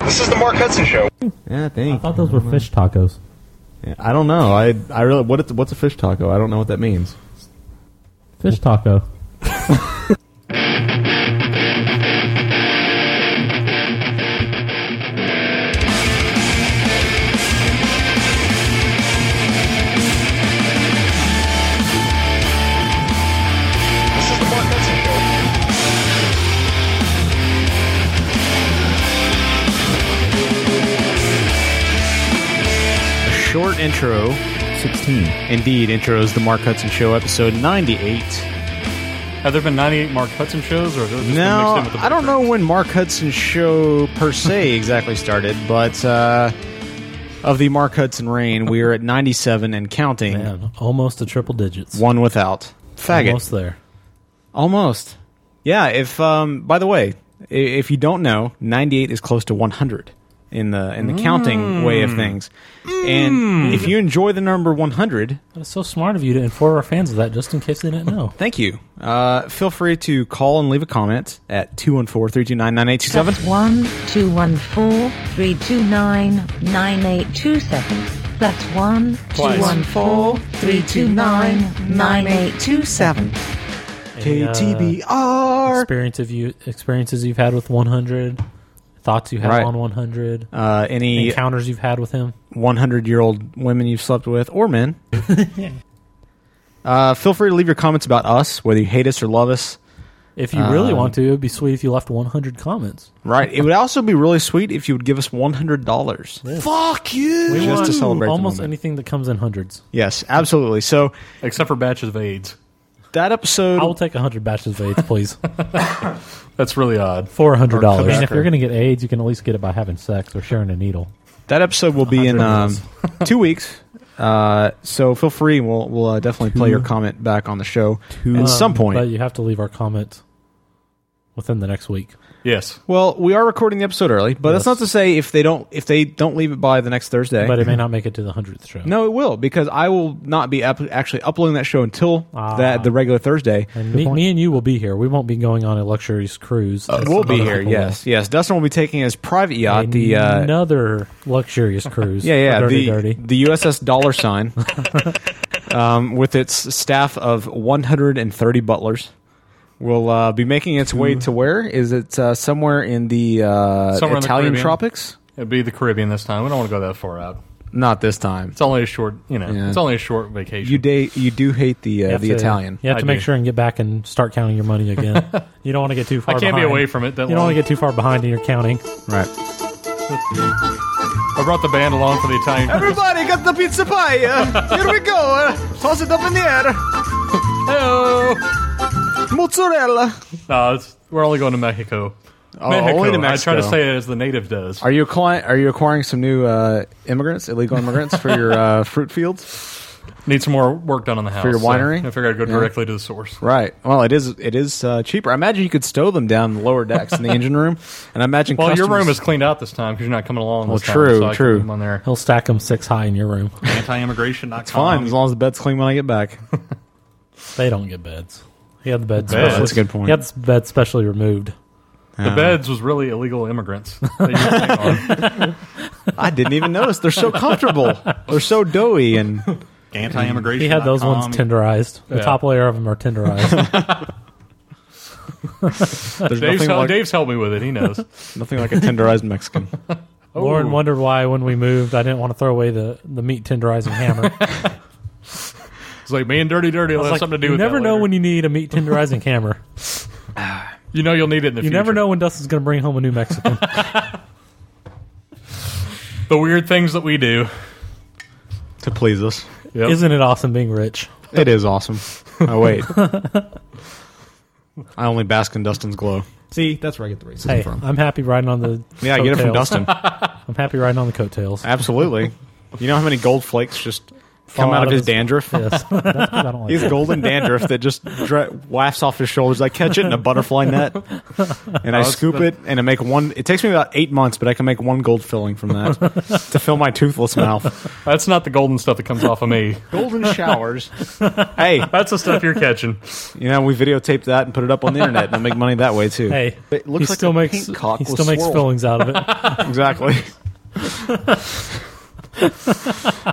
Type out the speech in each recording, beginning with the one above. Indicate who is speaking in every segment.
Speaker 1: This is the Mark Hudson Show.
Speaker 2: Yeah, thank.
Speaker 3: I thought those were fish tacos.
Speaker 2: Yeah, I don't know. I I really what it's, what's a fish taco? I don't know what that means.
Speaker 3: Fish taco.
Speaker 1: This is the Mark Hudson Show.
Speaker 4: A short intro.
Speaker 5: 16.
Speaker 4: Indeed, intros the Mark Hudson Show, episode 98.
Speaker 6: Have there been 98 Mark Hudson shows, or have those just been mixed in
Speaker 4: Now,
Speaker 6: with the
Speaker 4: I don't know when Mark Hudson Show per se exactly started, but uh, of the Mark Hudson reign, we are at 97 and counting.
Speaker 3: Man, almost to triple digits.
Speaker 4: One without. Faggot.
Speaker 3: Almost there.
Speaker 4: Almost. Yeah. If um, by the way, i- if you don't know, ninety eight is close to one hundred in the Uh, in the
Speaker 3: Mm.
Speaker 4: counting way of things. And if you enjoy the number one hundred,
Speaker 3: That is so smart of you to inform our fans of that, just in case they didn't know.
Speaker 4: thank you. Uh, feel free to call and leave a comment at 214-329-9827.
Speaker 7: One two one four three two nine nine eight two seven. That's one two
Speaker 6: Twice.
Speaker 7: one four three two nine nine eight two seven.
Speaker 3: Any, uh,
Speaker 4: KTBR.
Speaker 3: experience of you, experiences you've had with 100, thoughts you have
Speaker 4: Right.
Speaker 3: on 100,
Speaker 4: Uh, any
Speaker 3: encounters you've had with him.
Speaker 4: one hundred year old women you've slept with or men. Uh, feel free to leave your comments about us, whether you hate us or love us.
Speaker 3: If you really
Speaker 4: Um,
Speaker 3: want to, it'd be sweet if you left 100 comments.
Speaker 4: Right. It would also be really sweet if you would give us one hundred dollars.
Speaker 5: Fuck you!
Speaker 3: We
Speaker 4: Just
Speaker 3: want
Speaker 4: to celebrate the
Speaker 3: almost
Speaker 4: moment.
Speaker 3: anything that comes in hundreds.
Speaker 4: Yes, absolutely. So
Speaker 6: Except for batches of AIDS.
Speaker 4: that episode,
Speaker 3: I will take 100 batches of AIDS, please,
Speaker 6: That's really odd.
Speaker 3: for $100. I mean, if
Speaker 4: tobacco.
Speaker 3: you're going to get AIDS, you can at least get it by having sex or sharing a needle.
Speaker 4: that episode will be in um, two weeks. Uh, so feel free. We'll we'll uh, definitely play your comment back on the show at some point.
Speaker 3: Um, But you have to leave our comment within the next week.
Speaker 6: Yes.
Speaker 4: well, we are recording the episode early, but that's
Speaker 3: Yes.
Speaker 4: not to say if they don't if they don't leave it by the next Thursday.
Speaker 3: But it may not make it to the 100th show.
Speaker 4: no, it will because I will not be up, actually uploading that show until
Speaker 3: Ah.
Speaker 4: that the regular Thursday.
Speaker 3: And me, me and you will be here. We won't be going on a luxurious cruise. Some
Speaker 4: Uh, we'll
Speaker 3: other
Speaker 4: be here.
Speaker 3: people
Speaker 4: Yes, yes. Dustin will be taking his private
Speaker 3: will.
Speaker 4: yacht. The uh,
Speaker 3: Another luxurious cruise.
Speaker 4: Yeah, yeah.
Speaker 3: for Dirty,
Speaker 4: the
Speaker 3: dirty.
Speaker 4: the USS Dollar Sign, um, with its staff of 130 butlers, will uh, be making its way
Speaker 3: Hmm.
Speaker 4: to where? Is it uh, somewhere in the uh,
Speaker 6: Somewhere in the
Speaker 4: Italian
Speaker 6: Caribbean.
Speaker 4: tropics?
Speaker 6: It'd be the Caribbean this time. We don't want to go that far out.
Speaker 4: Not this time.
Speaker 6: It's only a short, you know,
Speaker 4: Yeah.
Speaker 6: it's only a short vacation.
Speaker 4: You day you do hate the
Speaker 3: You
Speaker 4: uh,
Speaker 3: have
Speaker 4: the
Speaker 3: to-
Speaker 4: Italian.
Speaker 3: You have
Speaker 6: I
Speaker 3: to make
Speaker 6: do.
Speaker 3: sure and get back and start counting your money again. you don't want to get too far.
Speaker 6: I can't be
Speaker 3: behind.
Speaker 6: away from it that
Speaker 3: You don't
Speaker 6: long.
Speaker 3: want to get too far behind in your counting.
Speaker 4: Right.
Speaker 6: I brought the band along for the Italian cruise.
Speaker 4: Everybody got the pizza pie. Uh, here we go. Uh, toss it up in the air. Mozzarella.
Speaker 6: No, it's, we're only going to Mexico.
Speaker 4: Oh, only to
Speaker 6: I try
Speaker 4: Mexico.
Speaker 6: to say it as the native does.
Speaker 4: Are you acquiring, Are you acquiring some new uh, immigrants, illegal immigrants, for your uh, fruit fields?
Speaker 6: Need some more work done on the house.
Speaker 4: your
Speaker 6: so
Speaker 4: winery?
Speaker 6: I figured I'd go
Speaker 4: Yeah.
Speaker 6: directly to the source.
Speaker 4: Right. Well, it is it is uh, cheaper. I imagine you could stow them down the lower decks in the engine room, and I imagine.
Speaker 6: Well, your
Speaker 4: customers-
Speaker 6: room is cleaned out this time because you're not coming along.
Speaker 4: Well,
Speaker 6: this time,
Speaker 4: true,
Speaker 6: so I can
Speaker 4: true.
Speaker 6: leave 'em on there.
Speaker 3: He'll stack them six high in your room.
Speaker 6: Anti-immigration.com.
Speaker 4: fine as long as the bed's clean when I get back.
Speaker 3: they don't get beds. He had the bed.
Speaker 6: Beds.
Speaker 3: specially-
Speaker 6: That's
Speaker 4: a good point. Ah.
Speaker 3: He had the bed specially removed.
Speaker 6: The beds was really illegal immigrants. that you were sitting on.
Speaker 4: I didn't even notice. They're so comfortable. They're so doughy, and
Speaker 8: anti-immigration.
Speaker 3: He had those ones tenderized. The
Speaker 6: Yeah.
Speaker 3: top layer of them are tenderized.
Speaker 4: there's
Speaker 6: Dave's,
Speaker 4: nothing
Speaker 6: hel-
Speaker 4: like,
Speaker 6: Dave's helped me with it. He knows.
Speaker 4: nothing like a tenderized Mexican.
Speaker 3: Lauren wondered why when we moved, I didn't want to throw away the, the meat tenderizing hammer.
Speaker 6: It's like being dirty, dirty. It'll
Speaker 3: It's
Speaker 6: have
Speaker 3: like,
Speaker 6: something to do
Speaker 3: you
Speaker 6: with.
Speaker 3: never
Speaker 6: that
Speaker 3: know
Speaker 6: later.
Speaker 3: when you need a meat tenderizing hammer.
Speaker 6: You know you'll need it in the
Speaker 3: You
Speaker 6: future.
Speaker 3: never know when Dustin's going to bring home a new Mexican.
Speaker 6: the weird things that we do.
Speaker 4: to please us.
Speaker 6: Yep.
Speaker 3: Isn't it awesome being rich?
Speaker 4: It is awesome. Oh wait, I only bask in Dustin's glow. See, that's where I get the racism
Speaker 3: Hey,
Speaker 4: from.
Speaker 3: I'm happy riding on the
Speaker 4: Yeah, I get it from
Speaker 3: coattails.
Speaker 4: Dustin.
Speaker 3: I'm happy riding on the coattails.
Speaker 4: Absolutely. You know how many gold flakes just Come
Speaker 3: fall
Speaker 4: out of his dandruff.
Speaker 3: Yes, That's 'cause I don't like
Speaker 4: He's
Speaker 3: that.
Speaker 4: golden dandruff that just dra- wafts off his shoulders. I catch it in a butterfly net, and I
Speaker 6: it's
Speaker 4: scoop
Speaker 6: the-
Speaker 4: it, and I make one. It takes me about eight months, but I can make one gold filling from that to fill my toothless mouth.
Speaker 6: That's not the golden stuff that comes off of me.
Speaker 4: Golden showers. hey,
Speaker 6: That's the stuff you're catching.
Speaker 4: you know we videotaped that and put it up on the internet, and I make money that way too.
Speaker 3: Hey,
Speaker 4: It looks
Speaker 3: he
Speaker 4: like
Speaker 3: still
Speaker 4: a
Speaker 3: makes
Speaker 4: paint cock
Speaker 3: he
Speaker 4: with
Speaker 3: still makes
Speaker 4: swirls.
Speaker 3: fillings out of it.
Speaker 4: exactly.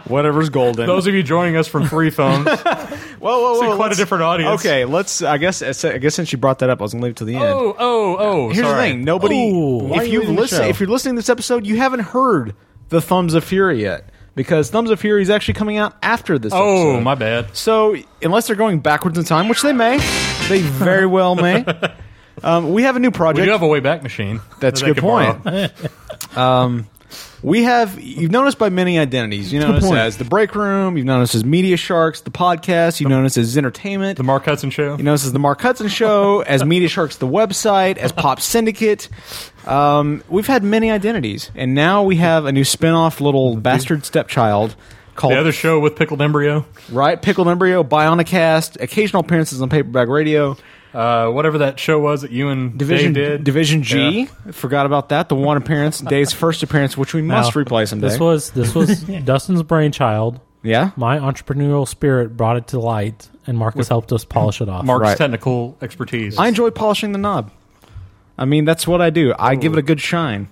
Speaker 4: Whatever's golden.
Speaker 6: Those of you joining us from free phones,
Speaker 4: whoa, whoa, whoa!
Speaker 6: quite a
Speaker 4: let's-
Speaker 6: different audience.
Speaker 4: Okay, let's. I guess. I guess since you brought that up, I was gonna leave it to the end.
Speaker 6: Oh, oh, oh.
Speaker 4: Here's
Speaker 6: sorry. Oh,
Speaker 4: the thing: nobody.
Speaker 3: Ooh. Why
Speaker 2: are
Speaker 4: if
Speaker 2: you
Speaker 4: you
Speaker 2: leaving the
Speaker 4: listen,
Speaker 2: show?
Speaker 4: if you're listening to this episode, you haven't heard the Thumbs of Fury yet because Thumbs of Fury is actually coming out after this.
Speaker 6: Oh,
Speaker 4: episode.
Speaker 6: my bad.
Speaker 4: So unless they're going backwards in time, which they may, they very well may. Um, we have a new project.
Speaker 6: We do have a way back machine.
Speaker 4: That's
Speaker 6: that
Speaker 4: a good
Speaker 6: I could borrow.
Speaker 4: point. um, we have you've noticed by many identities. You notice
Speaker 2: point.
Speaker 4: as the break room. You've noticed as media sharks, the podcast. You notice as entertainment.
Speaker 6: The Mark Hudson Show.
Speaker 4: You know, this is the Mark Hudson Show, as Media Sharks the website, as Pop Syndicate. Um, we've had many identities, and now we have a new spin-off little bastard stepchild called
Speaker 6: the other show with pickled embryo.
Speaker 4: Right Pickled Embryo, Bionicast, occasional appearances on Paperback Radio,
Speaker 6: Uh, whatever that show was that you and
Speaker 4: Division
Speaker 6: Dave did.
Speaker 4: Division G.
Speaker 6: Yeah.
Speaker 4: Forgot about that. The one appearance, Dave's first appearance, which we must
Speaker 3: Now,
Speaker 4: replay someday.
Speaker 3: This was this was Dustin's brainchild.
Speaker 4: yeah,
Speaker 3: My entrepreneurial spirit brought it to light, and Marcus helped us polish it off.
Speaker 6: Mark's
Speaker 4: Right.
Speaker 6: technical expertise.
Speaker 4: I enjoy polishing the knob. I mean, that's what I do. I give it a good shine.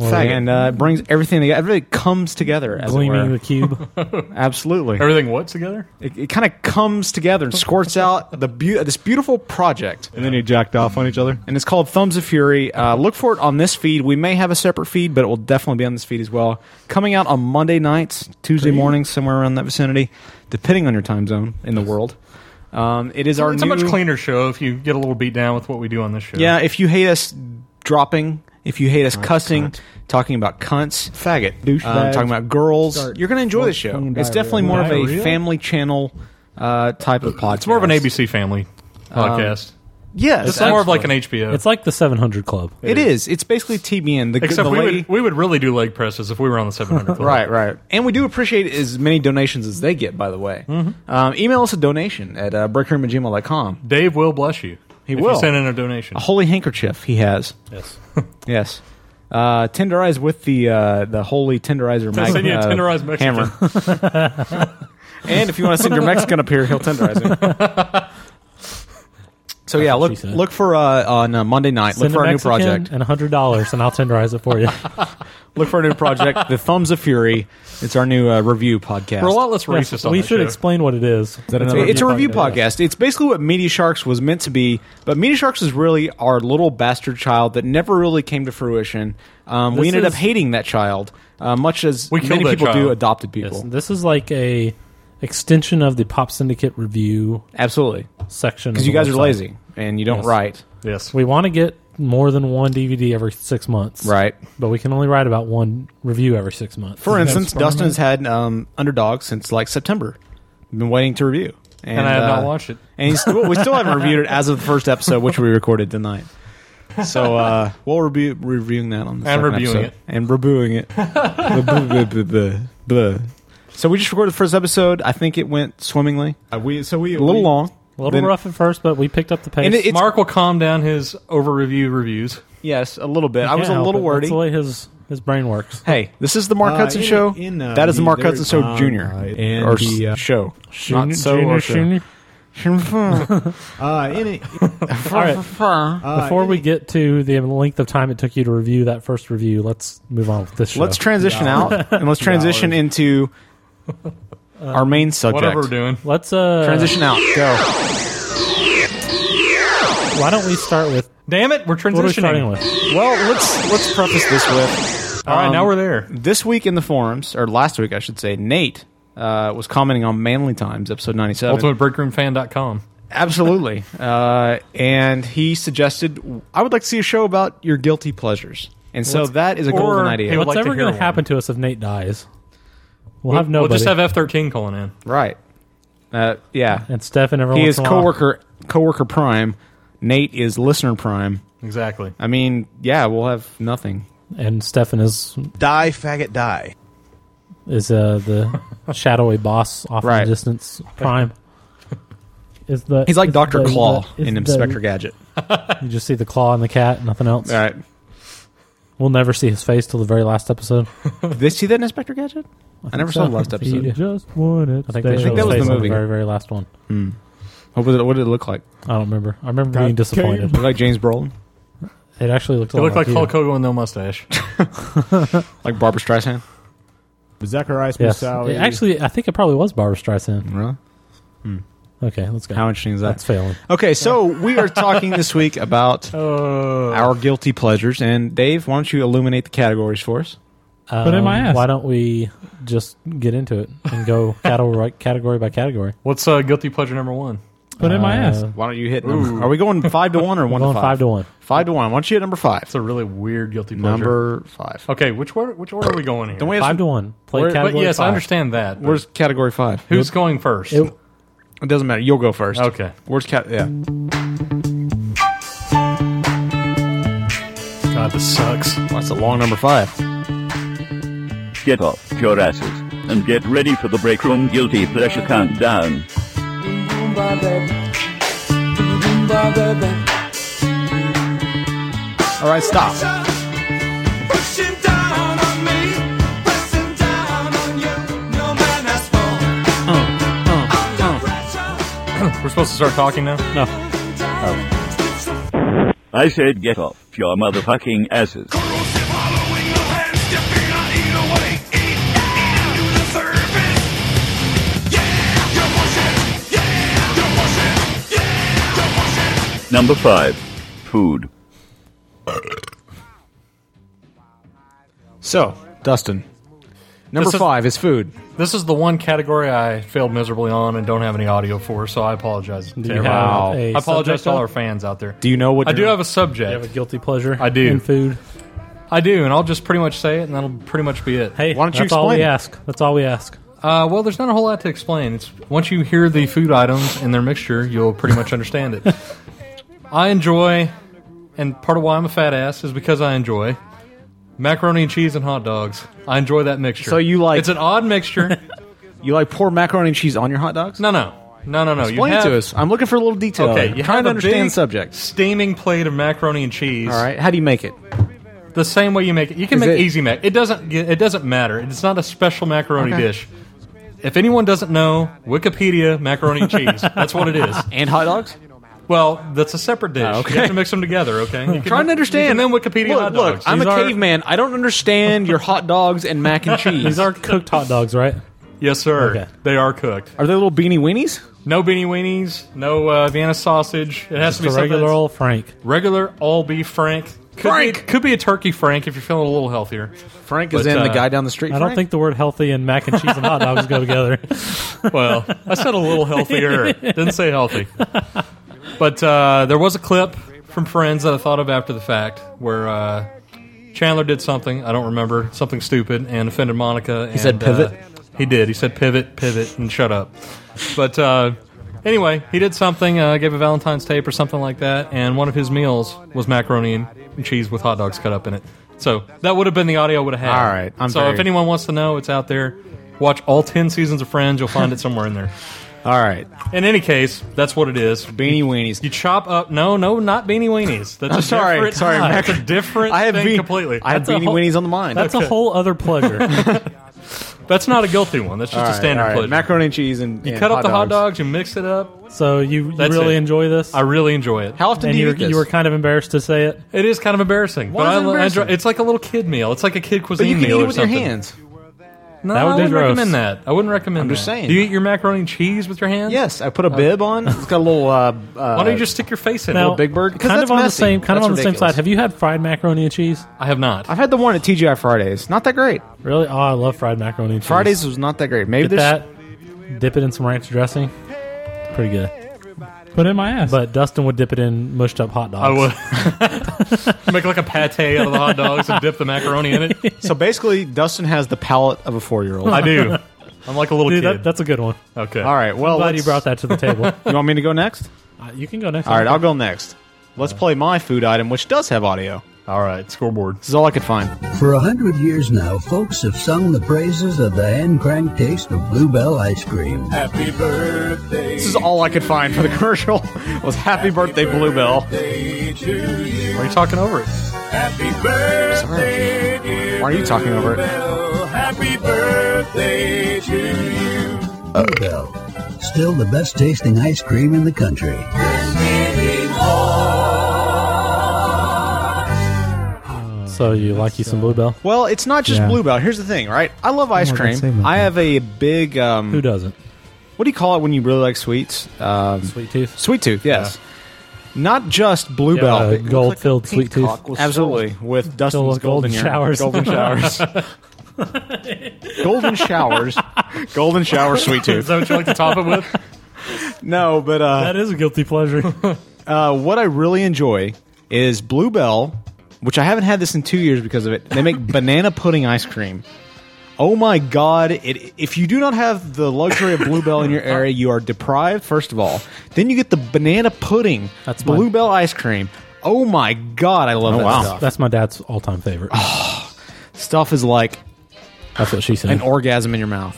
Speaker 4: and uh, it brings everything together. Everything comes together, as it
Speaker 3: gleaming
Speaker 4: were.
Speaker 3: the cube.
Speaker 4: Absolutely.
Speaker 6: Everything what together?
Speaker 4: it, it kind of comes together and squirts out the beau this beautiful project
Speaker 2: And then you jacked off on each other.
Speaker 4: and it's called thumbs of fury uh, look for it on this feed we may have a separate feed but it will definitely be on this feed as well coming out on monday nights tuesday mornings somewhere around that vicinity depending on your time zone in the world um, it is our
Speaker 6: It's
Speaker 4: new,
Speaker 6: a much cleaner show if you get a little beat down with what we do on this show.
Speaker 4: yeah if you hate us dropping if you hate us cussing talking about cunts faggot
Speaker 2: Douchebags.
Speaker 4: talking about girls
Speaker 2: Start
Speaker 4: you're going to enjoy the show
Speaker 2: fucking
Speaker 4: it's
Speaker 2: diarrhea.
Speaker 4: definitely more of a
Speaker 6: Diarrhea?
Speaker 4: family channel uh, type of podcast Um,
Speaker 6: It's more of an ABC family podcast.
Speaker 4: yes
Speaker 6: it's more of like an HBO.
Speaker 3: It's like the 700 Club.
Speaker 4: It is. It's basically TBN. The,
Speaker 6: Except
Speaker 4: the
Speaker 6: we
Speaker 4: lady,
Speaker 6: would, we would really do leg presses if we were on the 700 Club.
Speaker 4: right, right. And we do appreciate as many donations as they get. By the way,
Speaker 6: Mm-hmm.
Speaker 4: um, email us a donation at uh, breakroom at gmail.com.
Speaker 6: Dave will bless you.
Speaker 4: He
Speaker 6: if
Speaker 4: will.
Speaker 6: You send in a donation.
Speaker 4: A holy handkerchief he has.
Speaker 3: Yes.
Speaker 4: Yes. Uh, tenderize with the uh, the holy tenderizer. Mag-
Speaker 6: send you a
Speaker 4: uh,
Speaker 6: tenderized Mexican.
Speaker 4: hammer. and if you want to send your Mexican up here, he'll tenderize him. So yeah,
Speaker 3: what she
Speaker 4: look
Speaker 3: said.
Speaker 4: look for uh, on uh, Monday night. look
Speaker 3: Send
Speaker 4: for our
Speaker 3: a
Speaker 4: new
Speaker 3: Mexican
Speaker 4: project.
Speaker 3: and hundred dollars, and I'll tenderize it for you.
Speaker 4: Look for our new project, The Thumbs of Fury. It's our new uh, review podcast.
Speaker 6: We're a lot less racist on
Speaker 3: we
Speaker 6: this
Speaker 3: should
Speaker 6: show.
Speaker 3: explain what it is.
Speaker 4: It's a, it's a review podcast. It's basically what Media Sharks was meant to be, but Media Sharks is really our little bastard child that never really came to fruition. Um, we
Speaker 3: This
Speaker 4: ended up
Speaker 3: is-
Speaker 4: hating that child, uh, much as
Speaker 6: We killed
Speaker 4: many
Speaker 6: that
Speaker 4: people do
Speaker 6: child.
Speaker 4: adopted people.
Speaker 3: Yes, this is like a extension of the Pop Syndicate review
Speaker 4: Absolutely,
Speaker 3: section.
Speaker 4: because you guys are lazy and you don't
Speaker 3: Yes.
Speaker 4: write.
Speaker 6: Yes.
Speaker 3: We want to get more than one DVD every six months,
Speaker 4: Right.
Speaker 3: But we can only write about one review every six months.
Speaker 4: For instance, Dustin's had um, Underdog since like September. We've been waiting to review,
Speaker 6: and, I have not
Speaker 4: uh,
Speaker 6: watched it.
Speaker 4: And he's still, we still haven't reviewed it as of the first episode, which we recorded tonight. So uh, we'll be reviewing that on the
Speaker 6: And
Speaker 4: second
Speaker 6: reviewing
Speaker 4: episode.
Speaker 6: it.
Speaker 4: and reviewing it. Buh, buh, buh, buh, buh. So we just recorded the first episode. I think it went swimmingly,
Speaker 2: Uh, we so we
Speaker 4: a little
Speaker 2: we-
Speaker 4: long,
Speaker 3: a little
Speaker 4: Then-
Speaker 3: rough at first, but we picked up the pace.
Speaker 4: And it- it's-
Speaker 6: Mark will calm down his over review reviews.
Speaker 4: Yes, a little bit. I was
Speaker 3: Can't
Speaker 4: a
Speaker 3: help
Speaker 4: little
Speaker 3: it.
Speaker 4: wordy.
Speaker 3: That's the way his his brain works.
Speaker 4: Hey, this is the Mark
Speaker 2: Uh,
Speaker 4: Hudson
Speaker 2: in-
Speaker 4: Show.
Speaker 2: in, uh,
Speaker 4: that is the
Speaker 2: the-
Speaker 4: Mark
Speaker 2: there-
Speaker 4: Hudson Show
Speaker 2: um,
Speaker 4: Junior
Speaker 2: uh, and
Speaker 4: or
Speaker 2: the, uh,
Speaker 4: s- show,
Speaker 3: Junior-
Speaker 4: not so
Speaker 3: junior,
Speaker 4: or show.
Speaker 3: junior.
Speaker 2: Uh, in it,
Speaker 3: All right.
Speaker 2: uh,
Speaker 3: Before
Speaker 2: in
Speaker 3: we
Speaker 2: it-
Speaker 3: get to the length of time it took you to review that first review, let's move on with this show.
Speaker 4: Let's transition
Speaker 2: Yeah.
Speaker 4: out and let's transition into our main subject.
Speaker 6: Whatever we're doing.
Speaker 3: Let's uh,
Speaker 4: Transition out. Go.
Speaker 3: Why don't we start with
Speaker 6: Damn it, we're transitioning.
Speaker 3: what are we starting with?
Speaker 4: Well, let's let's preface this with
Speaker 6: All right, now
Speaker 4: Um,
Speaker 6: we're there.
Speaker 4: this week in the forums, or last week I should say, Nate uh, was commenting on Manly Times episode ninety seven.
Speaker 6: UltimateBreakroomFan.com.
Speaker 4: Absolutely, uh, and he suggested I would like to see a show about your guilty pleasures, and so that is a
Speaker 6: or
Speaker 4: golden
Speaker 6: he
Speaker 4: idea,
Speaker 6: would
Speaker 3: What's
Speaker 6: like to
Speaker 3: ever
Speaker 6: hear
Speaker 3: going to
Speaker 6: one.
Speaker 3: happen to us if Nate dies? We'll, have
Speaker 6: We'll
Speaker 3: nobody.
Speaker 6: just have F13 calling in.
Speaker 4: right? Uh, yeah,
Speaker 3: and Stefan everyone.
Speaker 4: he is coworker coworker prime. Nate is listener prime.
Speaker 6: Exactly.
Speaker 4: I mean, yeah, we'll have nothing.
Speaker 3: and Stefan is
Speaker 5: Die, faggot, die.
Speaker 3: is uh, the shadowy boss off
Speaker 4: Right.
Speaker 3: in the distance. Prime is the
Speaker 4: He's like
Speaker 3: is
Speaker 4: Doctor
Speaker 3: the-
Speaker 4: Claw
Speaker 3: is
Speaker 4: in
Speaker 3: the-
Speaker 4: Inspector Gadget.
Speaker 3: You just see the claw and the cat, nothing else.
Speaker 4: All right.
Speaker 3: We'll never see his face till the very last episode.
Speaker 4: Did they see that in Inspector Gadget? I, never saw the last
Speaker 3: You
Speaker 4: episode.
Speaker 3: just wanted. I think they
Speaker 4: I
Speaker 3: showed
Speaker 4: think
Speaker 3: his
Speaker 4: that was
Speaker 3: face
Speaker 4: the
Speaker 3: on
Speaker 4: movie.
Speaker 3: very very last one.
Speaker 4: Hmm. What, was it, what did it look like?
Speaker 3: I don't remember. I remember being
Speaker 5: God,
Speaker 3: disappointed.
Speaker 4: Looked like James Brolin?
Speaker 3: It actually looked. a
Speaker 6: It
Speaker 3: lot
Speaker 6: looked like
Speaker 3: you.
Speaker 6: Hulk Hogan with no mustache.
Speaker 4: Like Barbara Streisand?
Speaker 5: Zacharias
Speaker 3: Yes.
Speaker 5: Moussaoui.
Speaker 3: It actually, I think it probably was Barbara Streisand.
Speaker 4: Really?
Speaker 3: Okay, let's go.
Speaker 4: How interesting is that?
Speaker 3: That's failing.
Speaker 4: Okay, so we are talking this week about
Speaker 6: Oh.
Speaker 4: our guilty pleasures. And Dave, why don't you illuminate the categories for us?
Speaker 3: Put
Speaker 5: it in my ass.
Speaker 3: Um, Why don't we just get into it and go category category by category?
Speaker 6: What's uh, guilty pleasure number one?
Speaker 5: Put it in my
Speaker 3: Uh,
Speaker 5: ass.
Speaker 4: Why don't you hit number? Are we going five to one or one
Speaker 3: Going
Speaker 4: to
Speaker 3: five.
Speaker 4: five?
Speaker 3: to one.
Speaker 4: Five to one. Why don't you hit number five?
Speaker 6: It's a really weird guilty pleasure.
Speaker 4: number five.
Speaker 6: Okay, which order? Which order are we going here?
Speaker 4: Don't we have
Speaker 3: Five
Speaker 4: some-
Speaker 3: to one. Play
Speaker 4: Where- but
Speaker 6: But
Speaker 3: category.
Speaker 6: yes,
Speaker 3: five.
Speaker 6: I understand that. but
Speaker 4: Where's category five?
Speaker 6: who's going first?
Speaker 3: It-
Speaker 4: It doesn't matter. You'll go first.
Speaker 6: Okay.
Speaker 4: Where's cat? Yeah.
Speaker 6: God, this sucks.
Speaker 4: Well, that's a long number five.
Speaker 8: Get off your asses and get ready for the break room guilty pleasure countdown.
Speaker 4: All right, stop. Uh,
Speaker 6: We're supposed to start talking now. No.
Speaker 4: Oh.
Speaker 8: I said get off your motherfucking asses. Number five, food.
Speaker 4: So, Dustin, number
Speaker 6: This is-
Speaker 4: five is food.
Speaker 6: This is the one category I failed miserably on and don't have any audio for, so I apologize. to
Speaker 3: you
Speaker 6: everyone.
Speaker 3: have
Speaker 6: I
Speaker 3: a
Speaker 6: apologize to
Speaker 3: subject
Speaker 6: all
Speaker 3: up?
Speaker 6: our fans out there.
Speaker 4: Do you know what?
Speaker 6: I do
Speaker 4: your-
Speaker 6: have a
Speaker 3: You have a
Speaker 6: subject.
Speaker 3: guilty pleasure.
Speaker 6: I do.
Speaker 3: In food.
Speaker 6: I do, and I'll just pretty much say it, and that'll pretty much be it.
Speaker 3: Hey,
Speaker 4: Why don't you
Speaker 3: that's all
Speaker 4: explain
Speaker 3: we
Speaker 4: it?
Speaker 3: ask. That's all we ask.
Speaker 6: Uh, well, there's not a whole lot to explain. It's once you hear the food items and their mixture, you'll pretty much understand it. I enjoy, and part of why I'm a fat ass is because I enjoy macaroni and cheese and hot dogs. I enjoy that mixture.
Speaker 4: So you like-
Speaker 6: It's an odd mixture.
Speaker 4: You like pour macaroni and cheese on your hot dogs?
Speaker 6: no, no, no, no, no.
Speaker 4: Explain
Speaker 6: you
Speaker 4: it
Speaker 6: have,
Speaker 4: to us. I'm looking for a little detail.
Speaker 6: Okay,
Speaker 4: I'm
Speaker 6: you
Speaker 4: trying
Speaker 6: have
Speaker 4: to
Speaker 6: a
Speaker 4: understand
Speaker 6: big
Speaker 4: subjects.
Speaker 6: Steaming plate of macaroni and cheese.
Speaker 4: All right. How do you make it?
Speaker 6: The same way you make it. You can
Speaker 4: Is
Speaker 6: make
Speaker 4: it-
Speaker 6: easy mac. It doesn't. get- It doesn't matter. It's not a special macaroni
Speaker 4: Okay.
Speaker 6: dish. If anyone doesn't know, Wikipedia macaroni and cheese. That's what it is.
Speaker 4: And hot dogs?
Speaker 6: Well, that's a separate dish.
Speaker 4: Oh, okay.
Speaker 6: You have to mix them together. Okay. You can-
Speaker 4: trying to understand.
Speaker 6: You can then Wikipedia
Speaker 4: Look,
Speaker 6: hot
Speaker 4: look,
Speaker 6: dogs.
Speaker 4: I'm
Speaker 6: These
Speaker 4: a
Speaker 6: are-
Speaker 4: caveman. I don't understand your hot dogs and mac and cheese.
Speaker 3: These are cooked hot dogs, right?
Speaker 6: Yes, sir.
Speaker 3: Okay.
Speaker 6: They are cooked.
Speaker 4: Are they little beanie weenies?
Speaker 6: No beanie weenies. No uh, Vienna sausage. It has
Speaker 3: Just
Speaker 6: to be
Speaker 3: a
Speaker 6: something
Speaker 3: regular
Speaker 6: that's-
Speaker 3: old Frank.
Speaker 6: regular all beef frank. Could
Speaker 4: Frank!
Speaker 6: be, could be a turkey frank if you're feeling a little healthier.
Speaker 4: Frank
Speaker 6: But,
Speaker 4: is in
Speaker 6: uh,
Speaker 4: the guy down the street.
Speaker 3: I don't
Speaker 4: Frank?
Speaker 3: think the word healthy and mac and cheese and hot dogs go together.
Speaker 6: Well, I said a little healthier. Didn't say healthy. But uh, there was a clip from Friends that I thought of after the fact where uh, Chandler did something I don't remember, something stupid, and offended Monica. He
Speaker 4: said pivot?
Speaker 6: he did. He said pivot, pivot, and shut up. But uh, anyway, he did something. Uh, gave a Valentine's tape or something like that, and one of his meals was macaroni and cheese with hot dogs cut up in it. So that would have been the audio I would have had.
Speaker 4: All right, I'm
Speaker 6: so
Speaker 4: very-
Speaker 6: if anyone wants to know, it's out there. Watch all ten seasons of Friends. You'll find it somewhere in there.
Speaker 4: All right,
Speaker 6: In any case, that's what it is.
Speaker 4: beanie weenies.
Speaker 6: You chop up. No, no, not beanie weenies. That's
Speaker 4: I'm
Speaker 6: a
Speaker 4: sorry,
Speaker 6: different-
Speaker 4: sorry,
Speaker 6: That's a different
Speaker 4: I have
Speaker 6: thing
Speaker 4: be-
Speaker 6: completely.
Speaker 4: I have
Speaker 3: That's a
Speaker 4: beanie
Speaker 3: whole-
Speaker 4: weenies on the mind.
Speaker 3: That's a whole other pleasure.
Speaker 6: That's not a guilty one. That's just
Speaker 4: All
Speaker 6: a
Speaker 4: right,
Speaker 6: standard
Speaker 4: all right.
Speaker 6: pleasure.
Speaker 4: Macaroni and cheese and
Speaker 6: you
Speaker 4: and
Speaker 6: cut up the hot dogs. You mix it up.
Speaker 3: So you, you
Speaker 6: That's
Speaker 3: really
Speaker 6: it.
Speaker 3: enjoy this?
Speaker 6: I really enjoy it.
Speaker 4: How often
Speaker 3: and
Speaker 4: do you
Speaker 3: you,
Speaker 4: eat this?
Speaker 3: you were kind of embarrassed to say it.
Speaker 6: It is kind of embarrassing.
Speaker 4: Why
Speaker 6: but I,
Speaker 4: is it
Speaker 6: lo-
Speaker 4: embarrassing?
Speaker 6: I enjoy- it's like a little kid meal. It's like a kid
Speaker 4: but
Speaker 6: cuisine
Speaker 4: you can
Speaker 6: meal
Speaker 4: eat it
Speaker 6: or
Speaker 4: with your
Speaker 6: something.
Speaker 4: hands.
Speaker 6: No,
Speaker 3: That
Speaker 6: I
Speaker 3: would be
Speaker 6: wouldn't
Speaker 3: gross.
Speaker 6: recommend that. I wouldn't recommend.
Speaker 4: I'm just
Speaker 6: that.
Speaker 4: saying.
Speaker 6: Do you eat your macaroni and cheese with your hands? Uh,
Speaker 4: Yes, I put a bib on. It's got a little. Uh, uh,
Speaker 6: Why don't you just stick your face in
Speaker 3: Now,
Speaker 6: it?
Speaker 4: Big Bird? 'Cause
Speaker 3: Kind
Speaker 4: that's
Speaker 3: of on
Speaker 4: messy.
Speaker 3: the same, kind
Speaker 4: That's
Speaker 3: of on the same
Speaker 4: ridiculous.
Speaker 3: side. Have you had fried macaroni and cheese?
Speaker 6: I have not.
Speaker 4: I've had the one at TGI Fridays. Not that great.
Speaker 3: Really? Oh, I love fried macaroni and cheese.
Speaker 4: Fridays was not that great. Maybe
Speaker 3: Get
Speaker 4: there's
Speaker 3: that. Dip it in some ranch dressing. Pretty good.
Speaker 5: Put it in my ass.
Speaker 3: But Dustin would dip it in mushed up hot dogs.
Speaker 6: I would make like a pate out of the hot dogs and dip the macaroni in it.
Speaker 4: so basically Dustin has the palate of a four year old.
Speaker 6: I do. I'm like a little
Speaker 3: Dude,
Speaker 6: kid.
Speaker 3: that, that's a good one.
Speaker 6: okay.
Speaker 4: All right, well,
Speaker 3: I'm glad
Speaker 4: let's-
Speaker 3: you brought that to the table.
Speaker 4: You want me to go next?
Speaker 3: Uh, you can go next.
Speaker 4: All right, I'll go next. Let's play my food item, which does have audio.
Speaker 6: All right, scoreboard. This
Speaker 4: is all I could find.
Speaker 9: For a hundred years now, folks have sung the praises of the hand crank taste of Bluebell ice cream.
Speaker 1: Happy birthday.
Speaker 4: This is all I could find for the commercial was Happy, birthday, Bluebell.
Speaker 6: Why are you talking over it?
Speaker 1: Happy birthday, dear
Speaker 4: Why are you talking over it?
Speaker 1: Bell. Happy birthday to you.
Speaker 4: uh.
Speaker 9: Bluebell, still the best tasting ice cream in the country.
Speaker 3: So you like you some Bluebell?
Speaker 4: Well, it's not just
Speaker 2: Yeah.
Speaker 4: Bluebell. Here's the thing, right? I love ice
Speaker 2: Oh, I gotta say
Speaker 4: cream.
Speaker 2: about
Speaker 4: I
Speaker 2: that.
Speaker 4: have a big um,
Speaker 3: Who doesn't?
Speaker 4: what do you call it when you really like sweets? Um,
Speaker 3: Sweet tooth.
Speaker 4: sweet tooth, yes. Not just Bluebell,
Speaker 3: Yeah,
Speaker 4: but it looks
Speaker 3: gold
Speaker 4: like a
Speaker 3: filled sweet
Speaker 4: peacock
Speaker 3: tooth.
Speaker 4: with Absolutely, with Dustin's
Speaker 3: golden
Speaker 4: golden, year-
Speaker 3: showers.
Speaker 4: golden showers, golden showers, golden shower sweet
Speaker 6: Is
Speaker 4: tooth.
Speaker 6: that what you like to top it with?
Speaker 4: No, but uh,
Speaker 3: That is a guilty pleasure.
Speaker 4: uh, what I really enjoy is Bluebell, which I haven't had this in two years because of it. They make banana pudding ice cream. Oh my god! It, if you do not have the luxury of Bluebell in your area, you are deprived. First of all, then you get the banana pudding
Speaker 3: That's mine.
Speaker 4: Bluebell ice cream. Oh my god! I love that stuff. Ah,
Speaker 3: That's my dad's all time favorite.
Speaker 4: Stuff is like
Speaker 3: That's what she said.
Speaker 4: an orgasm in your mouth.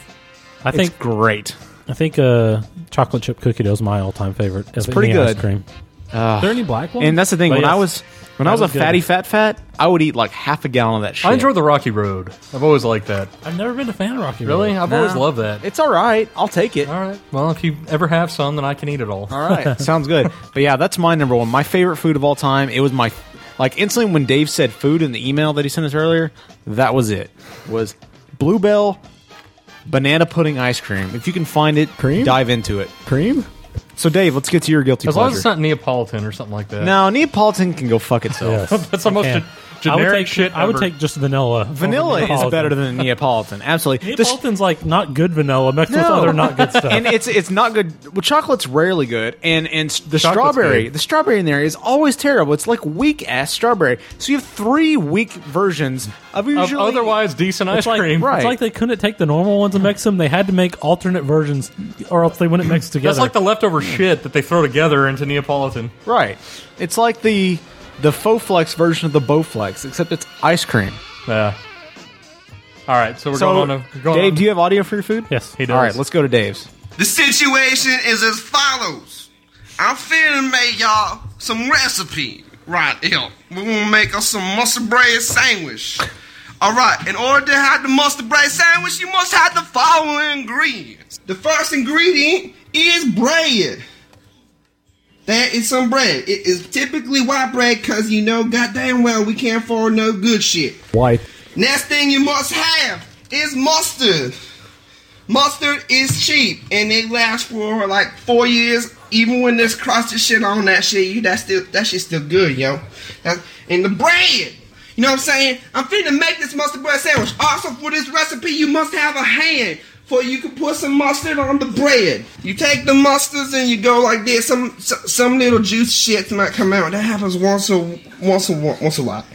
Speaker 3: I
Speaker 4: It's
Speaker 3: think
Speaker 4: great.
Speaker 3: I think uh, chocolate chip cookie dough is my all time favorite. It's
Speaker 4: pretty
Speaker 3: Ice
Speaker 4: good.
Speaker 3: cream.
Speaker 5: Are there any black ones?
Speaker 4: And that's the thing.
Speaker 3: But
Speaker 4: when
Speaker 3: yes,
Speaker 4: I was when I
Speaker 3: that
Speaker 4: was a
Speaker 3: was good.
Speaker 4: fatty fat fat, I would eat like half a gallon of that shit.
Speaker 6: I enjoy the Rocky Road. I've always liked that.
Speaker 3: I've never been a fan of Rocky.
Speaker 6: Really? I've always
Speaker 4: Nah.
Speaker 6: loved that.
Speaker 4: It's all right. I'll take it.
Speaker 6: all right. Well, if you ever have some, then I can eat it all.
Speaker 4: All right, sounds good. But yeah, that's my number one. My favorite food of all time. It was my like instantly when Dave said food in the email that he sent us earlier. That was it. Was bluebell banana pudding ice cream. If you can find it,
Speaker 2: Cream?
Speaker 4: dive into it.
Speaker 2: Cream?
Speaker 4: So Dave, let's get to your guilty
Speaker 6: As long as
Speaker 4: pleasure.
Speaker 6: it's not Neapolitan or something like that.
Speaker 4: now Neapolitan can go fuck itself.
Speaker 3: Yes.
Speaker 6: That's the most
Speaker 3: Yeah.
Speaker 6: ge-
Speaker 3: I would
Speaker 6: generic
Speaker 3: take,
Speaker 6: shit.
Speaker 3: I would
Speaker 6: ever.
Speaker 3: take just vanilla.
Speaker 4: Oh,
Speaker 3: over
Speaker 4: Vanilla is
Speaker 3: Neapolitan.
Speaker 4: better than Neapolitan. Absolutely. This-
Speaker 3: Neapolitan's like not good vanilla mixed with
Speaker 4: No.
Speaker 3: other not good stuff.
Speaker 4: and it's it's not good. Well, chocolate's rarely good, and and s- the strawberry,
Speaker 6: good.
Speaker 4: the strawberry in there is always terrible. It's like weak ass strawberry. So you have three weak versions of
Speaker 6: of
Speaker 4: usually
Speaker 6: otherwise decent ice
Speaker 3: it's like,
Speaker 6: cream.
Speaker 4: Right.
Speaker 3: it's like they couldn't take the normal ones and mix them. They had to make alternate versions, or else they wouldn't mix together.
Speaker 6: That's like the leftover shit that they throw together into Neapolitan.
Speaker 4: Hmm. right. It's like the the Faux-Flex version of the Bowflex, except it's ice cream.
Speaker 6: Yeah. All right, so we're
Speaker 4: So,
Speaker 6: going on. A, going
Speaker 4: Dave,
Speaker 6: on-
Speaker 4: do you have audio for your food?
Speaker 3: yes,
Speaker 6: He does.
Speaker 4: All right, let's go to Dave's.
Speaker 10: The situation is as follows. I'm finna make y'all some recipe right here. We're gonna make us some mustard bread sandwich. Alright, in order to have the mustard bread sandwich, you must have the following ingredients. The first ingredient is bread. That is some bread. It is typically white bread because you know goddamn well we can't afford no good shit.
Speaker 2: White.
Speaker 10: Next thing you must have is mustard. Mustard is cheap and it lasts for like four years. Even when there's crusted shit on that shit, you that still that shit's still good, yo. That- and the bread. You know what I'm saying? I'm finna make this mustard bread sandwich. Also for this recipe, you must have a hand. For you can put some mustard on the bread. You take the mustards and you go like this. Some s- some little juice shit might come out. That happens once a once a once a while.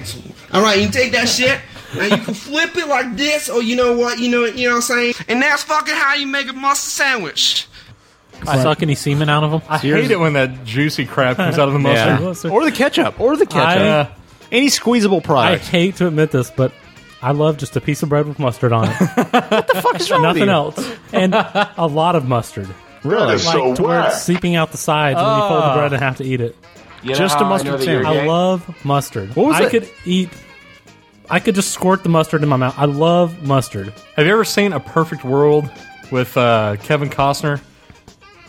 Speaker 10: All right, you take that shit and you can flip it like this, or you know what, you know, you know what I'm saying. And that's fucking how you make a mustard sandwich.
Speaker 3: I suck any semen out of them.
Speaker 6: I hate it when that juicy crap comes out of the mustard.
Speaker 3: Mustard.
Speaker 4: or the ketchup, or the ketchup,
Speaker 3: I, uh,
Speaker 4: any squeezable
Speaker 3: I
Speaker 4: product.
Speaker 3: hate to admit this, but I love just a piece of bread with mustard on it.
Speaker 4: What the fuck is wrong with
Speaker 3: Nothing
Speaker 4: you?
Speaker 3: else. And a lot of mustard.
Speaker 4: Really?
Speaker 3: Like to where it's seeping out the sides when you fold the
Speaker 4: Ah.
Speaker 3: bread and have to eat it.
Speaker 4: Just a mustard sandwich.
Speaker 3: I love mustard.
Speaker 4: What was
Speaker 3: I
Speaker 4: that?
Speaker 3: could eat I could just squirt the mustard in my mouth. I love mustard.
Speaker 6: Have you ever seen A Perfect World with uh, Kevin Costner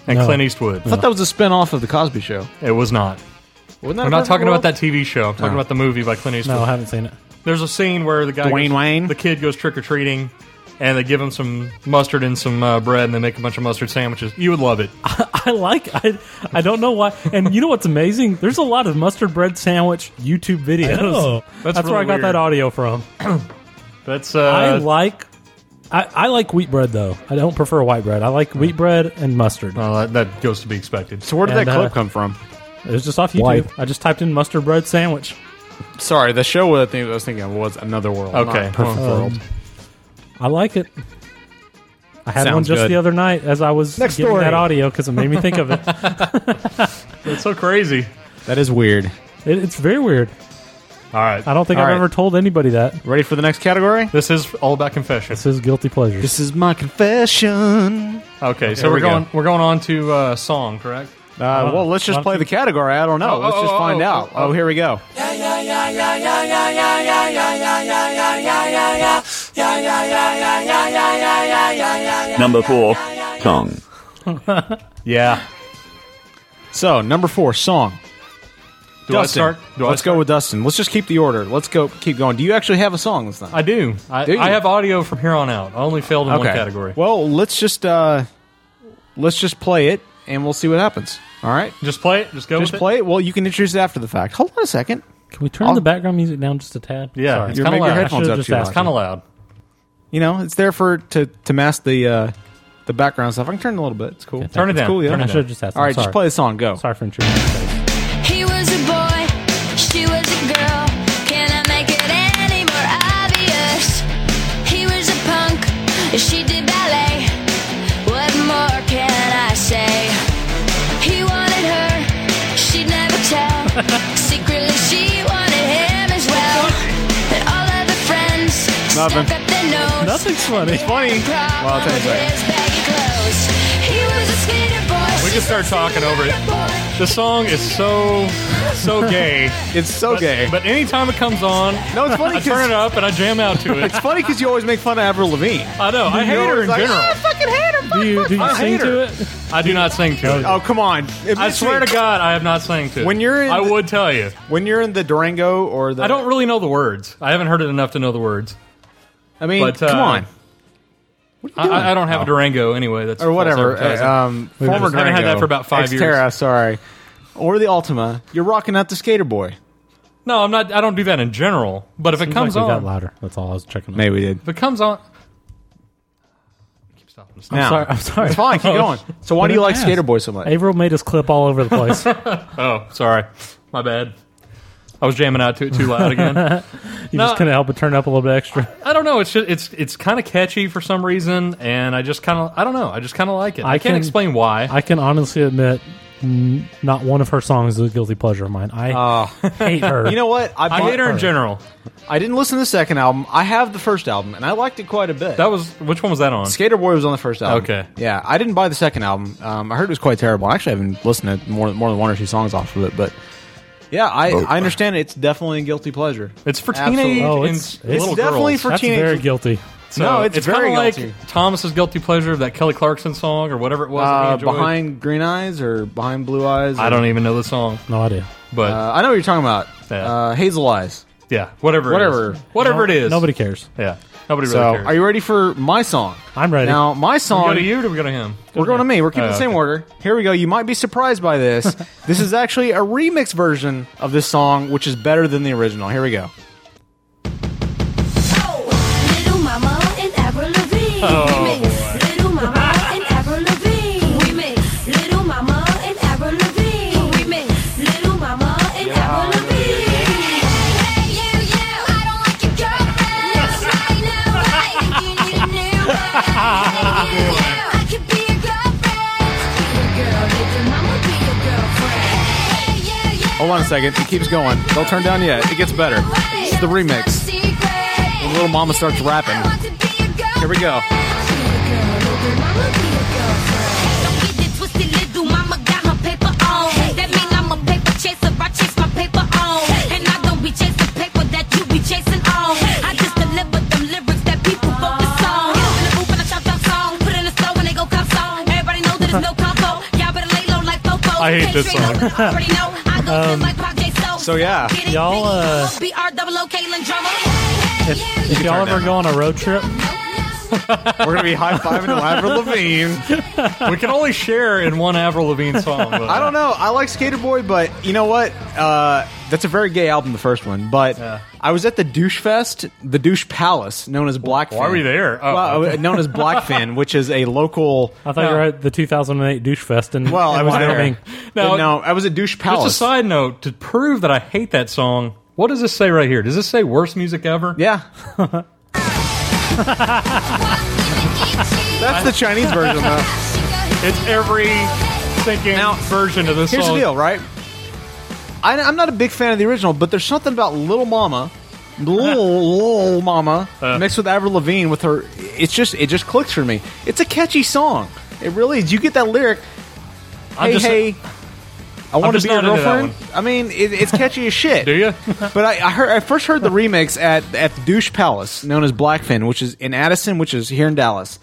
Speaker 6: and
Speaker 3: No.
Speaker 6: Clint Eastwood?
Speaker 4: I thought that was a spin-off of the Cosby Show.
Speaker 6: It was not.
Speaker 4: Wasn't that
Speaker 6: I'm not
Speaker 4: a perfect
Speaker 6: talking
Speaker 4: world?
Speaker 6: about that TV show. I'm talking about the movie by Clint Eastwood.
Speaker 3: No, I haven't seen it.
Speaker 6: There's a scene where the guy,
Speaker 4: Dwayne
Speaker 6: goes-
Speaker 4: Wayne?
Speaker 6: the kid goes trick or treating, and they give him some mustard and some uh, bread, and they make a bunch of mustard sandwiches. You would love it.
Speaker 3: I like I I don't know why. And you know what's amazing? There's a lot of mustard bread sandwich YouTube videos.
Speaker 6: That's
Speaker 4: Oh,
Speaker 3: That's, where I
Speaker 6: really
Speaker 3: got
Speaker 6: weird.
Speaker 3: that audio from.
Speaker 6: That's
Speaker 3: I
Speaker 6: uh,
Speaker 3: like I, I like wheat bread though. I don't prefer white bread. I like wheat bread and mustard.
Speaker 6: well, that, that goes to be expected.
Speaker 4: So where did
Speaker 3: And,
Speaker 4: that
Speaker 3: uh,
Speaker 4: clip come from?
Speaker 3: It was just off YouTube.
Speaker 2: White.
Speaker 3: I just typed in mustard bread sandwich.
Speaker 4: Sorry, the show that I think- I was thinking of was Another World. not
Speaker 6: Okay,
Speaker 4: Perfect
Speaker 6: well,
Speaker 4: World.
Speaker 3: I like it. I had one
Speaker 4: Sounds
Speaker 3: just
Speaker 4: good.
Speaker 3: the other night as I was
Speaker 2: Next
Speaker 3: getting
Speaker 2: story.
Speaker 3: that audio because it made me think of it.
Speaker 6: It's so crazy.
Speaker 4: That is weird.
Speaker 3: it. It's very weird.
Speaker 6: All right.
Speaker 3: I don't think I've ever told anybody that.
Speaker 4: Ready for the next category?
Speaker 6: This is all about confession.
Speaker 3: This is guilty pleasure.
Speaker 4: This is my confession.
Speaker 6: Okay, so
Speaker 4: Here
Speaker 6: we're
Speaker 4: we go.
Speaker 6: going we're going on to uh, song, correct?
Speaker 4: Uh, well, let's just play the category. I don't know.
Speaker 6: Oh,
Speaker 4: let's
Speaker 6: oh,
Speaker 4: just
Speaker 6: oh,
Speaker 4: find
Speaker 6: oh,
Speaker 4: out. Oh, here we go.
Speaker 8: Number four, song.
Speaker 6: Yeah.
Speaker 4: So number four song.
Speaker 6: Do I
Speaker 4: Dustin.
Speaker 6: start? Do I
Speaker 4: let's go with Dustin. Let's just keep the order. Let's go. Keep going. Do you actually have a song this time?
Speaker 6: I do. I,
Speaker 4: Do you?
Speaker 6: I have audio from here on out. I only failed in one category.
Speaker 4: Well, let's just uh, let's just play it, and we'll see what happens. All right.
Speaker 6: Just play it. Just go
Speaker 4: Just
Speaker 6: with
Speaker 4: play it. Well, you can introduce it after the fact. Hold on a second.
Speaker 3: Can we turn the background music down just a tad?
Speaker 6: it. Yeah, it's
Speaker 4: You're
Speaker 6: kind of
Speaker 4: making your
Speaker 6: loud.
Speaker 4: headphones up
Speaker 3: just
Speaker 4: too
Speaker 3: asked.
Speaker 4: loud.
Speaker 6: Kind of loud.
Speaker 4: You know, it's there for to to mask the uh, the background stuff. I can turn it a little bit. It's cool.
Speaker 6: Turn it
Speaker 4: It's
Speaker 6: down.
Speaker 4: cool, yeah.
Speaker 6: Turn it
Speaker 3: I
Speaker 6: down.
Speaker 3: should have just asked.
Speaker 4: All right, just play the song. Go.
Speaker 3: Sorry for intruding.
Speaker 11: He was a boy, she was a girl. Can I make it any more obvious? He was a punk, she did ballet. What more can I say? He wanted her, she'd never tell. Secretly, she wanted him as well. And all of the friends
Speaker 4: Nothing.
Speaker 11: stuck up their nose.
Speaker 3: Nothing's funny.
Speaker 4: Funny. Well, I'll tell
Speaker 11: with
Speaker 4: you what.
Speaker 11: his baggy clothes. He was a skater boy.
Speaker 6: We can start talking over it. The song is so so gay.
Speaker 4: It's so gay.
Speaker 6: But anytime it comes on,
Speaker 4: no, it's funny
Speaker 6: I turn it
Speaker 4: because
Speaker 6: up and I jam out to it.
Speaker 4: it's funny because you always make fun of Avril Lavigne.
Speaker 6: I
Speaker 3: Oh,
Speaker 6: know. "Oh, I hate her in general.
Speaker 4: fucking hate her.
Speaker 3: Do you, do you
Speaker 4: I
Speaker 3: sing
Speaker 4: hate her.
Speaker 3: to it?
Speaker 6: I do not sing to it.
Speaker 4: Oh come on!
Speaker 6: I swear to God, I have not sang to it.
Speaker 4: When you're in
Speaker 6: I
Speaker 4: the-
Speaker 6: would tell you.
Speaker 4: When you're in the Durango or the
Speaker 6: I don't really know the words. I haven't heard it enough to know the words.
Speaker 4: I mean,
Speaker 6: but, uh,
Speaker 4: come on,
Speaker 6: I, I- I don't have a Durango anyway. That's
Speaker 4: or whatever.
Speaker 6: false advertising.
Speaker 4: Uh, um,
Speaker 6: I
Speaker 4: former
Speaker 6: haven't had
Speaker 4: Durango,
Speaker 6: that for about five years.
Speaker 4: Xterra, sorry, or the Ultima. You're rocking out the Skater Boy.
Speaker 6: no, I'm not. I don't do that in general. But if it comes
Speaker 3: like we got
Speaker 6: on,
Speaker 3: louder. That's all I was checking.
Speaker 4: Maybe we did.
Speaker 6: if it comes on, keep stopping. us.
Speaker 4: now,
Speaker 3: sorry- I'm sorry.
Speaker 4: It's fine. Keep going. So why do you
Speaker 3: did I
Speaker 4: like
Speaker 3: ask?
Speaker 4: Skater Boy so much?
Speaker 3: Avril made us clip all over the place.
Speaker 6: Oh, sorry, my bad. I was jamming out to it too loud again.
Speaker 3: You
Speaker 6: No.
Speaker 3: just couldn't help but turn it up a little bit extra.
Speaker 6: I don't know. It's just, it's it's kind of catchy for some reason, and I just kind of I don't know. I just kind of like it. I,
Speaker 3: I
Speaker 6: can't
Speaker 3: can-
Speaker 6: explain why.
Speaker 3: I can honestly admit, n- not one of her songs is a guilty pleasure of mine. I hate her.
Speaker 4: Oh. You know what?
Speaker 6: I,
Speaker 4: bought-
Speaker 6: hate her in general.
Speaker 4: I didn't listen to the second album. I have the first album, and I liked it quite a bit.
Speaker 6: That was which one was that on?
Speaker 4: Skater Boy was on the first album.
Speaker 6: Okay.
Speaker 4: Um, Yeah, I didn't buy the second album. Um, I heard it was quite terrible. I actually haven't listened to more, more than one or two songs off of it, but yeah, I, I understand it's definitely a guilty pleasure.
Speaker 6: It's for
Speaker 4: Absolutely.
Speaker 6: teenage
Speaker 3: Oh,
Speaker 6: and
Speaker 3: it's-
Speaker 4: it's
Speaker 6: little
Speaker 4: definitely
Speaker 6: girls.
Speaker 4: for
Speaker 3: That's
Speaker 4: teenagers.
Speaker 3: very guilty.
Speaker 6: So
Speaker 4: no, it's
Speaker 6: kinda
Speaker 4: very
Speaker 6: like
Speaker 4: guilty.
Speaker 6: Thomas's guilty pleasure of that Kelly Clarkson song or whatever it was. that he
Speaker 4: Uh,
Speaker 6: enjoyed.
Speaker 4: behind Green Eyes or Behind Blue Eyes?
Speaker 6: I don't even know the song,
Speaker 3: No idea.
Speaker 6: but
Speaker 4: Uh, I know what you're talking about.
Speaker 6: Yeah.
Speaker 4: Uh, Hazel Eyes.
Speaker 6: yeah, whatever, it
Speaker 4: whatever.
Speaker 6: is. whatever it is.
Speaker 3: Nobody cares.
Speaker 6: yeah, nobody really
Speaker 4: So,
Speaker 6: cares.
Speaker 4: are you ready for my song?
Speaker 3: I'm ready.
Speaker 4: Now, my
Speaker 6: Do we
Speaker 4: song.
Speaker 6: go to you? Or do we go to him?
Speaker 4: We're going to me. We're keeping
Speaker 6: Oh,
Speaker 4: the same
Speaker 6: okay.
Speaker 4: order. Here we go. You might be surprised by this. this is actually a remix version of this song, which is better than the original. Here we go.
Speaker 11: Little Mama and Avril Lavigne.
Speaker 3: Oh.
Speaker 11: We
Speaker 12: Oh,
Speaker 11: mix. Little Mama and Avril Lavigne. We mix. Little Mama and Avril Lavigne. We mix. Little Mama and Avril Lavigne. Hey, hey, you, you. I don't like your girlfriend. Looks right now, right? I think you need a new one. Hey, you, you. I could be your girlfriend. Be your girl. Let your mama be your girlfriend. Hey, you, you.
Speaker 4: Hold on a Oh, second. It keeps going. Don't turn down yet. It gets better. It's the remix.
Speaker 11: When
Speaker 4: Little Mama starts rapping. Here we go.
Speaker 11: I hate this song.
Speaker 3: Um,
Speaker 4: So, yeah.
Speaker 11: y'all, uh,
Speaker 3: If
Speaker 4: can
Speaker 3: y'all
Speaker 4: turn it
Speaker 3: ever
Speaker 4: down.
Speaker 3: go on a road trip,
Speaker 4: We're going to be high fiving Avril Lavigne.
Speaker 6: we can only share in one Avril Lavigne song. But
Speaker 4: I don't know. I like Skater Boy, but you know what? Uh, that's a very gay album, the first one. But
Speaker 6: Yeah.
Speaker 4: I was at the Douche Fest, the Douche Palace, known as Blackfin.
Speaker 6: why were you there? Oh,
Speaker 4: well, uh, known as Blackfin, which is a local.
Speaker 3: I thought you were at the 2008 douche fest in
Speaker 4: Well,
Speaker 3: in
Speaker 4: I was
Speaker 3: Wyoming.
Speaker 4: there.
Speaker 6: Now-
Speaker 4: No, no, I was at Douche Palace.
Speaker 6: Just a side note to prove that I hate that song. What does this say right here? Does this say worst music ever?
Speaker 4: yeah, that's the Chinese version. though.
Speaker 6: It's every thinking
Speaker 4: Now,
Speaker 6: version of this
Speaker 4: Here's
Speaker 6: song.
Speaker 4: the deal, right? I, I'm not a big fan of the original, but there's something about Little Mama, Little, Little Mama,
Speaker 6: Uh.
Speaker 4: mixed with Avril Lavigne with her. It's just it just clicks for me. It's a catchy song. It really is. You get that lyric.
Speaker 6: I'm
Speaker 4: hey
Speaker 6: just-
Speaker 4: hey, I
Speaker 6: I'm
Speaker 4: want
Speaker 6: just
Speaker 4: to be your
Speaker 6: not into that
Speaker 4: girlfriend. I mean, it, it's catchy as shit. Do
Speaker 6: you?
Speaker 4: but I, I heard I first heard the remix at at the Douche Palace, known as Blackfin, which is in Addison, which is here in Dallas.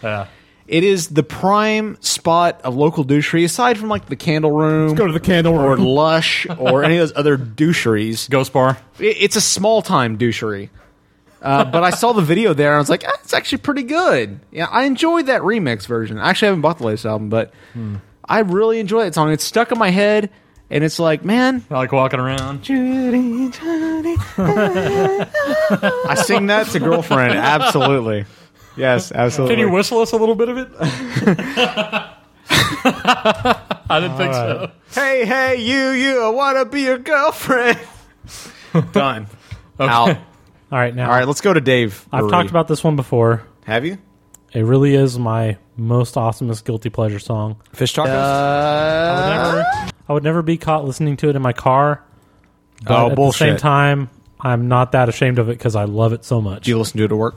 Speaker 4: It is the prime spot of local douchery, aside from like the Candle Room. go to the Candle Room or Lush or any of those other doucheries.
Speaker 6: Ghost Bar.
Speaker 4: It, it's a small time douchery. Uh, but I saw the video there, and I was like, ah, "It's actually pretty good." Yeah, I enjoyed that remix version. I actually haven't bought the latest album, but I really enjoy that song. It's stuck in my head, and it's like, man,
Speaker 6: I like walking around.
Speaker 4: Judy, Judy. I sing that to girlfriend. Absolutely, yes, absolutely.
Speaker 6: Can you whistle us a little bit of it? I didn't think so.
Speaker 4: Hey, hey, you, you, I want to be your girlfriend. Done. Out.
Speaker 3: All right, now.
Speaker 4: All right, let's go to Dave.
Speaker 3: I've
Speaker 4: Lurie.
Speaker 3: talked about this one before.
Speaker 4: Have you?
Speaker 3: It really is my most awesomest guilty pleasure song.
Speaker 4: Fish tacos.
Speaker 3: I, would
Speaker 6: Uh.
Speaker 3: never, I would never be caught listening to it in my car. But
Speaker 4: Oh,
Speaker 3: at
Speaker 4: bullshit.
Speaker 3: the same time, I'm not that ashamed of it because I love it so much. Do
Speaker 4: you listen to it at work?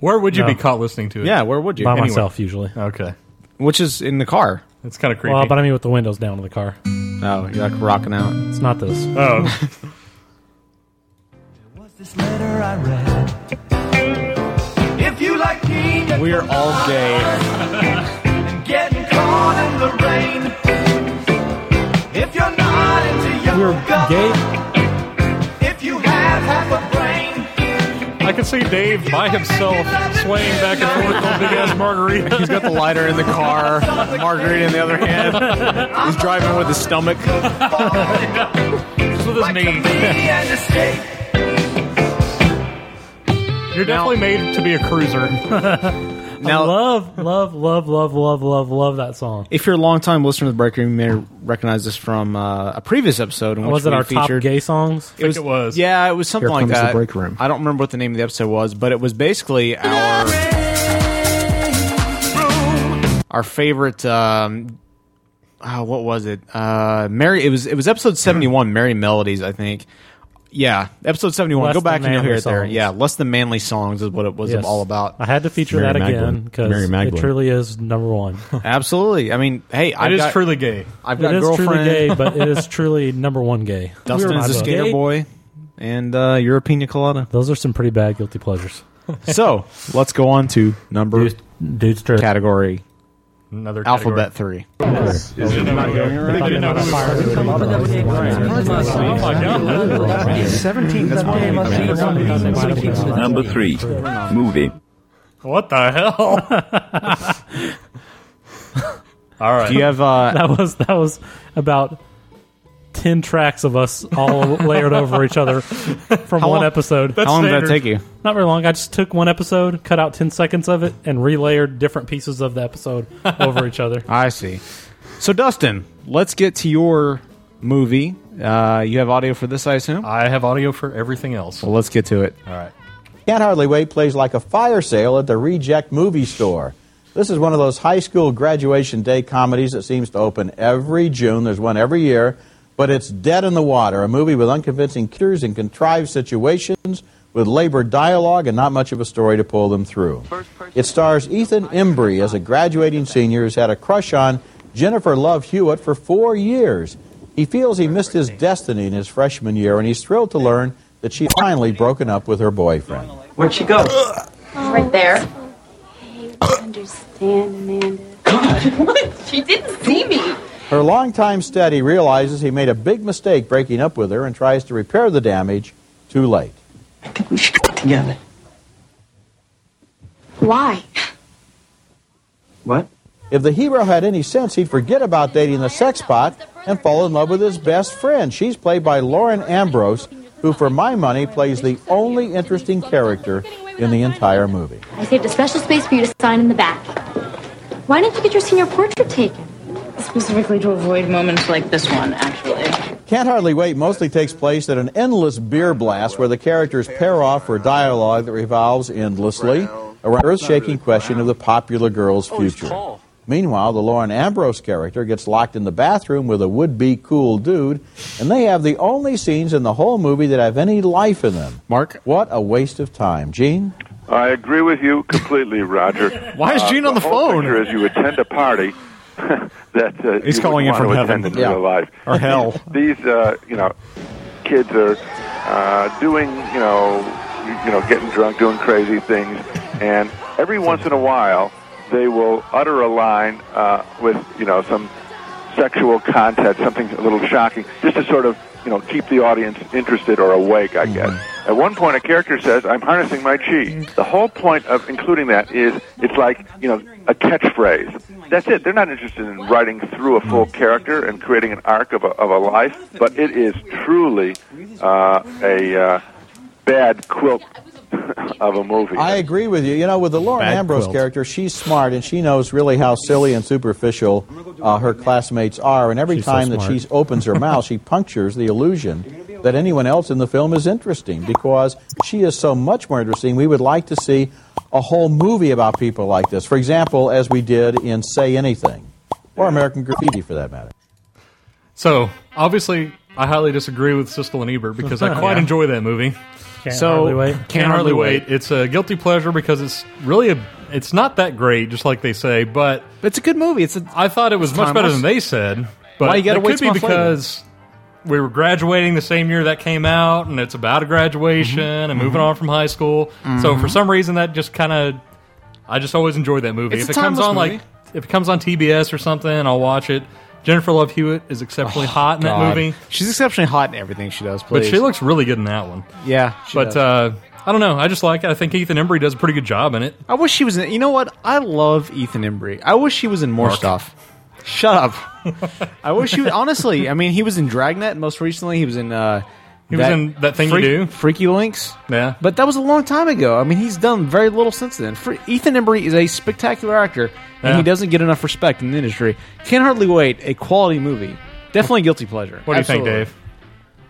Speaker 6: Where would you
Speaker 3: No.
Speaker 6: be caught listening to it?
Speaker 4: Yeah, where would you?
Speaker 3: By
Speaker 4: Anywhere.
Speaker 3: myself, usually.
Speaker 6: Okay.
Speaker 4: Which is in the car.
Speaker 6: It's kind of creepy.
Speaker 3: Well, but I mean with the windows down in the car.
Speaker 4: Oh, you're like rocking out.
Speaker 3: It's not this.
Speaker 6: Oh.
Speaker 1: If you like king,
Speaker 4: We are all gay.
Speaker 1: getting caught in the rain. If you're not into yoga, if you have half a brain,
Speaker 6: I can see Dave by himself swaying back and forth on big ass margarita.
Speaker 4: He's got the lighter in the car, margarita in the other hand. He's driving with his stomach.
Speaker 6: Just with his knee.
Speaker 1: be an escape.
Speaker 6: You're definitely made to be a cruiser.
Speaker 4: Now,
Speaker 3: I love, love, love, love, love, love, love that song.
Speaker 4: if you're a long-time listener to the Break Room, you may recognize this from uh, a previous episode. In which
Speaker 3: Was it
Speaker 4: we
Speaker 3: our
Speaker 4: featured,
Speaker 3: top gay songs?
Speaker 6: I think it was.
Speaker 4: Yeah, it was something
Speaker 2: Here
Speaker 4: like
Speaker 2: comes the
Speaker 4: that.
Speaker 2: break room.
Speaker 4: I don't remember what the name of the episode was, but it was basically our our favorite. Um, oh, what was it? Uh, Mary. It was. It was episode seventy-one. Merry melodies, I think. Yeah, episode seventy-one.
Speaker 3: Less
Speaker 4: Go back
Speaker 3: than
Speaker 4: and you'll hear it
Speaker 3: manly
Speaker 4: there.
Speaker 3: songs.
Speaker 4: Yeah, less than manly songs is what it was
Speaker 3: Yes.
Speaker 4: all about.
Speaker 3: I had to feature
Speaker 2: Mary
Speaker 3: that again
Speaker 2: Magdalene. Mary
Speaker 3: because it
Speaker 2: Magdalene.
Speaker 3: truly is number one.
Speaker 4: Absolutely. I mean, hey, I've
Speaker 6: It is
Speaker 4: got,
Speaker 6: truly gay.
Speaker 4: I've got
Speaker 3: it
Speaker 4: a
Speaker 3: is truly
Speaker 4: girlfriend.
Speaker 3: gay, but it is truly number one gay.
Speaker 4: Dustin
Speaker 3: We're
Speaker 4: is a
Speaker 3: not
Speaker 4: skater
Speaker 3: gay.
Speaker 4: boy, and uh, you're a pina colada.
Speaker 3: Those are some pretty bad guilty pleasures.
Speaker 4: so let's go on to number
Speaker 3: Dude's trip.
Speaker 4: category
Speaker 6: Another
Speaker 4: alphabet three. Seventeen. That's
Speaker 8: Number three, movie.
Speaker 6: What the hell? All right.
Speaker 4: Do you have? Uh,
Speaker 3: That was that was about ten tracks of us all layered over each other from
Speaker 4: How
Speaker 3: one
Speaker 4: long-
Speaker 3: episode.
Speaker 4: how long did that take you?
Speaker 3: Not very long. I just took one episode, cut out ten seconds of it, and relayered different pieces of the episode over each other.
Speaker 4: I see. So Dustin, let's get to your movie. Uh, you have audio for this, I assume. Oh.
Speaker 6: I have audio for everything else.
Speaker 4: Well, let's get to it.
Speaker 6: All right.
Speaker 13: Can't Hardly Wait plays like a fire sale at the Reject Movie Store. This is one of those high school graduation day comedies that seems to open every June. There's one every year, but it's Dead in the Water, a movie with unconvincing characters and contrived situations with labored dialogue and not much of a story to pull them through. It stars Ethan Embry as a graduating senior who's had a crush on Jennifer Love Hewitt for four years. He feels he missed his destiny in his freshman year, and he's thrilled to learn that she's finally broken up with her boyfriend.
Speaker 14: Where'd she go?
Speaker 15: Right there. understand, Amanda. God, what? She didn't see me.
Speaker 13: Her longtime steady realizes he made a big mistake breaking up with her and tries to repair the damage too late. I think we should get together.
Speaker 15: Why?
Speaker 13: What? If the hero had any sense, he'd forget about dating the sex pot and fall in love with his best friend. She's played by Lauren Ambrose, who, for my money, plays the only interesting character in the entire movie.
Speaker 14: I saved a special space for you to sign in the back. Why didn't you get your senior portrait taken?
Speaker 15: Specifically to avoid moments like this one, actually.
Speaker 13: Can't Hardly Wait mostly takes place at an endless beer blast where the characters pair off for dialogue that revolves endlessly around earth shaking question of the popular girl's future. Meanwhile, the Lauren Ambrose character gets locked in the bathroom with a would be cool dude, and they have the only scenes in the whole movie that have any life in them. Mark? What a waste of time. Gene?
Speaker 16: I agree with you completely, Roger. Uh,
Speaker 13: Why is Gene on the
Speaker 16: whole
Speaker 13: phone?
Speaker 16: picture Is you attend a party that uh,
Speaker 4: He's
Speaker 16: you
Speaker 4: calling
Speaker 16: would
Speaker 4: in from
Speaker 16: want to
Speaker 4: heaven.
Speaker 16: attend in
Speaker 4: Yeah.
Speaker 16: real life
Speaker 4: Or hell.
Speaker 16: These, uh, you know, kids are uh, doing, you know, you, you know, getting drunk, doing crazy things, and every once in a while they will utter a line uh, with, you know, some sexual content, something a little shocking, just to sort of, you know, keep the audience interested or awake, I guess. At one point, a character says, I'm harnessing my chi. The whole point of including that is it's like, you know, a catchphrase. That's it. They're not interested in writing through a full character and creating an arc of a, of a life, but it is truly uh, a uh, bad quilt of a movie.
Speaker 13: I agree with you. You know, with the Lauren
Speaker 16: Bad
Speaker 13: Ambrose
Speaker 16: quilt.
Speaker 13: character, she's smart and she knows really how silly and superficial uh, her classmates are. And every
Speaker 17: She's so
Speaker 13: time that
Speaker 17: smart.
Speaker 13: she opens her mouth, she punctures the illusion that anyone else in the film is interesting because she is so much more interesting. We would like to see a whole movie about people like this. For example, as we did in Say Anything or American Graffiti, for that matter.
Speaker 6: So obviously, I highly disagree with Siskel and Ebert because I quite
Speaker 3: Yeah.
Speaker 6: enjoy that movie.
Speaker 3: Can't hardly wait.
Speaker 6: Can't,
Speaker 3: Can't
Speaker 6: hardly
Speaker 3: hardly
Speaker 6: wait. It's a guilty pleasure because it's really a. It's not that great, just like they say, but
Speaker 4: it's a good movie. It's. A,
Speaker 6: I thought it was much better than they said, but
Speaker 4: Why you gotta
Speaker 6: that
Speaker 4: wait
Speaker 6: could
Speaker 4: till
Speaker 6: be
Speaker 4: months later?
Speaker 6: because we were graduating the same year that came out, and it's about a
Speaker 4: Mm-hmm.
Speaker 6: graduation and moving on from high school. So
Speaker 4: Mhm.
Speaker 6: for some reason, that just kind of. I just always enjoy that movie.
Speaker 4: It's
Speaker 6: if
Speaker 4: a
Speaker 6: it comes
Speaker 4: timeless
Speaker 6: on like
Speaker 4: movie.
Speaker 6: if it comes on TBS or something, I'll watch it. Jennifer Love Hewitt is exceptionally hot in that
Speaker 4: Oh, God.
Speaker 6: movie.
Speaker 4: She's exceptionally hot in everything she does.
Speaker 6: But
Speaker 4: Please.
Speaker 6: she looks really good in that one.
Speaker 4: Yeah, she
Speaker 6: but
Speaker 4: does.
Speaker 6: uh, I don't know. I just like it. I think Ethan Embry does a pretty good job in it.
Speaker 4: I wish she was in. You know what? I love Ethan Embry. I wish he was in more
Speaker 6: Mark.
Speaker 4: stuff. Shut up. I wish he. Honestly, I mean, he was in Dragnet. Most recently, he was in. Uh,
Speaker 6: He was in That Thing You Do.
Speaker 4: Freaky Links.
Speaker 6: Yeah,
Speaker 4: but that was a long time ago. I mean, he's done very little since then. Fre- Ethan Embry is a spectacular actor, and
Speaker 6: Yeah.
Speaker 4: he doesn't get enough respect in the industry. Can hardly wait. A quality movie. Definitely guilty pleasure.
Speaker 3: What do you think, Dave?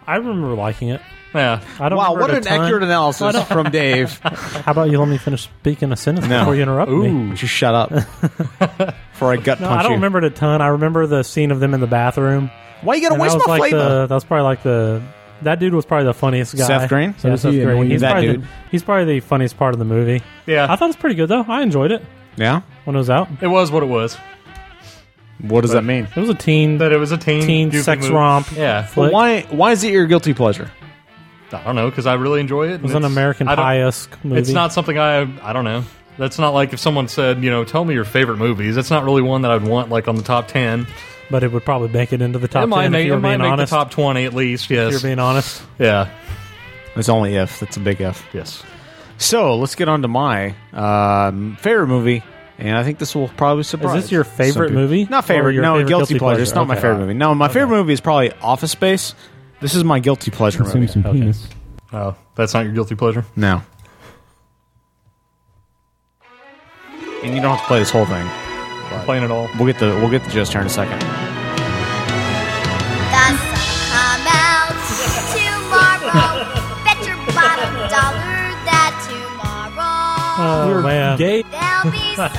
Speaker 4: I remember liking it.
Speaker 6: Yeah.
Speaker 3: I don't
Speaker 4: wow,
Speaker 3: remember
Speaker 4: what
Speaker 3: it a
Speaker 4: an
Speaker 3: ton.
Speaker 4: accurate
Speaker 3: I
Speaker 4: analysis
Speaker 3: don't-
Speaker 4: from Dave.
Speaker 3: How about you let me finish speaking a sentence
Speaker 4: No.
Speaker 3: before you interrupt me?
Speaker 4: Ooh, just shut up. Before I gut
Speaker 3: No,
Speaker 4: punch
Speaker 3: I don't
Speaker 4: you.
Speaker 3: remember it a ton. I remember the scene of them in the bathroom.
Speaker 4: Why you gotta
Speaker 3: And
Speaker 4: waste
Speaker 3: that was
Speaker 4: my
Speaker 3: like
Speaker 4: flavor?
Speaker 3: The, that was probably like the that dude was probably the funniest guy.
Speaker 4: Seth Green? So
Speaker 3: yeah,
Speaker 4: does
Speaker 3: Seth
Speaker 4: he annoy
Speaker 3: Green.
Speaker 4: you,
Speaker 3: He's
Speaker 4: that
Speaker 3: probably
Speaker 4: dude?
Speaker 3: The, he's probably the funniest part of the movie.
Speaker 6: Yeah,
Speaker 3: I thought it was pretty good though. I enjoyed it
Speaker 4: Yeah.
Speaker 3: when it was out.
Speaker 6: It was what it was.
Speaker 4: What does
Speaker 6: But-
Speaker 4: that mean?
Speaker 3: It was a teen.
Speaker 6: That it was a teen,
Speaker 3: teen
Speaker 6: goofy
Speaker 3: sex
Speaker 6: movie.
Speaker 3: romp.
Speaker 6: Yeah.
Speaker 3: flick.
Speaker 4: why? Why is it your guilty pleasure?
Speaker 6: I don't know because I really enjoy it. and
Speaker 3: was an
Speaker 6: it's-
Speaker 3: American
Speaker 6: I don't-
Speaker 3: Pie-esque movie.
Speaker 6: It's not something I. I don't know. That's not like if someone said, you know, tell me your favorite movies. That's not really one that I'd want like on the top ten.
Speaker 3: but it would probably make it into the top
Speaker 6: it might,
Speaker 3: ten
Speaker 6: make,
Speaker 3: if
Speaker 6: it
Speaker 3: you were
Speaker 6: might
Speaker 3: being
Speaker 6: make
Speaker 3: honest.
Speaker 6: the top twenty at least. Yes,
Speaker 3: If you're being honest.
Speaker 6: Yeah.
Speaker 4: It's only if. That's a big if.
Speaker 6: Yes.
Speaker 4: So let's get on to my um, favorite movie, and I think this will probably surprise.
Speaker 3: this your
Speaker 4: some
Speaker 3: favorite
Speaker 4: people.
Speaker 3: movie?
Speaker 4: Not
Speaker 3: Or
Speaker 4: favorite.
Speaker 3: your
Speaker 4: No,
Speaker 3: favorite
Speaker 4: guilty,
Speaker 3: guilty
Speaker 4: pleasure.
Speaker 3: pleasure?
Speaker 4: It's not my
Speaker 3: Okay.
Speaker 4: favorite movie. No, my favorite movie is probably Office Space. This is my guilty pleasure
Speaker 3: Consume
Speaker 4: movie.
Speaker 3: some Okay. penis.
Speaker 6: Oh, that's not your guilty pleasure.
Speaker 4: No. And you don't have to play this whole thing. But
Speaker 6: Playing it all.
Speaker 4: We'll get the we'll get the gist here in a second.
Speaker 18: come out tomorrow. Bet your bottom dollar that tomorrow
Speaker 3: Oh, man. Gay.
Speaker 18: there'll be sun.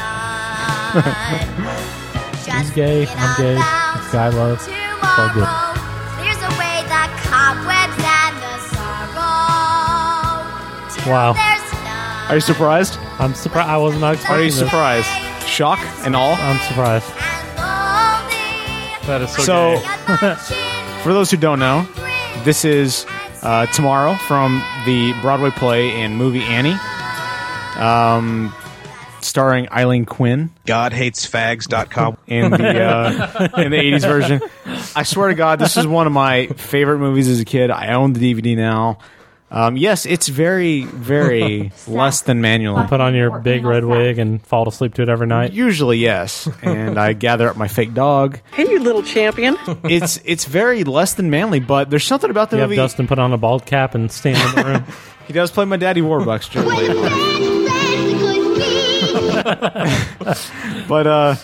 Speaker 3: He's gay. I'm gay. It's guy love. It's all good.
Speaker 18: Tomorrow clears away the cobwebs and the sorrow.
Speaker 3: Wow.
Speaker 18: There's
Speaker 4: Are you surprised?
Speaker 3: I'm surprised. I was not
Speaker 4: Are
Speaker 3: expecting
Speaker 4: you surprised? Shock and all?
Speaker 3: I'm surprised.
Speaker 6: That is
Speaker 4: So, for those who don't know, this is uh, Tomorrow from the Broadway play and movie Annie, um, starring Eileen Quinn. GodHatesFags.com. And the, uh, and the 80s version. I swear to God, this is one of my favorite movies as a kid. I own the DVD now. Um, yes, it's very, very less than manual.
Speaker 3: Put on your big red wig and fall to sleep to it every night.
Speaker 4: Usually, yes. And I gather up my fake dog.
Speaker 19: Hey, you little champion.
Speaker 4: It's it's very less than manly, but there's something about the
Speaker 3: You have
Speaker 4: movie.
Speaker 3: Dustin put on a bald cap and stand in the room.
Speaker 4: He does play my daddy Warbucks, generally. but uh,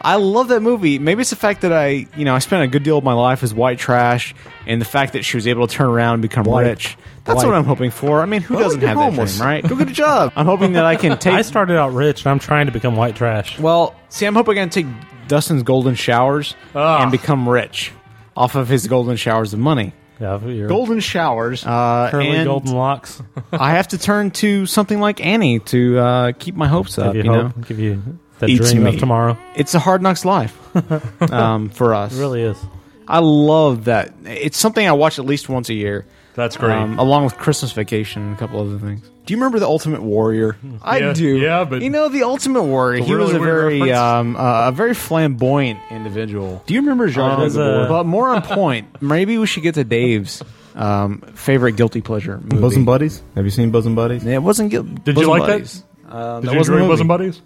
Speaker 4: I love that movie. Maybe it's the fact that I, you know, I spent a good deal of my life as white trash, and the fact that she was able to turn around and become
Speaker 2: White.
Speaker 4: rich. That's
Speaker 2: White.
Speaker 4: what I'm hoping for. I mean, who
Speaker 2: Well,
Speaker 4: doesn't
Speaker 2: you're
Speaker 4: have
Speaker 2: homeless.
Speaker 4: that dream, right? Go get a job. I'm hoping that I can take.
Speaker 3: I started out rich, and I'm trying to become white trash.
Speaker 4: Well, see, I'm hoping I can take Dustin's golden showers
Speaker 3: Ah.
Speaker 4: and become rich off of his golden showers of money.
Speaker 3: Yeah, you're
Speaker 4: Golden showers, uh,
Speaker 3: curly
Speaker 4: and
Speaker 3: golden locks.
Speaker 4: I have to turn to something like Annie to uh, keep my hopes up.
Speaker 3: you
Speaker 4: you
Speaker 3: hope,
Speaker 4: know,
Speaker 3: give you that dream of tomorrow.
Speaker 4: It's a hard knocks life um, for us.
Speaker 3: It really is.
Speaker 4: I love that. It's something I watch at least once a year. Um,
Speaker 6: That's great.
Speaker 4: along with Christmas Vacation and a couple other things. Do you remember the Ultimate Warrior? I
Speaker 6: Yeah,
Speaker 4: do.
Speaker 6: yeah, but-
Speaker 4: you know the Ultimate Warrior.
Speaker 6: It's a
Speaker 4: He was
Speaker 6: really
Speaker 4: a
Speaker 6: weird
Speaker 4: very
Speaker 6: reference.
Speaker 4: um, uh, a very flamboyant individual. Do you
Speaker 3: Oh,
Speaker 4: remember
Speaker 6: That
Speaker 4: Jean?
Speaker 6: is a-
Speaker 4: But more on point, maybe we should get to Dave's um, favorite guilty pleasure movie.
Speaker 2: Bosom Buddies? Have you seen Bosom Buddies?
Speaker 4: Yeah, it wasn't guilty.
Speaker 2: Did you like that?
Speaker 4: Uh,
Speaker 6: Did
Speaker 4: that
Speaker 6: you enjoy
Speaker 4: wasn't a movie.
Speaker 6: Bosom Buddies?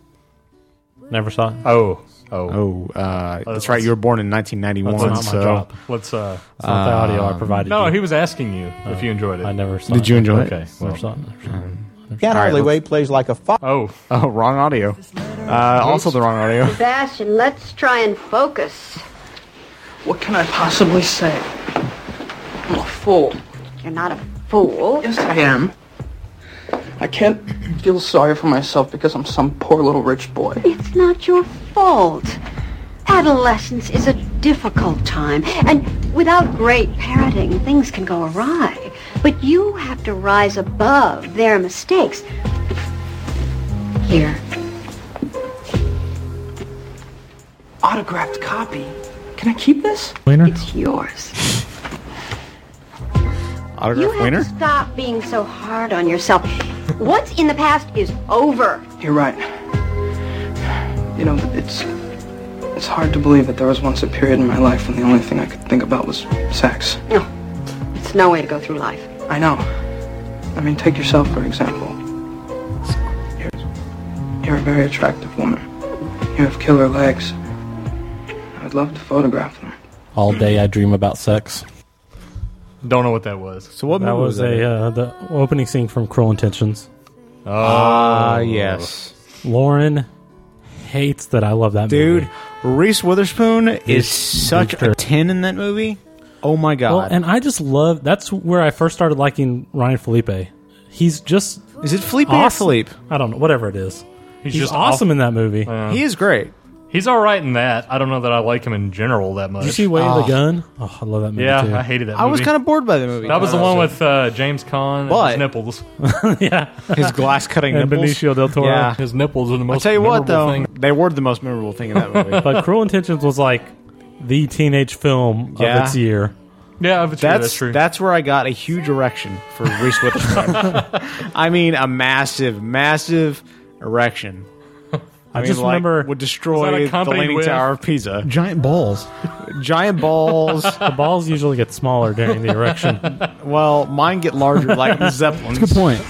Speaker 3: Never saw it.
Speaker 6: Oh. Oh.
Speaker 4: Oh, uh, that's right. You were born in 1991.
Speaker 6: That's not my
Speaker 4: so-
Speaker 6: job. Let's, uh,
Speaker 3: It's not the audio I provided.
Speaker 6: No,
Speaker 3: you.
Speaker 6: he was asking you if you enjoyed it.
Speaker 3: I never saw.
Speaker 4: Did you enjoy it? Um,
Speaker 3: okay,
Speaker 4: Well,
Speaker 3: never saw it.
Speaker 13: Can't
Speaker 4: All right,
Speaker 13: hardly
Speaker 4: let's-
Speaker 13: wait. Plays like a fo-
Speaker 6: oh
Speaker 4: oh wrong audio. Uh, also the wrong audio.
Speaker 17: Sebastian, let's try and focus.
Speaker 19: What can I possibly say? I'm a fool.
Speaker 17: You're not a fool.
Speaker 19: Yes, I am. I can't feel sorry for myself because I'm some poor little rich boy.
Speaker 17: It's not your fault. Adolescence is a difficult time, and without great parenting, things can go awry. But you have to rise above their mistakes. Here.
Speaker 19: Autographed copy. Can I keep this?
Speaker 17: It's yours. You
Speaker 4: Autograph
Speaker 17: have to stop being so hard on yourself. What's in the past is over.
Speaker 19: You're right. You know, it's it's hard to believe that there was once a period in my life when the only thing I could think about was sex.
Speaker 17: No, it's no way to go through life.
Speaker 19: I know. I mean, take yourself for example. You're, you're a very attractive woman. You have killer legs. I'd love to photograph them.
Speaker 3: All day I dream about sex.
Speaker 6: Don't know what that was.
Speaker 4: So what
Speaker 3: That was a uh, the opening scene from Cruel Intentions.
Speaker 6: Oh.
Speaker 4: Ah, yes.
Speaker 3: Lauren hates that I love that
Speaker 4: Dude,
Speaker 3: movie.
Speaker 4: Reese Witherspoon is
Speaker 3: Is
Speaker 4: such a
Speaker 3: Victor.
Speaker 4: 10 in that movie. Oh my god.
Speaker 3: Well, and I just love that's where I first started liking Ryan Felipe. He's just
Speaker 4: Is it Felipe or
Speaker 3: awesome.
Speaker 4: Felipe?
Speaker 3: I don't know, whatever it is.
Speaker 6: He's
Speaker 3: He's,
Speaker 6: just
Speaker 3: just awesome in that movie.
Speaker 4: He is great.
Speaker 6: He's all right in that. I don't know that I like him in general that much.
Speaker 3: Did you see Way of the Gun? Oh, I love that movie.
Speaker 6: Yeah,
Speaker 3: too.
Speaker 6: I hated that.
Speaker 4: I was
Speaker 6: movie.
Speaker 4: kind of bored by the movie.
Speaker 6: That was the
Speaker 4: Uh,
Speaker 6: one with uh, James Caan and
Speaker 4: But-
Speaker 6: his nipples.
Speaker 3: yeah,
Speaker 4: his glass cutting
Speaker 3: And
Speaker 4: nipples.
Speaker 3: Benicio del Toro.
Speaker 4: Yeah.
Speaker 6: His nipples are the
Speaker 4: I'll
Speaker 6: most.
Speaker 4: tell you what, though,
Speaker 6: memorable
Speaker 4: they were the most memorable thing in that movie.
Speaker 3: but Cruel Intentions was like the teenage film
Speaker 4: Yeah.
Speaker 3: of its year.
Speaker 6: Yeah,
Speaker 3: it's true, that's true.
Speaker 4: That's where I got a huge erection for Reese Witherspoon. I mean, a massive, massive erection.
Speaker 3: I just remember-
Speaker 4: would
Speaker 3: Was that
Speaker 4: destroy the
Speaker 3: accompanied
Speaker 4: Leaning
Speaker 3: with-
Speaker 4: Tower of Pisa.
Speaker 2: Giant balls.
Speaker 4: Giant balls.
Speaker 3: the balls usually get smaller during the erection.
Speaker 4: well, mine get larger like the Zeppelins.
Speaker 2: That's a good point.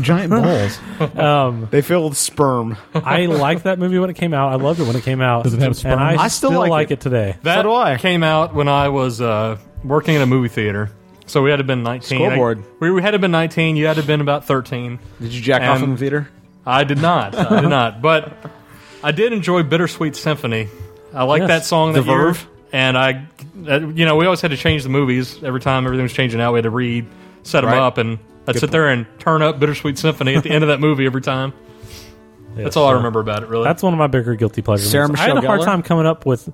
Speaker 2: Giant balls.
Speaker 3: Um,
Speaker 4: they fill with sperm.
Speaker 3: I liked that movie when it came out. I loved it when it came out.
Speaker 2: Does it have sperm?
Speaker 3: And I,
Speaker 4: I still
Speaker 3: still,
Speaker 4: like
Speaker 3: like,
Speaker 4: it.
Speaker 3: it. today.
Speaker 6: That came out when I was uh, working in a movie theater. So we had to have been 19.
Speaker 4: Scoreboard.
Speaker 6: I- we, we had to have been 19. You had to have been about 13.
Speaker 4: Did you jack off in the theater?
Speaker 6: I did not. I did not. But I did enjoy Bittersweet Symphony. I like
Speaker 4: Yes.
Speaker 6: that song.
Speaker 4: The
Speaker 6: that year.
Speaker 4: Verve.
Speaker 6: And I, uh, you know, we always had to change the movies. Every time everything was changing out, we had to read, set them
Speaker 4: Right.
Speaker 6: up, and I'd
Speaker 4: Good
Speaker 6: sit there and turn up Bittersweet Symphony at the end of that movie every time. That's all I remember about it, really.
Speaker 3: That's one of my bigger guilty pleasure
Speaker 6: Sarah
Speaker 3: movies. I had a
Speaker 6: Michelle
Speaker 3: hard
Speaker 6: Gellar?
Speaker 3: time coming up with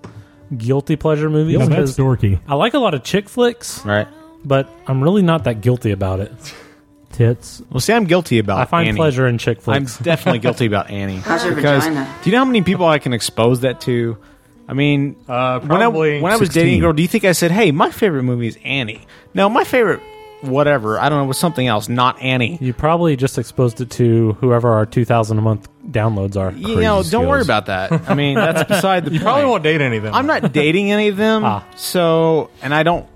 Speaker 3: guilty pleasure movies.
Speaker 5: Now that's
Speaker 3: because
Speaker 5: dorky.
Speaker 3: I like a lot of chick flicks,
Speaker 4: right?
Speaker 3: But I'm really not that guilty about it. Tits.
Speaker 4: Well, see, I'm guilty about.
Speaker 3: I find
Speaker 4: Annie.
Speaker 3: pleasure in chick
Speaker 4: I'm
Speaker 3: flicks.
Speaker 4: definitely guilty about Annie.
Speaker 3: How's your
Speaker 4: because
Speaker 3: vagina?
Speaker 4: do you know how many people I can expose that to? I mean, uh, when I
Speaker 6: probably
Speaker 4: when I was dating a
Speaker 6: 16.
Speaker 4: girl, do you think I said, "Hey, my favorite movie is Annie"? No, my favorite whatever. I don't know was something else, not Annie.
Speaker 3: you probably just exposed it to whoever our 2,000 a month downloads are.
Speaker 4: You know, don't worry about that. I mean, that's beside the
Speaker 6: You
Speaker 4: point.
Speaker 6: probably won't date any of them. Ah.
Speaker 4: I'm not dating any of them. So, and I don't.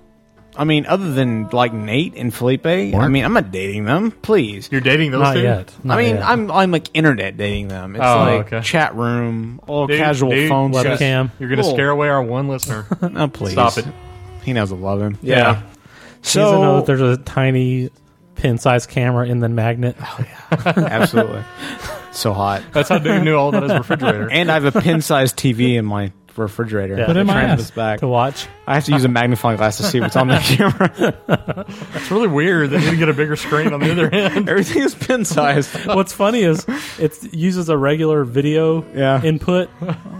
Speaker 4: I mean, other than like Nate and Felipe, I mean, I'm not dating them. Please,
Speaker 6: you're dating those
Speaker 4: Not
Speaker 6: two?
Speaker 4: yet. I mean, I'm I'm like internet dating them. It's
Speaker 6: Oh,
Speaker 4: like
Speaker 6: okay.
Speaker 4: chat room, all
Speaker 6: Dude,
Speaker 4: casual
Speaker 6: dude,
Speaker 4: phone
Speaker 6: you're gonna-
Speaker 4: stuff.
Speaker 6: You're going to
Speaker 4: Cool.
Speaker 6: scare away our one listener.
Speaker 4: No, please.
Speaker 6: Stop it.
Speaker 4: He knows I love him.
Speaker 6: Yeah.
Speaker 3: So doesn't know
Speaker 4: So
Speaker 3: that there's a tiny pin-sized camera in the magnet.
Speaker 4: Oh, absolutely. so hot.
Speaker 6: That's how dude knew all about his refrigerator.
Speaker 4: and I have a pin-sized TV in my refrigerator.
Speaker 3: Yeah, Put it in my
Speaker 4: Trying
Speaker 3: ass
Speaker 4: this back.
Speaker 3: to watch.
Speaker 4: I have to use a magnifying glass to see what's on the camera.
Speaker 6: It's really weird that you get a bigger screen on the other end.
Speaker 4: Everything is pin sized.
Speaker 3: What's funny is it uses a regular video input,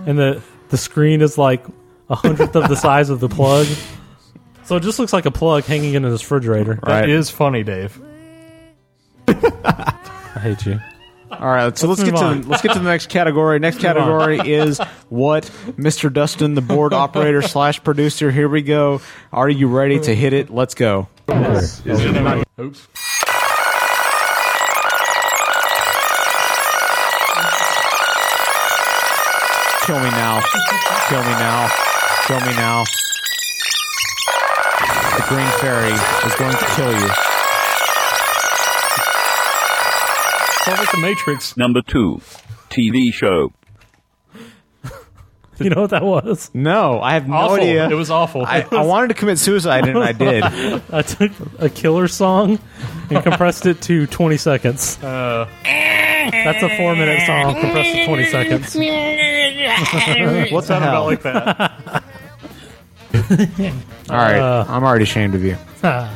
Speaker 3: and the the screen is like a hundredth of the size of the plug. So it just looks like a plug hanging in a refrigerator.
Speaker 6: That is funny, Dave.
Speaker 3: I hate you.
Speaker 4: All right, so let's,
Speaker 3: Let's
Speaker 4: get
Speaker 3: move
Speaker 4: to
Speaker 3: on.
Speaker 4: the, let's get to the next category. Next
Speaker 3: Move on.
Speaker 4: category is what Mr. Dustin, the board operator slash producer. Here we go. Are you ready to hit it? Let's go.
Speaker 6: Oops.
Speaker 4: Kill me now. Kill me now. Kill me now. The green fairy is going to kill you.
Speaker 6: Sounds like the Matrix.
Speaker 8: Number two, TV show.
Speaker 3: You know what that was?
Speaker 4: No, Oh, I have no
Speaker 3: Awful.
Speaker 4: idea.
Speaker 3: It was awful.
Speaker 4: I, I wanted to commit suicide and I did.
Speaker 3: I took a killer song and compressed it to 20 seconds.
Speaker 6: Uh.
Speaker 3: That's a four minute song compressed to 20 seconds.
Speaker 1: What
Speaker 3: the hell?
Speaker 6: like that?
Speaker 4: All right,
Speaker 3: Uh.
Speaker 4: I'm already ashamed of you.
Speaker 3: All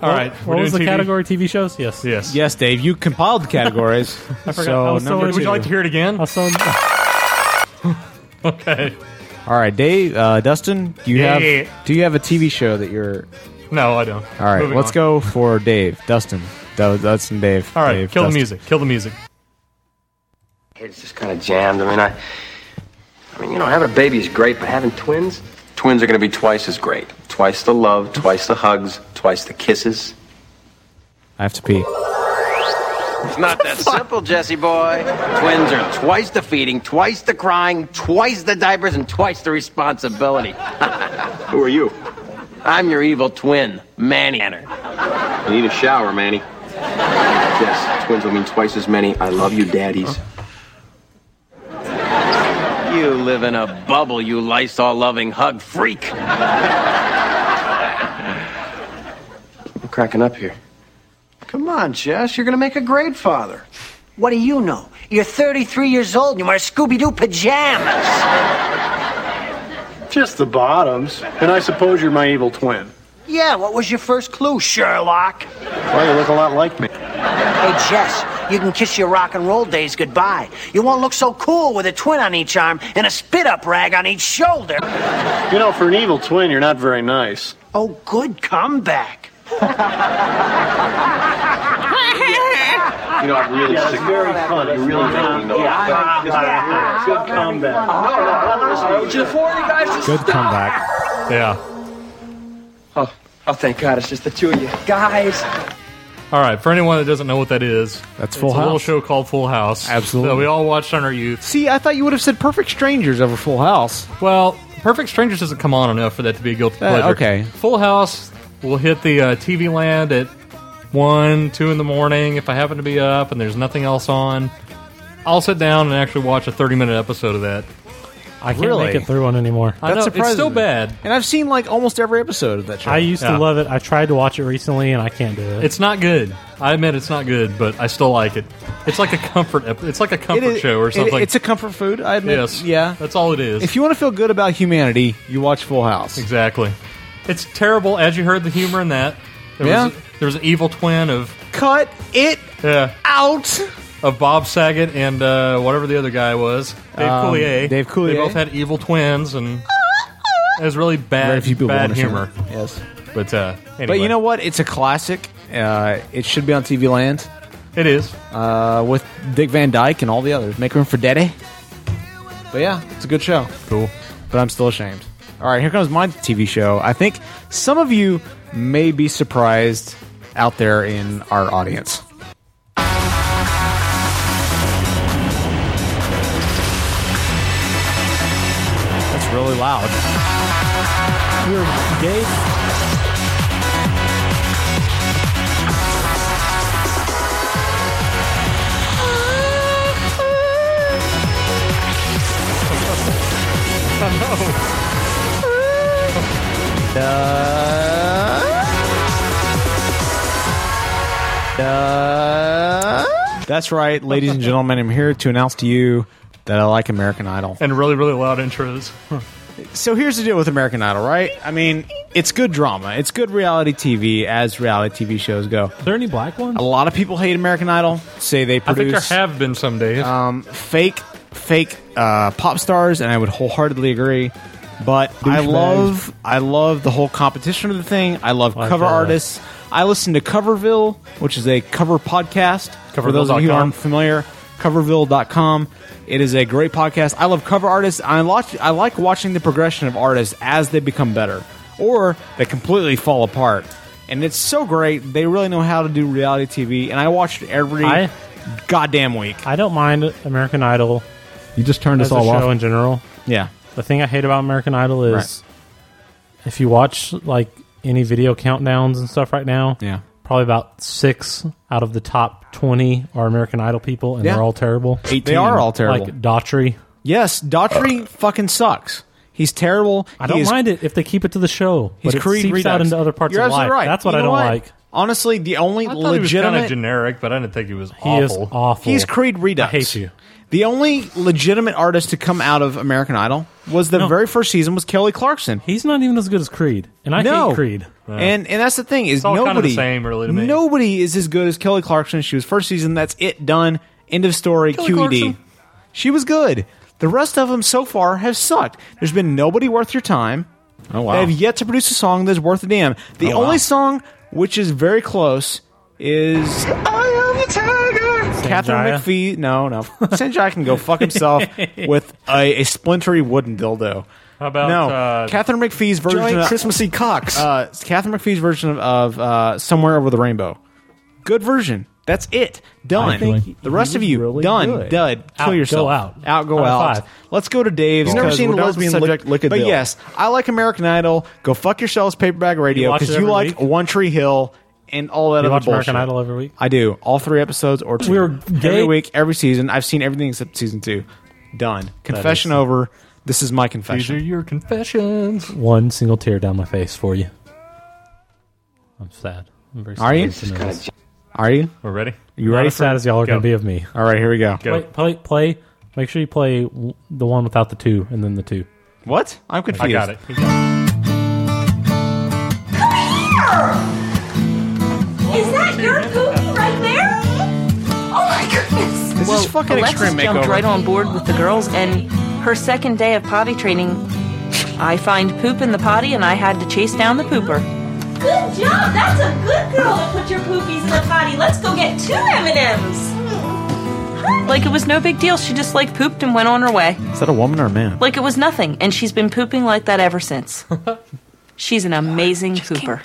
Speaker 6: right,
Speaker 3: What,
Speaker 6: we're
Speaker 3: was the
Speaker 6: doing TV?
Speaker 3: category? TV shows? Yes.
Speaker 6: Yes.
Speaker 4: Yes, Dave, you compiled the categories.
Speaker 3: I forgot.
Speaker 4: So
Speaker 3: I was so
Speaker 4: number
Speaker 3: into-
Speaker 4: two.
Speaker 6: hear it again?
Speaker 3: I was so-
Speaker 6: Okay.
Speaker 4: All right, Dave, uh, Dustin, do you
Speaker 6: Yeah.
Speaker 4: have do you have a TV show that you're?
Speaker 6: No, I don't.
Speaker 4: All right,
Speaker 6: Moving
Speaker 4: let's
Speaker 6: on.
Speaker 4: go for Dave, Dustin, Du- Dustin, Dave.
Speaker 6: All right,
Speaker 4: Dave,
Speaker 6: kill the
Speaker 4: Dustin.
Speaker 6: music. Kill the music.
Speaker 12: Kids just kind of jammed. I mean, I, I mean, you know, having a baby is great, but having twins, twins are going to be twice as great. Twice the love, twice the hugs, twice the kisses.
Speaker 4: I have to pee.
Speaker 12: It's not that simple, Jesse boy. Twins are twice the feeding, twice the crying, twice the diapers, and twice the responsibility. Who are you? I'm your evil twin, Manny. You need a shower, Manny. Yes, twins will mean twice as many. I love you, daddies. You live in a bubble, you Lysol loving hug freak. I'm cracking up here.
Speaker 20: Come on, Jess. You're going to make a great father. What do you know? You're 33 years old and you wear Scooby Doo pajamas.
Speaker 21: Just the bottoms. And I suppose you're my evil twin.
Speaker 20: yeah, what was your first clue, Sherlock?
Speaker 21: Well, you look a lot like me.
Speaker 20: Hey, Jess, you can kiss your rock and roll days goodbye. You won't look so cool with a twin on each arm and a spit up rag on each shoulder.
Speaker 21: You know, for an evil twin, you're not very nice.
Speaker 20: Oh, good comeback.
Speaker 21: You know, I'm really sick. very funny. You really funny. Good comeback.
Speaker 12: Oh,
Speaker 4: Good comeback.
Speaker 6: Yeah.
Speaker 12: Oh, oh, thank God, it's just the two of you. Guys!
Speaker 6: All right, for anyone that doesn't know what that is, that's
Speaker 4: Full
Speaker 6: it's a little
Speaker 4: House.
Speaker 6: show called Full House.
Speaker 4: Absolutely.
Speaker 6: That we all watched on our youth.
Speaker 4: See, I thought you would have said Perfect Strangers over Full House.
Speaker 6: Well, Perfect Strangers doesn't come on enough for that to be a guilty
Speaker 4: Uh,
Speaker 6: pleasure.
Speaker 4: okay.
Speaker 6: Full House will hit the uh, TV land at 1, 2 in the morning if I happen to be up and there's nothing else on. I'll sit down and actually watch a 30 minute episode of that.
Speaker 3: I can't make it through one anymore.
Speaker 6: I know, it's still bad.
Speaker 4: And I've seen like almost every episode of that show.
Speaker 3: I used
Speaker 6: Yeah.
Speaker 3: to love it. I tried to watch it recently, and I can't do it.
Speaker 6: It's not good. I admit it's not good, but I still like it. It's like a comfort. ep- It's like a comfort
Speaker 4: is-
Speaker 6: show or
Speaker 4: it-
Speaker 6: something.
Speaker 4: it's a comfort food. I admit.
Speaker 6: Yes.
Speaker 4: Yeah.
Speaker 6: That's all it is.
Speaker 4: If you want to feel good about humanity, you watch Full House.
Speaker 6: Exactly. It's terrible. As you heard the humor in that, there
Speaker 4: Yeah.
Speaker 6: was there was an evil twin of
Speaker 4: Cut it
Speaker 6: yeah
Speaker 4: out
Speaker 6: of Bob Saget and uh, whatever the other guy was, Dave
Speaker 4: Um,
Speaker 6: Coulier.
Speaker 4: Dave Coulier.
Speaker 6: They both had evil twins, and it was really
Speaker 4: Very
Speaker 6: bad
Speaker 4: few people
Speaker 6: bad humor.
Speaker 4: understand Yes.
Speaker 6: But uh,
Speaker 4: But
Speaker 6: anyway.
Speaker 4: you know what? It's a classic. Uh, it should be on TV Land.
Speaker 6: It is
Speaker 4: uh, with Dick Van Dyke and all the others. Make room for Daddy. But yeah, it's a good show.
Speaker 6: Cool.
Speaker 4: But I'm still ashamed. All right, here comes my TV show. I think some of you may be surprised out there in our audience. That's really loud.
Speaker 3: You're gay.
Speaker 4: Duh. Duh. That's right, ladies and gentlemen. I'm here to announce to you that I like American Idol.
Speaker 6: and really, really loud intros.
Speaker 4: So here's the deal with American Idol, right? I mean, it's good drama. It's good reality TV as reality TV shows go. Are
Speaker 3: there any black ones?
Speaker 4: A lot of people hate American Idol. Say they
Speaker 6: I think
Speaker 4: produce
Speaker 6: there have been some days.
Speaker 4: um, fake fake uh, pop stars, and I would wholeheartedly agree. But I
Speaker 6: Douchebags.
Speaker 4: love I love the whole competition of the thing. I love
Speaker 6: Like
Speaker 4: cover
Speaker 6: that.
Speaker 4: artists. I listen to Coverville, which is a cover podcast. For those of you who
Speaker 6: Coverville.com.
Speaker 4: aren't familiar, coverville.com. It is a great podcast. I love cover artists. I watch, I like watching the progression of artists as they become better or they completely fall apart. And it's so great. They really know how to do reality TV, and I watch it every
Speaker 3: I-
Speaker 4: goddamn week.
Speaker 3: I don't mind American Idol.
Speaker 2: You just turned us
Speaker 3: as a
Speaker 2: all
Speaker 3: show
Speaker 2: off.
Speaker 3: in general.
Speaker 4: Yeah.
Speaker 3: The thing I hate about American Idol is
Speaker 2: Right.
Speaker 3: if you watch like any video countdowns and stuff right now,
Speaker 4: yeah,
Speaker 3: probably about six out of the top twenty are American Idol people, and
Speaker 4: Yeah.
Speaker 3: they're all terrible.
Speaker 4: 18. They are all terrible.
Speaker 3: Like Daughtry.
Speaker 4: Yes, Daughtry fucking sucks. He's terrible.
Speaker 3: I don't
Speaker 4: He is-
Speaker 3: mind it if they keep it to the show,
Speaker 4: He's
Speaker 3: but it
Speaker 4: Creed
Speaker 3: seeps out
Speaker 4: Redux.
Speaker 3: into other parts
Speaker 4: You're
Speaker 3: of life.
Speaker 4: absolutely right.
Speaker 3: That's what
Speaker 4: You
Speaker 3: I
Speaker 4: know
Speaker 3: don't
Speaker 4: what?
Speaker 3: like.
Speaker 4: Honestly, the only
Speaker 6: I thought he was kind of
Speaker 4: legitimate
Speaker 6: generic, but I didn't think he was
Speaker 3: He is
Speaker 6: awful.
Speaker 3: awful.
Speaker 4: He's Creed Redux. I hate you. The only legitimate artist to come out of American Idol was the very first season was Kelly Clarkson.
Speaker 3: He's not even as good as Creed, and I
Speaker 4: no.
Speaker 3: hate Creed.
Speaker 4: And and that's the thing is
Speaker 6: It's all
Speaker 4: nobody
Speaker 6: kinda the same, really, to me.
Speaker 4: nobody is as good as Kelly Clarkson. She was first season. That's it. Done. End of story.
Speaker 6: Kelly
Speaker 4: QED.
Speaker 6: Clarkson.
Speaker 4: She was good. The rest of them so far have sucked. There's been nobody worth your time. Oh
Speaker 6: wow.
Speaker 4: They have yet to produce a song that's worth a damn. The
Speaker 6: Oh, wow.
Speaker 4: only song which is very close is Catherine
Speaker 6: Sanjaya?
Speaker 4: McPhee. No, no. Sanjay can go fuck himself with a, a splintery wooden dildo.
Speaker 6: How about,
Speaker 4: no?
Speaker 6: uh,
Speaker 4: Catherine McPhee's version
Speaker 6: Joy
Speaker 4: of
Speaker 6: Christmassy
Speaker 4: cocks. Uh, Catherine McPhee's version of, of uh, Somewhere Over the Rainbow. Good version. That's it.
Speaker 6: I
Speaker 4: Done.
Speaker 6: think
Speaker 4: the rest
Speaker 6: he's
Speaker 4: of you
Speaker 6: really
Speaker 4: done.
Speaker 6: good.
Speaker 4: Dud. Kill
Speaker 6: Out, go
Speaker 4: yourself.
Speaker 6: out.
Speaker 4: Out. Go
Speaker 6: High
Speaker 4: out.
Speaker 6: five.
Speaker 4: Let's go to Dave's.
Speaker 6: You've never
Speaker 4: 'cause
Speaker 6: seen
Speaker 4: we're done with the
Speaker 6: lesbian
Speaker 4: subject.
Speaker 6: lick- lick a
Speaker 4: But
Speaker 6: dill.
Speaker 4: yes, I like American Idol. Go fuck yourselves, Paperback Radio,
Speaker 3: watch
Speaker 4: because
Speaker 3: it
Speaker 4: you,
Speaker 3: every
Speaker 4: like One Tree Hill and all that
Speaker 3: You
Speaker 4: other
Speaker 3: watch
Speaker 4: bullshit.
Speaker 3: American Idol every week?
Speaker 4: I do all three episodes or two.
Speaker 3: We were
Speaker 4: every
Speaker 3: gay-
Speaker 4: week, every season. I've seen everything except season two. Done. Confession
Speaker 3: is-
Speaker 4: over. This is my
Speaker 6: These
Speaker 4: confession.
Speaker 6: are your confessions.
Speaker 3: One single tear down my face for you. I'm sad. I'm very
Speaker 4: Are you?
Speaker 3: sad to know this.
Speaker 4: Are you?
Speaker 6: We're ready.
Speaker 4: You
Speaker 3: Not
Speaker 4: ready?
Speaker 3: as sad as y'all are going to be of me.
Speaker 4: All right, here we go.
Speaker 3: Play, play, play. Make sure you play w- the one without the two, and then the two.
Speaker 4: What? I'm confused.
Speaker 3: I got it.
Speaker 1: Is that your pookie right there? Oh my goodness!
Speaker 4: This
Speaker 7: well,
Speaker 4: is fucking
Speaker 7: Alexis
Speaker 4: extreme
Speaker 7: jumped
Speaker 4: makeover.
Speaker 7: right on board with the girls, and her second day of potty training, I find poop in the potty, and I had to chase down the pooper.
Speaker 1: Good job! That's a good girl that put your poopies in the potty. Let's go get two M&Ms.
Speaker 7: Like it was no big deal. She just like pooped and went on her way.
Speaker 4: Is that a woman or a man?
Speaker 7: Like it was nothing, and she's been pooping like that ever since. She's an amazing pooper.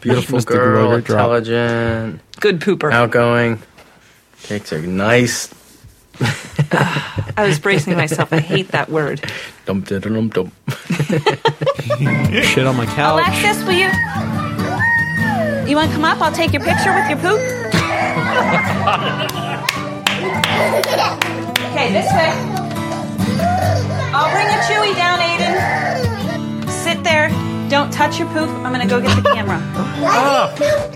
Speaker 22: Beautiful
Speaker 7: Mr.
Speaker 22: girl,
Speaker 7: Glover drop.
Speaker 22: intelligent,
Speaker 7: good pooper,
Speaker 22: outgoing. Takes a nice.
Speaker 7: I was bracing myself. I hate that word.
Speaker 22: Dum dum dum dum.
Speaker 4: Shit on my couch.
Speaker 7: Alexis, will you? You want to come up? I'll take your picture with your poop. okay, this way. I'll bring a chewy down, Aiden. Sit there. Don't touch your poop. I'm gonna go get the camera.
Speaker 1: A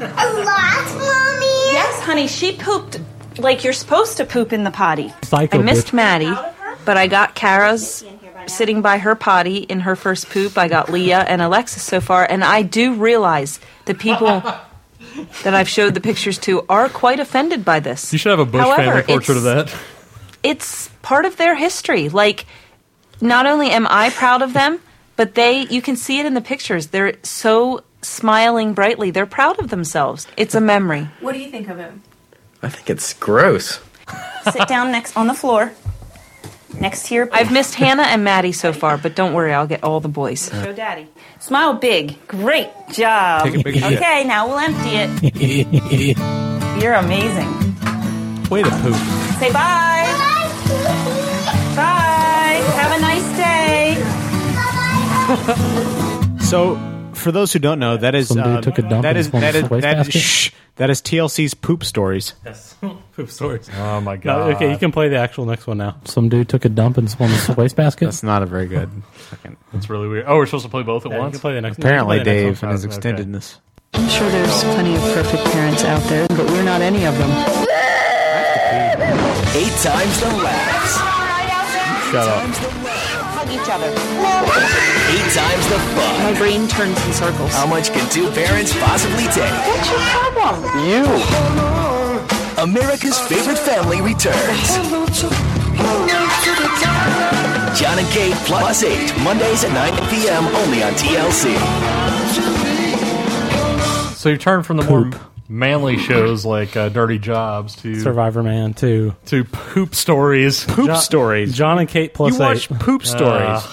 Speaker 1: lot, Mommy?
Speaker 7: yes, honey. She pooped like you're supposed to poop in the potty.
Speaker 1: Psycho
Speaker 7: I missed
Speaker 1: bitch.
Speaker 7: Maddie, but I got Kara's sitting by her potty in her first poop. I got Leah and Alexis so far, and I do realize the people that I've showed the pictures to are quite offended by this.
Speaker 6: You should have a Bush
Speaker 7: However,
Speaker 6: family portrait of
Speaker 7: it's-
Speaker 6: that.
Speaker 7: it's part of their history. Like, not only am I proud of them, but they, you can see it in the pictures. They're so smiling brightly. They're proud of themselves. It's a memory.
Speaker 23: What do you think of him?
Speaker 22: I think it's gross.
Speaker 23: Sit down next on the floor.
Speaker 7: Next year, I've missed Hannah and Maddie so far, but don't worry, I'll get all the boys.
Speaker 23: Show daddy. Smile Oh, big. Great job.
Speaker 7: Take a big shit.
Speaker 23: okay, now we'll empty it.
Speaker 7: Way
Speaker 23: You're amazing.
Speaker 7: to poop.
Speaker 23: Say bye. Bye. Have a nice day.
Speaker 4: So, for those who don't know, that is
Speaker 3: Some dude
Speaker 4: uh,
Speaker 3: took a dump
Speaker 4: that
Speaker 3: in
Speaker 4: is
Speaker 3: his mom's
Speaker 4: that is that is,
Speaker 3: wastebasket.
Speaker 4: shh, that is TLC's poop stories.
Speaker 3: Yes. Poop stories.
Speaker 6: Oh my
Speaker 3: No, okay, you can play the actual next one now.
Speaker 4: Some dude took a dump in someone's wastebasket. That's not a very good. Fucking,
Speaker 6: That's really weird. Oh, we're supposed to play both at
Speaker 3: Yeah, you
Speaker 6: once.
Speaker 3: can play the next-
Speaker 4: apparently, Dave and his extendedness.
Speaker 7: I'm sure there's plenty of perfect parents out there, but we're not any of them.
Speaker 1: Eight times the laughs.
Speaker 2: Shut up.
Speaker 23: Hug each other.
Speaker 1: Eight times the fun.
Speaker 7: My brain turns in circles.
Speaker 1: How much can two parents possibly take?
Speaker 23: What's your problem?
Speaker 1: You. America's favorite family returns. John and Kate plus eight Mondays at 9 p.m. only on TLC.
Speaker 6: So you turn from the more manly shows like uh, Dirty Jobs to
Speaker 3: Survivor Man too.
Speaker 6: to poop stories. Uh, Poop
Speaker 3: stories. John and Kate plus
Speaker 6: You watch
Speaker 3: eight.
Speaker 6: poop stories.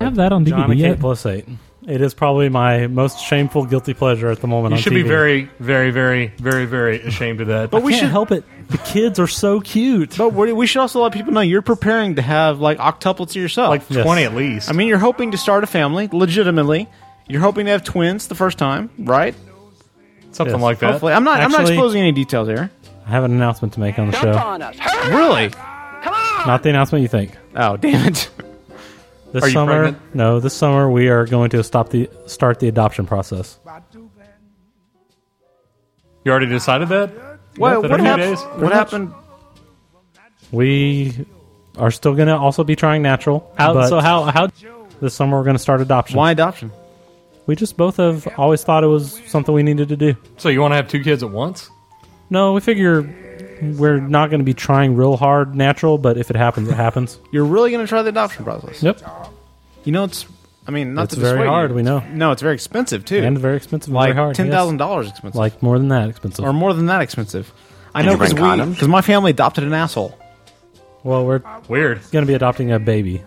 Speaker 3: I have that on John
Speaker 6: DVD
Speaker 3: and
Speaker 6: yet.
Speaker 3: Kate plus eight. It is probably my most shameful guilty pleasure at the moment.
Speaker 6: You
Speaker 3: on
Speaker 6: should be
Speaker 3: TV.
Speaker 6: very, very, very, very, very ashamed of that.
Speaker 3: But we should help it. The kids are so cute.
Speaker 4: But we we should also let people know you're preparing to have like octuplets yourself, like
Speaker 6: 20 Yes. at least.
Speaker 4: I mean, you're hoping to start a family legitimately. You're hoping to have twins the first time, right?
Speaker 6: Something like that.
Speaker 4: Hopefully, I'm not. I'm not
Speaker 3: Actually-
Speaker 4: exposing any details here.
Speaker 3: I have an announcement to make on the show.
Speaker 4: Really?
Speaker 3: Not the announcement you think.
Speaker 4: Oh damn it!
Speaker 3: This
Speaker 4: Are you
Speaker 3: summer,
Speaker 4: pregnant?
Speaker 3: no. This summer, we are going to stop the start the adoption process.
Speaker 6: You already decided that?
Speaker 4: What,
Speaker 6: Within
Speaker 4: what
Speaker 6: a few
Speaker 4: hap-
Speaker 6: days?
Speaker 4: what happened?
Speaker 3: We are still going to also be trying natural.
Speaker 4: How- so
Speaker 3: how how this summer we're going to start adoption? Why
Speaker 4: adoption?
Speaker 3: We just both have always thought it was something we needed to do.
Speaker 6: So you want to have two kids at once?
Speaker 3: No, we figure we're not going to be trying real hard natural, but if it happens, it happens.
Speaker 4: You're really going to try the adoption process?
Speaker 3: Yep.
Speaker 4: You know, it's. I mean, not
Speaker 3: It's
Speaker 4: to
Speaker 3: very
Speaker 4: dissuade you.
Speaker 3: hard, we know.
Speaker 4: No, it's very expensive too,
Speaker 3: And very expensive and
Speaker 4: Like
Speaker 3: very hard, yes.
Speaker 4: ten thousand dollars expensive,
Speaker 3: Like more than that expensive.
Speaker 4: or more than that expensive. I
Speaker 3: Did
Speaker 4: know
Speaker 3: you bring
Speaker 4: because
Speaker 3: condoms?
Speaker 4: because my family adopted an asshole.
Speaker 3: Well, we're
Speaker 6: weird.
Speaker 3: Going to be adopting a baby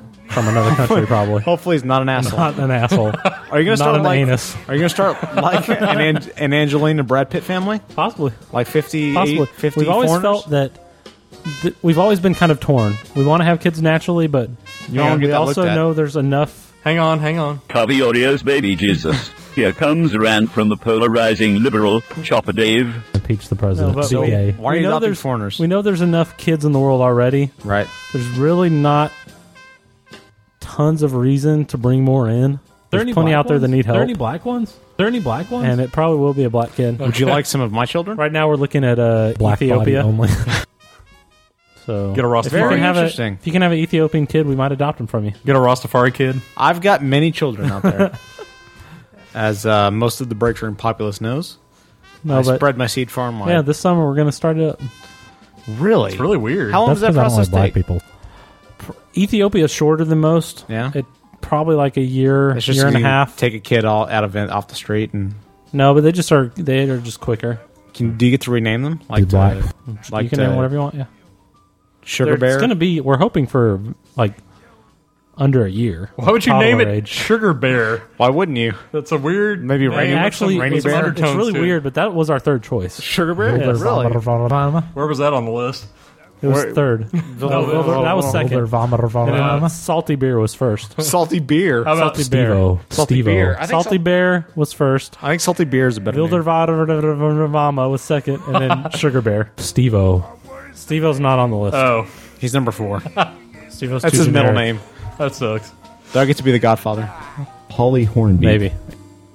Speaker 3: from another country, probably.
Speaker 4: Hopefully, he's not an asshole.
Speaker 3: Not an asshole.
Speaker 4: Are you going to start
Speaker 3: Not an
Speaker 4: like?
Speaker 3: anus.
Speaker 4: Are you going to start like an, An- an Angelina Brad Pitt family?
Speaker 3: Possibly.
Speaker 4: Like 50,
Speaker 3: Possibly.
Speaker 4: 50
Speaker 3: we've always
Speaker 4: foreigners?
Speaker 3: felt that th- we've always been kind of torn. We want to have kids naturally, but
Speaker 8: You don't
Speaker 3: and
Speaker 8: get
Speaker 3: we
Speaker 8: that
Speaker 3: also
Speaker 8: looked at.
Speaker 3: know there's enough.
Speaker 6: Hang on, hang on.
Speaker 8: Caviario's baby Jesus. Here comes a rant from the polarizing liberal, Chopper Dave.
Speaker 3: Impeach the president.
Speaker 8: but
Speaker 3: CPA.
Speaker 8: we-
Speaker 4: why are
Speaker 3: We
Speaker 4: you
Speaker 3: know
Speaker 4: adopting
Speaker 3: there's-
Speaker 4: foreigners?
Speaker 3: We know there's enough kids in the world already.
Speaker 4: Right.
Speaker 3: There's really not tons of reason to bring more in. There's plenty out there that need help.
Speaker 5: There any black ones? There any black ones?
Speaker 3: and it probably will be a black kid.
Speaker 4: Would you like some of my children?
Speaker 3: Right now, we're looking at uh,
Speaker 5: Black body
Speaker 3: Ethiopia
Speaker 5: only.
Speaker 3: so
Speaker 6: Get a Rastafari.
Speaker 3: If you can have a-
Speaker 4: Interesting.
Speaker 3: if you can have an Ethiopian kid, we might adopt him from you.
Speaker 6: Get a Rastafari kid.
Speaker 4: I've got many children out there, as uh, most of the break room populace knows.
Speaker 3: No,
Speaker 4: I
Speaker 3: but-
Speaker 4: spread my seed farm wide.
Speaker 3: Yeah, this summer we're going to start it up.
Speaker 4: Really? It's really weird. How long does that process take?
Speaker 3: people. Ethiopia is shorter than most.
Speaker 4: Yeah,
Speaker 3: it probably like a year,
Speaker 4: It's just
Speaker 3: year and a
Speaker 4: you
Speaker 3: half.
Speaker 4: Take a kid all out of off the street, and
Speaker 3: No, but they just are they are just quicker.
Speaker 4: can do you get to rename them? Like,
Speaker 3: black.
Speaker 4: to, like
Speaker 3: you can
Speaker 4: to
Speaker 3: name whatever you want. Yeah,
Speaker 4: Sugar
Speaker 3: They're-
Speaker 4: bear.
Speaker 3: It's going to be. We're hoping for like under a year.
Speaker 6: Why would you
Speaker 3: Toddler
Speaker 6: name it
Speaker 3: age.
Speaker 6: Sugar Bear?
Speaker 4: Why wouldn't you?
Speaker 6: That's a weird.
Speaker 4: Maybe
Speaker 6: name with
Speaker 4: Rainy-
Speaker 6: some
Speaker 3: Actually,
Speaker 6: rainy
Speaker 3: it's,
Speaker 6: bear
Speaker 3: it's really
Speaker 6: undertones to it.
Speaker 3: weird, but that was our third choice.
Speaker 4: Sugar Bear?
Speaker 3: Yes.
Speaker 4: Really?
Speaker 6: Where was that on the list?
Speaker 3: It was
Speaker 6: Where-
Speaker 3: third. that, was, that was second. And, uh, salty beer was first.
Speaker 4: Salty beer.
Speaker 6: How about
Speaker 3: salty bear?
Speaker 6: Steve-O.
Speaker 3: Salty
Speaker 6: Steve-O.
Speaker 3: beer.
Speaker 6: I think
Speaker 3: Salty
Speaker 6: sal-
Speaker 3: bear was first.
Speaker 4: I think salty beer is a better.
Speaker 3: Wildervama was second, and then sugar bear. Stevo. Stevo's not on the list.
Speaker 6: Oh,
Speaker 4: he's number four.
Speaker 3: Stevo's
Speaker 4: That's his middle name.
Speaker 6: That sucks.
Speaker 4: Do I get to be the godfather?
Speaker 2: Polly Hornby.
Speaker 3: Maybe.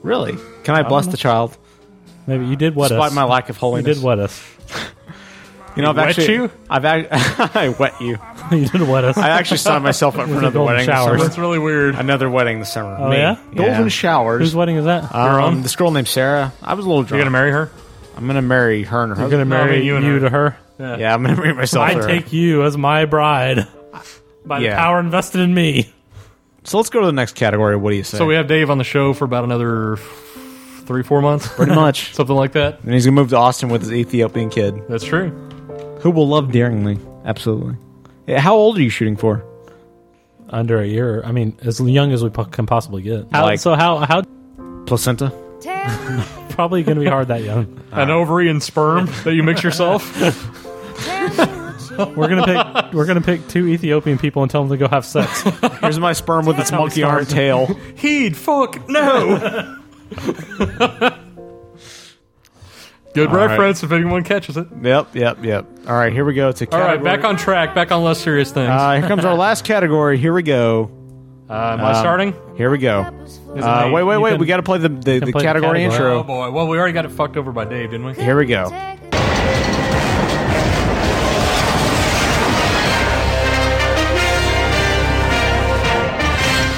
Speaker 4: Really? Can I,
Speaker 3: don't
Speaker 4: bless
Speaker 3: know.
Speaker 4: the child?
Speaker 3: Maybe you did what
Speaker 4: Despite
Speaker 3: us.
Speaker 4: my lack of holiness.
Speaker 3: You did what us.
Speaker 4: You know, I've
Speaker 3: Wet
Speaker 4: actually,
Speaker 3: you?
Speaker 4: I've act- I wet you.
Speaker 3: you did wet us.
Speaker 4: I actually signed myself up
Speaker 3: With
Speaker 4: for
Speaker 3: the
Speaker 4: another
Speaker 3: golden
Speaker 4: wedding.
Speaker 3: showers.
Speaker 4: This
Speaker 3: That's
Speaker 4: summer.
Speaker 6: really weird.
Speaker 4: Another wedding this summer.
Speaker 3: Oh,
Speaker 4: Me.
Speaker 3: yeah?
Speaker 4: Golden showers.
Speaker 3: Whose wedding is that?
Speaker 4: Um, This girl named Sarah. I was a little drunk.
Speaker 6: gonna marry her?
Speaker 4: I'm gonna marry her and her.
Speaker 3: You're gonna
Speaker 4: husband.
Speaker 3: marry you, to her.
Speaker 4: Yeah. I'm gonna marry myself.
Speaker 3: I
Speaker 4: to her.
Speaker 3: take you as my bride by
Speaker 4: Yeah.
Speaker 3: the power invested in me.
Speaker 4: So let's go to the next category. What do you say?
Speaker 6: So we have Dave on the show for about another f- three, four months,
Speaker 4: Pretty much.
Speaker 6: something like that.
Speaker 4: and he's gonna move to Austin with his Ethiopian kid,
Speaker 6: That's true.
Speaker 4: who will love daringly. Absolutely. Yeah, How old are you shooting for?
Speaker 3: Under a year. I mean, as young as we po- can possibly get. How,
Speaker 4: Like-
Speaker 3: so how how
Speaker 4: Placenta.
Speaker 3: probably going to be hard that young.
Speaker 6: An ovary and sperm that you mix yourself.
Speaker 3: We're gonna pick we're gonna pick two Ethiopian people and tell them to go have sex.
Speaker 4: Here's my sperm with its
Speaker 3: how we
Speaker 4: monkey arm
Speaker 3: start.
Speaker 4: tail.
Speaker 6: Heed, fuck, no. Good
Speaker 4: All right.
Speaker 6: reference if anyone catches it.
Speaker 4: Yep, yep, yep. All right, here we go to.
Speaker 6: All right, back on track, back on less serious things.
Speaker 4: Uh, here comes our last category. Here we go.
Speaker 6: Uh, am I
Speaker 4: Um,
Speaker 6: starting?
Speaker 4: Here we go.
Speaker 6: Is
Speaker 4: Uh,
Speaker 6: it-
Speaker 4: wait, wait,
Speaker 6: you
Speaker 4: wait.
Speaker 6: can-
Speaker 4: we got to play the, the,
Speaker 6: you can
Speaker 4: the
Speaker 6: play
Speaker 4: category,
Speaker 6: Oh
Speaker 4: intro.
Speaker 6: boy! Well, we already got it fucked over by Dave, didn't we?
Speaker 4: Here we go.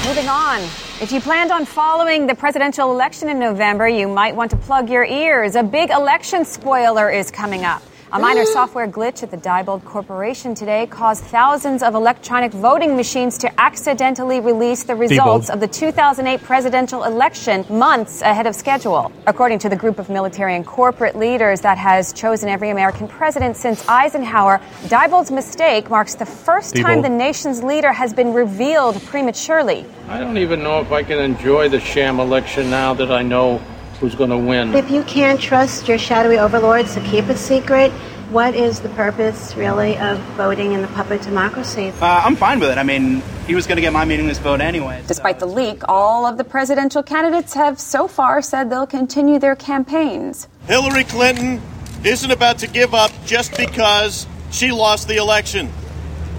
Speaker 9: Moving on. If you planned on following the presidential election in November, you might want to plug your ears. A big election spoiler is coming up. A minor software glitch at the Diebold Corporation today caused thousands of electronic voting machines to accidentally release the results
Speaker 10: Diebold.
Speaker 9: of the 2008 presidential election months ahead of schedule. According to the group of military and corporate leaders that has chosen every American president since Eisenhower, Diebold's mistake marks the first time
Speaker 11: Diebold.
Speaker 9: the nation's leader has been revealed prematurely.
Speaker 11: I don't even know if I can enjoy the sham election now that I know who's going to win.
Speaker 24: If you can't trust your shadowy overlords to keep it secret, what is the purpose, really, of voting in the puppet democracy?
Speaker 25: Uh, I'm fine with it. I mean, he was going to get my meaningless vote anyway.
Speaker 9: Despite the leak, all of the presidential candidates have so far said they'll continue their campaigns.
Speaker 26: Hillary Clinton isn't about to give up just because she lost the election.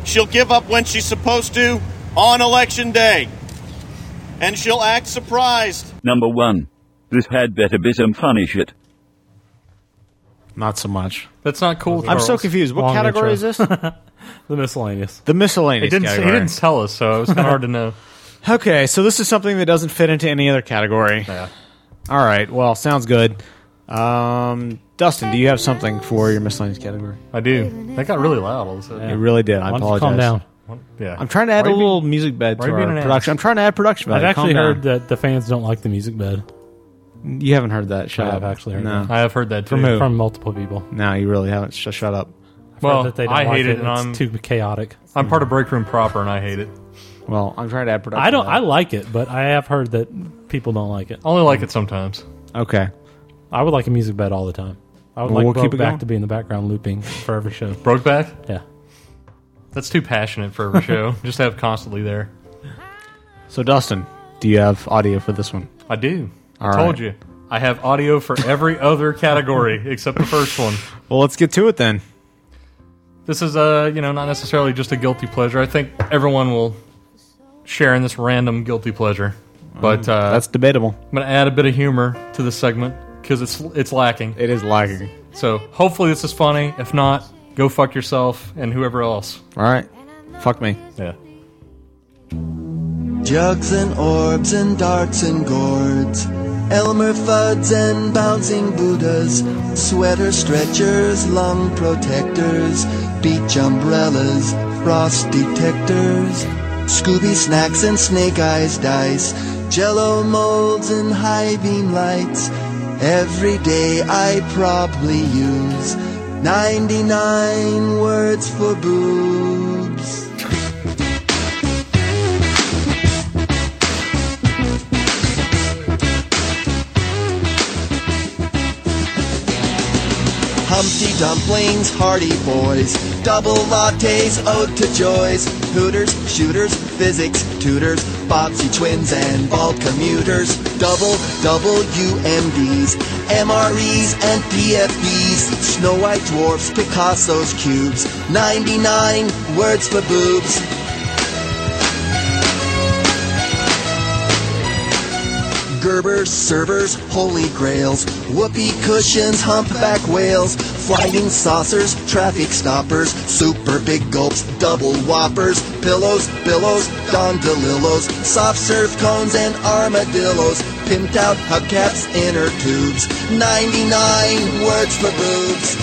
Speaker 26: She'll give up when she's supposed to on election day. And she'll act surprised.
Speaker 8: Number one. This had better be some funny shit.
Speaker 4: Not so much.
Speaker 6: That's not cool.
Speaker 4: I'm so confused. What category is this?
Speaker 6: the miscellaneous.
Speaker 4: The miscellaneous.
Speaker 6: He didn't, he
Speaker 4: category.
Speaker 6: didn't tell us, so it was kind of hard to know.
Speaker 4: Okay, so this is something that doesn't fit into any other category. Yeah. All right. Well, sounds good. Um, Dustin, do you have something for your miscellaneous category?
Speaker 6: I do. That got really loud all of a sudden.
Speaker 4: It really did.
Speaker 6: Why
Speaker 4: I
Speaker 6: don't you
Speaker 4: apologize.
Speaker 6: calm down? Yeah.
Speaker 4: I'm trying to add
Speaker 6: Why
Speaker 4: a
Speaker 6: you being-
Speaker 4: little music bed
Speaker 6: why
Speaker 4: to
Speaker 6: you being
Speaker 4: our
Speaker 6: an ass?
Speaker 4: production. I'm trying to add production
Speaker 3: I've
Speaker 4: value. Calm
Speaker 3: actually
Speaker 4: down.
Speaker 3: heard that the fans don't like the music bed.
Speaker 4: You haven't heard that. Shut
Speaker 3: I
Speaker 4: up.
Speaker 3: have actually heard
Speaker 4: No.
Speaker 3: that.
Speaker 6: I have heard that
Speaker 3: from,
Speaker 4: From who?
Speaker 3: from multiple people.
Speaker 4: No, you really haven't. Sh- shut up.
Speaker 3: I've heard
Speaker 6: Well,
Speaker 3: that they don't
Speaker 6: I
Speaker 3: like
Speaker 6: hate it,
Speaker 3: it.
Speaker 6: and
Speaker 3: it's
Speaker 6: I'm
Speaker 3: too chaotic.
Speaker 6: I'm part of Break Room Proper, and I hate it.
Speaker 4: Well, I'm trying to add production.
Speaker 3: I don't. I
Speaker 4: value.
Speaker 3: like it, but I have heard that people don't like it.
Speaker 6: I only like it sometimes.
Speaker 4: Okay.
Speaker 3: I would like a music bed all the time. I would
Speaker 6: Well,
Speaker 3: like
Speaker 6: we'll keep
Speaker 3: Brokeback
Speaker 6: it going.
Speaker 3: to be in the background looping for every show.
Speaker 6: Brokeback?
Speaker 3: Yeah.
Speaker 6: That's too passionate for every show. Just to have constantly there.
Speaker 4: So, Dustin, do you have audio for this one?
Speaker 6: I do.
Speaker 4: All
Speaker 6: Told
Speaker 4: right.
Speaker 6: you. I have audio for every other category except the first one.
Speaker 4: Well, let's get to it then.
Speaker 6: This is uh, you know, not necessarily just a guilty pleasure. I think everyone will share in this random guilty pleasure. But uh,
Speaker 4: Mm, that's debatable.
Speaker 6: I'm gonna add a bit of humor to the segment because it's it's lacking.
Speaker 4: It is lacking.
Speaker 6: So hopefully this is funny. If not, go fuck yourself and whoever else.
Speaker 4: All right. Fuck me.
Speaker 6: Yeah.
Speaker 27: Jugs and orbs and darts and gourds, Elmer Fuds and bouncing Buddhas, sweater stretchers, lung protectors, beach umbrellas, frost detectors, Scooby snacks and snake eyes dice, jello molds and high beam lights. Every day I probably use 99 words for boobs. Humpty dumplings, hearty boys, double lattes, ode to joys, hooters, shooters, physics, tutors, Bobbsey twins and bald commuters, double, double UMDs, MREs and PFBs, Snow White dwarfs, Picasso's cubes, 99 words for boobs. Gerbers, servers, holy grails, whoopee cushions, humpback whales, flying saucers, traffic stoppers, super big gulps, double whoppers, pillows, billows, gondolillos, soft serve cones and armadillos, pimped out hubcaps, inner tubes, 99 words for boobs.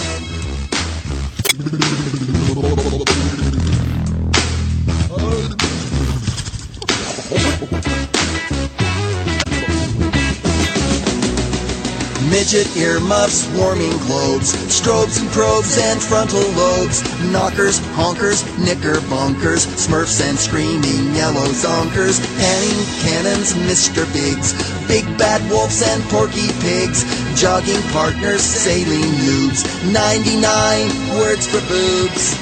Speaker 27: Midget earmuffs, warming globes, strobes and probes and frontal lobes, knockers, honkers, knickerbonkers, smurfs and screaming yellow zonkers, panning cannons, Mr. Biggs, big bad wolves and porky pigs, jogging partners, sailing noobs, 99 words for boobs.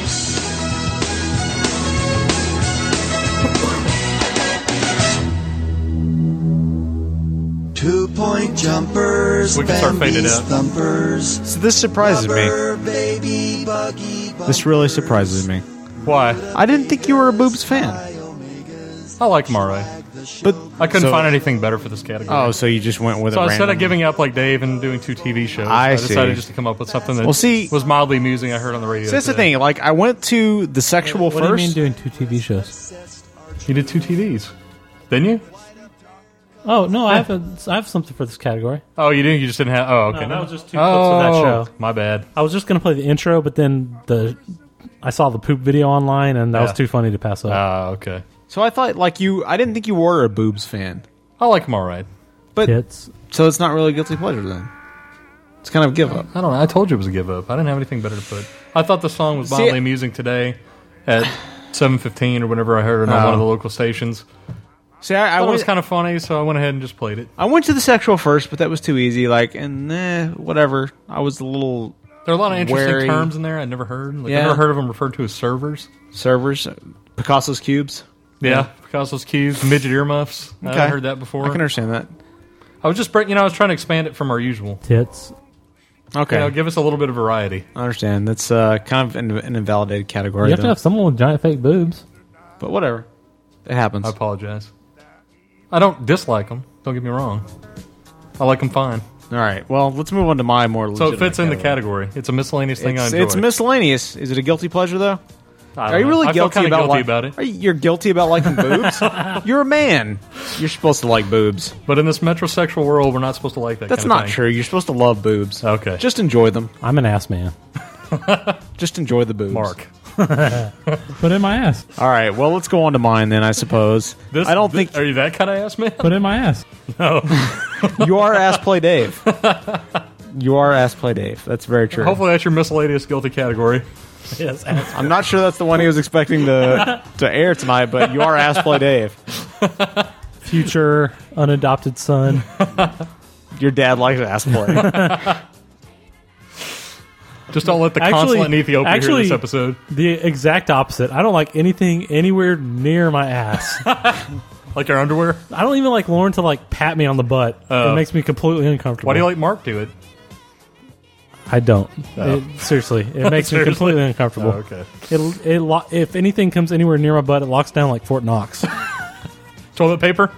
Speaker 27: Two point jumpers,
Speaker 4: We can start fading
Speaker 27: Bambi's
Speaker 4: out.
Speaker 27: thumpers.
Speaker 4: So this surprises me.
Speaker 27: Baby buggy
Speaker 4: This really surprises me.
Speaker 6: Why?
Speaker 4: I didn't think you were a boobs fan.
Speaker 6: I like Mare,
Speaker 4: but
Speaker 6: I couldn't
Speaker 4: So-
Speaker 6: find anything better for this category.
Speaker 4: Oh, so you just went with
Speaker 6: so
Speaker 4: a
Speaker 6: instead
Speaker 4: random.
Speaker 6: of giving up like Dave and doing two TV shows,
Speaker 4: I
Speaker 6: decided
Speaker 4: see.
Speaker 6: just to come up with something that
Speaker 4: Well, see-
Speaker 6: was mildly amusing. I heard on the radio.
Speaker 4: so that's the
Speaker 6: today.
Speaker 4: thing. Like, I went to the sexual
Speaker 6: What do you
Speaker 4: first.
Speaker 6: mean
Speaker 4: doing two TV shows?
Speaker 6: You did two TVs, didn't you?
Speaker 3: Oh no, I have a, I have something for this category.
Speaker 6: Oh, you didn't. You just didn't have. Oh, okay.
Speaker 3: No, that was just two
Speaker 6: Oh,
Speaker 3: clips of that show.
Speaker 6: My bad.
Speaker 3: I was just gonna play the intro, but then the I saw the poop video online, and that was
Speaker 4: Yeah.
Speaker 3: too funny to pass up.
Speaker 6: Ah, okay.
Speaker 4: So I thought, like, you. I didn't think you were a boobs fan.
Speaker 6: I like them all right.
Speaker 4: But
Speaker 3: it's
Speaker 4: so it's not really a guilty pleasure then. It's kind of a give up.
Speaker 6: I don't know. I told you it was a give up. I didn't have anything better to put. I thought the song was
Speaker 4: See,
Speaker 6: mildly
Speaker 4: I-
Speaker 6: amusing today at seven fifteen or whenever I heard it on
Speaker 4: Oh.
Speaker 6: one of the local stations.
Speaker 4: See, I,
Speaker 6: I thought it
Speaker 4: went-
Speaker 6: was kind of funny, so I went ahead and just played it.
Speaker 4: I went to the sexual first, but that was too easy. Like, and eh, whatever. I was a little.
Speaker 6: There are a lot of interesting
Speaker 4: wary.
Speaker 6: terms in there I'd never heard. Like,
Speaker 4: Yeah.
Speaker 6: I've never heard of them referred to as servers.
Speaker 4: Servers, Picasso's cubes.
Speaker 6: Yeah, Picasso's cubes, midget earmuffs. I
Speaker 4: Okay.
Speaker 6: haven't heard that before.
Speaker 4: I can understand that.
Speaker 6: I was just, bring- you know, I was trying to expand it from our usual.
Speaker 3: Tits.
Speaker 4: Okay.
Speaker 6: You know, give us a little bit of variety.
Speaker 4: I understand. That's uh, kind of an, an invalidated category.
Speaker 6: Uh,
Speaker 3: you have to
Speaker 4: though.
Speaker 3: have someone with giant fake boobs.
Speaker 4: but whatever. It happens.
Speaker 6: I apologize. I don't dislike them. Don't get me wrong. I like them fine.
Speaker 4: All right. Well, let's move on to my more.
Speaker 6: So it
Speaker 4: legitimate
Speaker 6: fits in the category. It's a miscellaneous thing I
Speaker 4: It's,
Speaker 6: enjoy.
Speaker 4: it's miscellaneous. Is it a guilty pleasure though?
Speaker 6: I don't
Speaker 4: Are you
Speaker 6: know.
Speaker 4: really
Speaker 6: I feel
Speaker 4: guilty
Speaker 6: kinda
Speaker 4: about
Speaker 6: guilty
Speaker 4: li-
Speaker 6: about it.
Speaker 4: Are you, you're guilty about liking boobs? You're a man. You're supposed to like boobs.
Speaker 6: But in this metrosexual world, we're not supposed to like that.
Speaker 4: That's
Speaker 6: kind of
Speaker 4: not
Speaker 6: thing.
Speaker 4: true. You're supposed to love boobs.
Speaker 6: Okay.
Speaker 4: Just enjoy them.
Speaker 3: I'm an ass man.
Speaker 4: Just enjoy the boobs.
Speaker 6: Mark.
Speaker 3: Put in my ass.
Speaker 4: All right. Well, let's go on to mine then. I suppose.
Speaker 6: This,
Speaker 4: I don't
Speaker 6: thi- Are you that kind of ass man?
Speaker 3: Put in my ass.
Speaker 6: No.
Speaker 4: think you are ass play Dave. You are ass play Dave. That's very true.
Speaker 6: Hopefully, that's your miscellaneous guilty category.
Speaker 3: Yes.
Speaker 4: I'm not sure that's the one he was expecting to to air tonight, but you are ass play Dave.
Speaker 3: Future unadopted son.
Speaker 4: Your dad likes ass play.
Speaker 6: Just don't let the consulate in Ethiopia hear
Speaker 3: actually,
Speaker 6: this episode.
Speaker 3: The exact opposite. I don't like anything anywhere near my ass.
Speaker 6: Like your underwear?
Speaker 3: I don't even like Lauren to like pat me on the butt.
Speaker 6: Oh.
Speaker 3: it makes me completely uncomfortable.
Speaker 6: Why do you like Mark do it?
Speaker 3: I don't.
Speaker 6: Oh.
Speaker 3: It- seriously, it makes me
Speaker 6: Seriously?
Speaker 3: completely uncomfortable.
Speaker 6: Oh, okay.
Speaker 3: It, it lo- if anything comes anywhere near my butt, it locks down like Fort Knox.
Speaker 6: Toilet paper?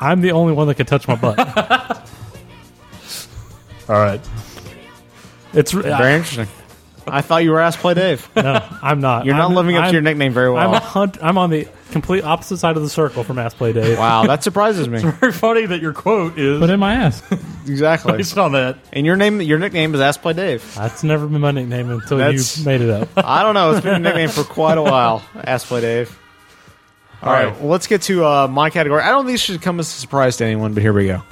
Speaker 3: I'm the only one that can touch my butt.
Speaker 6: All right.
Speaker 3: It's
Speaker 4: very interesting. I thought you were ass play Dave.
Speaker 3: No, I'm not.
Speaker 4: You're not
Speaker 3: I'm-
Speaker 4: living up to
Speaker 3: I'm-
Speaker 4: your nickname very well.
Speaker 3: I'm, a hunt, I'm on the complete opposite side of the circle from Ass Play Dave.
Speaker 4: Wow, that surprises me.
Speaker 6: Very funny that your quote is
Speaker 3: Put in my ass.
Speaker 4: exactly.
Speaker 6: based on that.
Speaker 4: And your name, your nickname is Ass Play Dave.
Speaker 3: That's never been my nickname until
Speaker 4: That's-
Speaker 3: you made it up.
Speaker 4: I don't know. It's been a nickname for quite a while. Ass Play Dave. All
Speaker 6: All
Speaker 4: right.
Speaker 6: right.
Speaker 4: Well, let's get to uh, my category. I don't think this should come as a surprise to anyone, but here we go.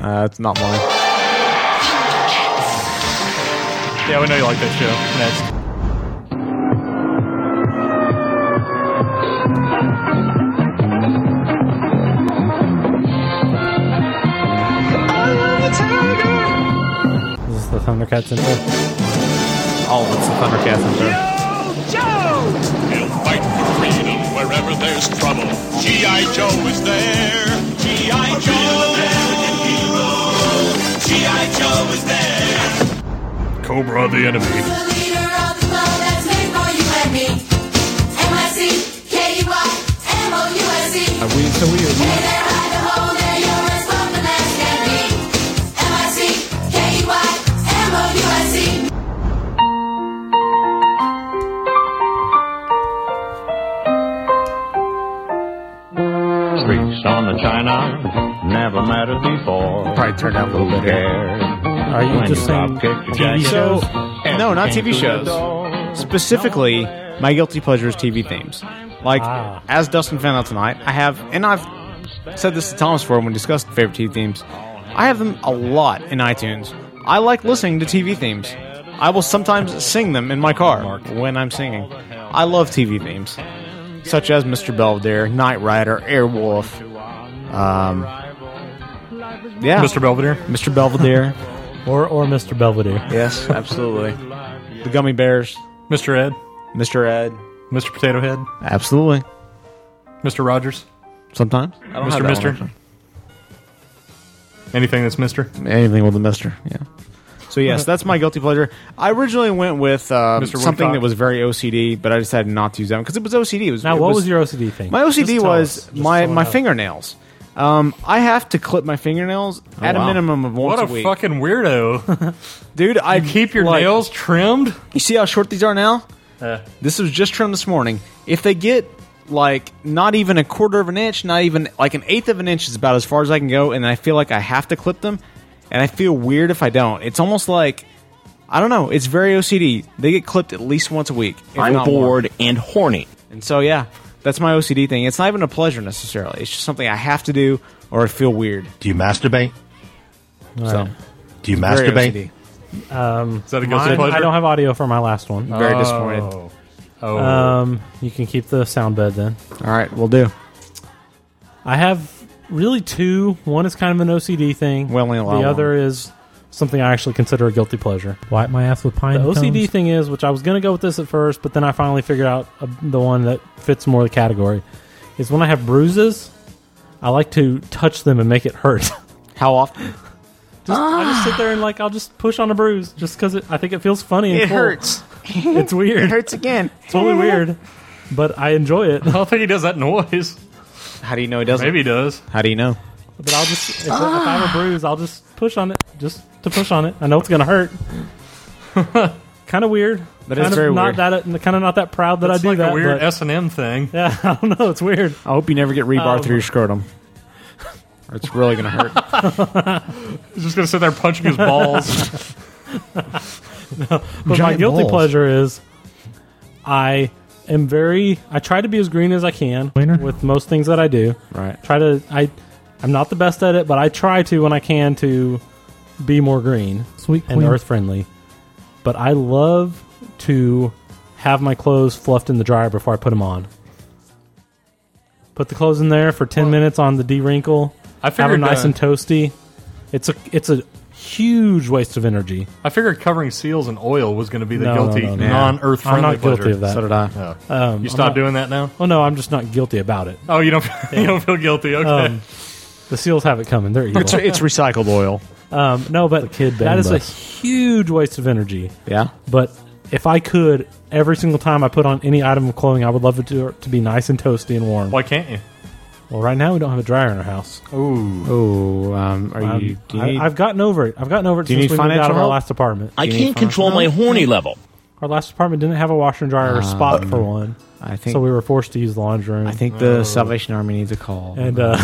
Speaker 4: Uh, it's not mine.
Speaker 6: Yeah, we know you like that show. Next.
Speaker 3: Is this the Thundercats intro?
Speaker 4: Oh, it's the Thundercats intro.
Speaker 1: He'll fight for freedom wherever there's trouble. G.I. Joe is there. G.I. Joe. G.I. Joe is there.
Speaker 6: Cobra the enemy.
Speaker 11: E.
Speaker 1: I win, so we
Speaker 11: E.
Speaker 10: Streaks on the china never mattered before.
Speaker 4: Probably turned out a little bit.
Speaker 10: Are
Speaker 4: you just saying
Speaker 10: TV
Speaker 4: So, no, not TV shows. Specifically, my guilty pleasure is TV themes. Like,
Speaker 3: Ah.
Speaker 4: as Dustin found out tonight, I have, and I've said this to Thomas before when we discussed favorite TV themes, I have them a lot in iTunes. I like listening to TV themes. I will sometimes sing them in my car when I'm singing. I love TV themes, such as Mr. Belvedere, Knight Rider, Airwolf. Um, yeah.
Speaker 6: Mr. Belvedere?
Speaker 4: Mr. Belvedere.
Speaker 3: Or or Mr. Belvedere.
Speaker 4: Yes, absolutely. the Gummy Bears.
Speaker 6: Mr. Ed.
Speaker 4: Mr. Ed.
Speaker 6: Mr. Potato Head.
Speaker 4: Absolutely.
Speaker 6: Mr. Rogers.
Speaker 4: Sometimes.
Speaker 6: Mr. Mister. Anything that's Mister.
Speaker 4: Anything with a Mister. Yeah. So yes, that's my guilty pleasure. I originally went with um,
Speaker 3: Mr.
Speaker 4: something
Speaker 3: Woodcock.
Speaker 4: that was very OCD, but I decided not to use that one because it was OCD. It was,
Speaker 3: Now,
Speaker 4: it
Speaker 3: what was your OCD thing?
Speaker 4: My
Speaker 3: Just
Speaker 4: OCD
Speaker 3: tell us.
Speaker 4: was
Speaker 3: Just
Speaker 4: my
Speaker 3: throw it
Speaker 4: my
Speaker 3: out.
Speaker 4: fingernails. Um, I have to clip my fingernails
Speaker 6: Oh,
Speaker 4: at a
Speaker 6: wow.
Speaker 4: minimum of once
Speaker 6: What
Speaker 4: a
Speaker 6: a
Speaker 4: week.
Speaker 6: fucking weirdo,
Speaker 4: dude! I
Speaker 6: keep your
Speaker 4: like-
Speaker 6: nails trimmed. Uh.
Speaker 4: You see how short these are now? This was just trimmed this morning. If they get like not even a quarter of an inch, not even like an eighth of an inch is about as far as I can go, and I feel like I have to clip them, and I feel weird if I don't. It's almost like I don't know. It's very OCD. They get clipped at least once a week. if
Speaker 13: I'm
Speaker 4: not more.
Speaker 13: bored and horny.
Speaker 4: And so yeah, that's my OCD thing. It's not even a pleasure necessarily. It's just something I have to do or I feel weird.
Speaker 14: Do you masturbate?
Speaker 4: So
Speaker 14: Do you
Speaker 4: it's very
Speaker 14: masturbate?
Speaker 4: OCD.
Speaker 3: Um,
Speaker 6: Is that a guilty
Speaker 3: mine-
Speaker 6: pleasure?
Speaker 3: I don't have audio for my last one.
Speaker 4: I'm very disappointed.
Speaker 6: Oh.
Speaker 3: Um, you can keep the sound bed then.
Speaker 4: All right, we'll do.
Speaker 3: I have really two. One is kind of an OCD thing.
Speaker 4: Well, only
Speaker 3: the
Speaker 4: allow
Speaker 3: other is something I actually consider a guilty pleasure.
Speaker 5: Wipe my ass with pine
Speaker 3: The OCD
Speaker 5: cones.
Speaker 3: thing is, which I was going to go with this at first, but then I finally figured out uh the one that fits more the category, is when I have bruises, I like to touch them and make it hurt.
Speaker 4: How often?
Speaker 3: Just, I just sit there and like I'll just push on a bruise just because I think it feels funny. And
Speaker 4: It
Speaker 3: cool.
Speaker 4: hurts.
Speaker 3: it's weird.
Speaker 4: It hurts again.
Speaker 3: It's totally weird, but I enjoy it. I
Speaker 6: don't think he does that noise.
Speaker 4: How do you know he doesn't?
Speaker 6: Maybe he does.
Speaker 4: How do you know?
Speaker 3: But I'll just if, if I have a bruise, I'll just push on it, just to push on it. I know it's gonna hurt. kind of weird.
Speaker 4: That is
Speaker 3: kind of
Speaker 4: very weird.
Speaker 3: not that kind of not that proud that
Speaker 6: That's
Speaker 3: I do
Speaker 6: like
Speaker 3: that.
Speaker 6: a weird
Speaker 3: but-
Speaker 6: S and M thing.
Speaker 3: yeah, I don't know. It's weird.
Speaker 4: I hope you never get rebar
Speaker 3: Um,
Speaker 4: through your scrotum. Or It's really gonna hurt.
Speaker 6: He's just gonna sit there punching his balls.
Speaker 3: no, but my
Speaker 6: Giant
Speaker 3: guilty
Speaker 6: balls.
Speaker 3: pleasure is I am very I try to be as green as I can with most things that I do.
Speaker 4: Right.
Speaker 3: Try to I I'm not the best at it, but I try to when I can to be more green,
Speaker 5: Sweet
Speaker 3: and
Speaker 5: queen.
Speaker 3: earth friendly. But I love to have my clothes fluffed in the dryer before I put them on. Put the clothes in there for 10 minutes on the de-wrinkle.
Speaker 6: I
Speaker 3: have them
Speaker 6: figured,
Speaker 3: nice
Speaker 6: uh,
Speaker 3: and toasty. It's a it's a huge waste of energy.
Speaker 6: I figured covering seals in oil was gonna be the
Speaker 3: No, no,
Speaker 6: guilty,
Speaker 3: no, no.
Speaker 6: non-earth friendly.
Speaker 3: I'm not guilty
Speaker 6: pleasure.
Speaker 3: of that.
Speaker 6: Yeah.
Speaker 3: Um,
Speaker 6: you
Speaker 3: I'm
Speaker 6: stop
Speaker 3: not-
Speaker 6: doing that now?
Speaker 3: Well, no, I'm just not guilty about it.
Speaker 6: Oh, you don't. you don't feel guilty. Okay.
Speaker 3: Um, the seals have it coming. They're evil.
Speaker 4: It's- it's recycled oil.
Speaker 3: Um, no, but that
Speaker 4: band
Speaker 3: is a
Speaker 4: bus.
Speaker 3: huge waste of energy.
Speaker 4: Yeah.
Speaker 3: But if I could, every single time I put on any item of clothing, I would love it to, to be nice and toasty and warm.
Speaker 6: Why can't you?
Speaker 3: Well, right now we don't have a dryer in our house.
Speaker 6: Ooh.
Speaker 4: Oh, um, are
Speaker 3: Um,
Speaker 4: you? Do you
Speaker 3: I,
Speaker 4: need,
Speaker 3: I've gotten over it. I've gotten over it
Speaker 4: Do you
Speaker 3: since
Speaker 4: need
Speaker 3: we moved out
Speaker 4: financial
Speaker 3: of our
Speaker 4: help?
Speaker 3: last apartment.
Speaker 4: I Do you need can't control
Speaker 13: my horny level.
Speaker 3: Our last apartment didn't have a washer and dryer or
Speaker 4: Uh,
Speaker 3: a spot for one.
Speaker 4: I think-
Speaker 3: so. We were forced to use the laundry room.
Speaker 4: I think the Salvation Army needs a call.
Speaker 3: And, uh,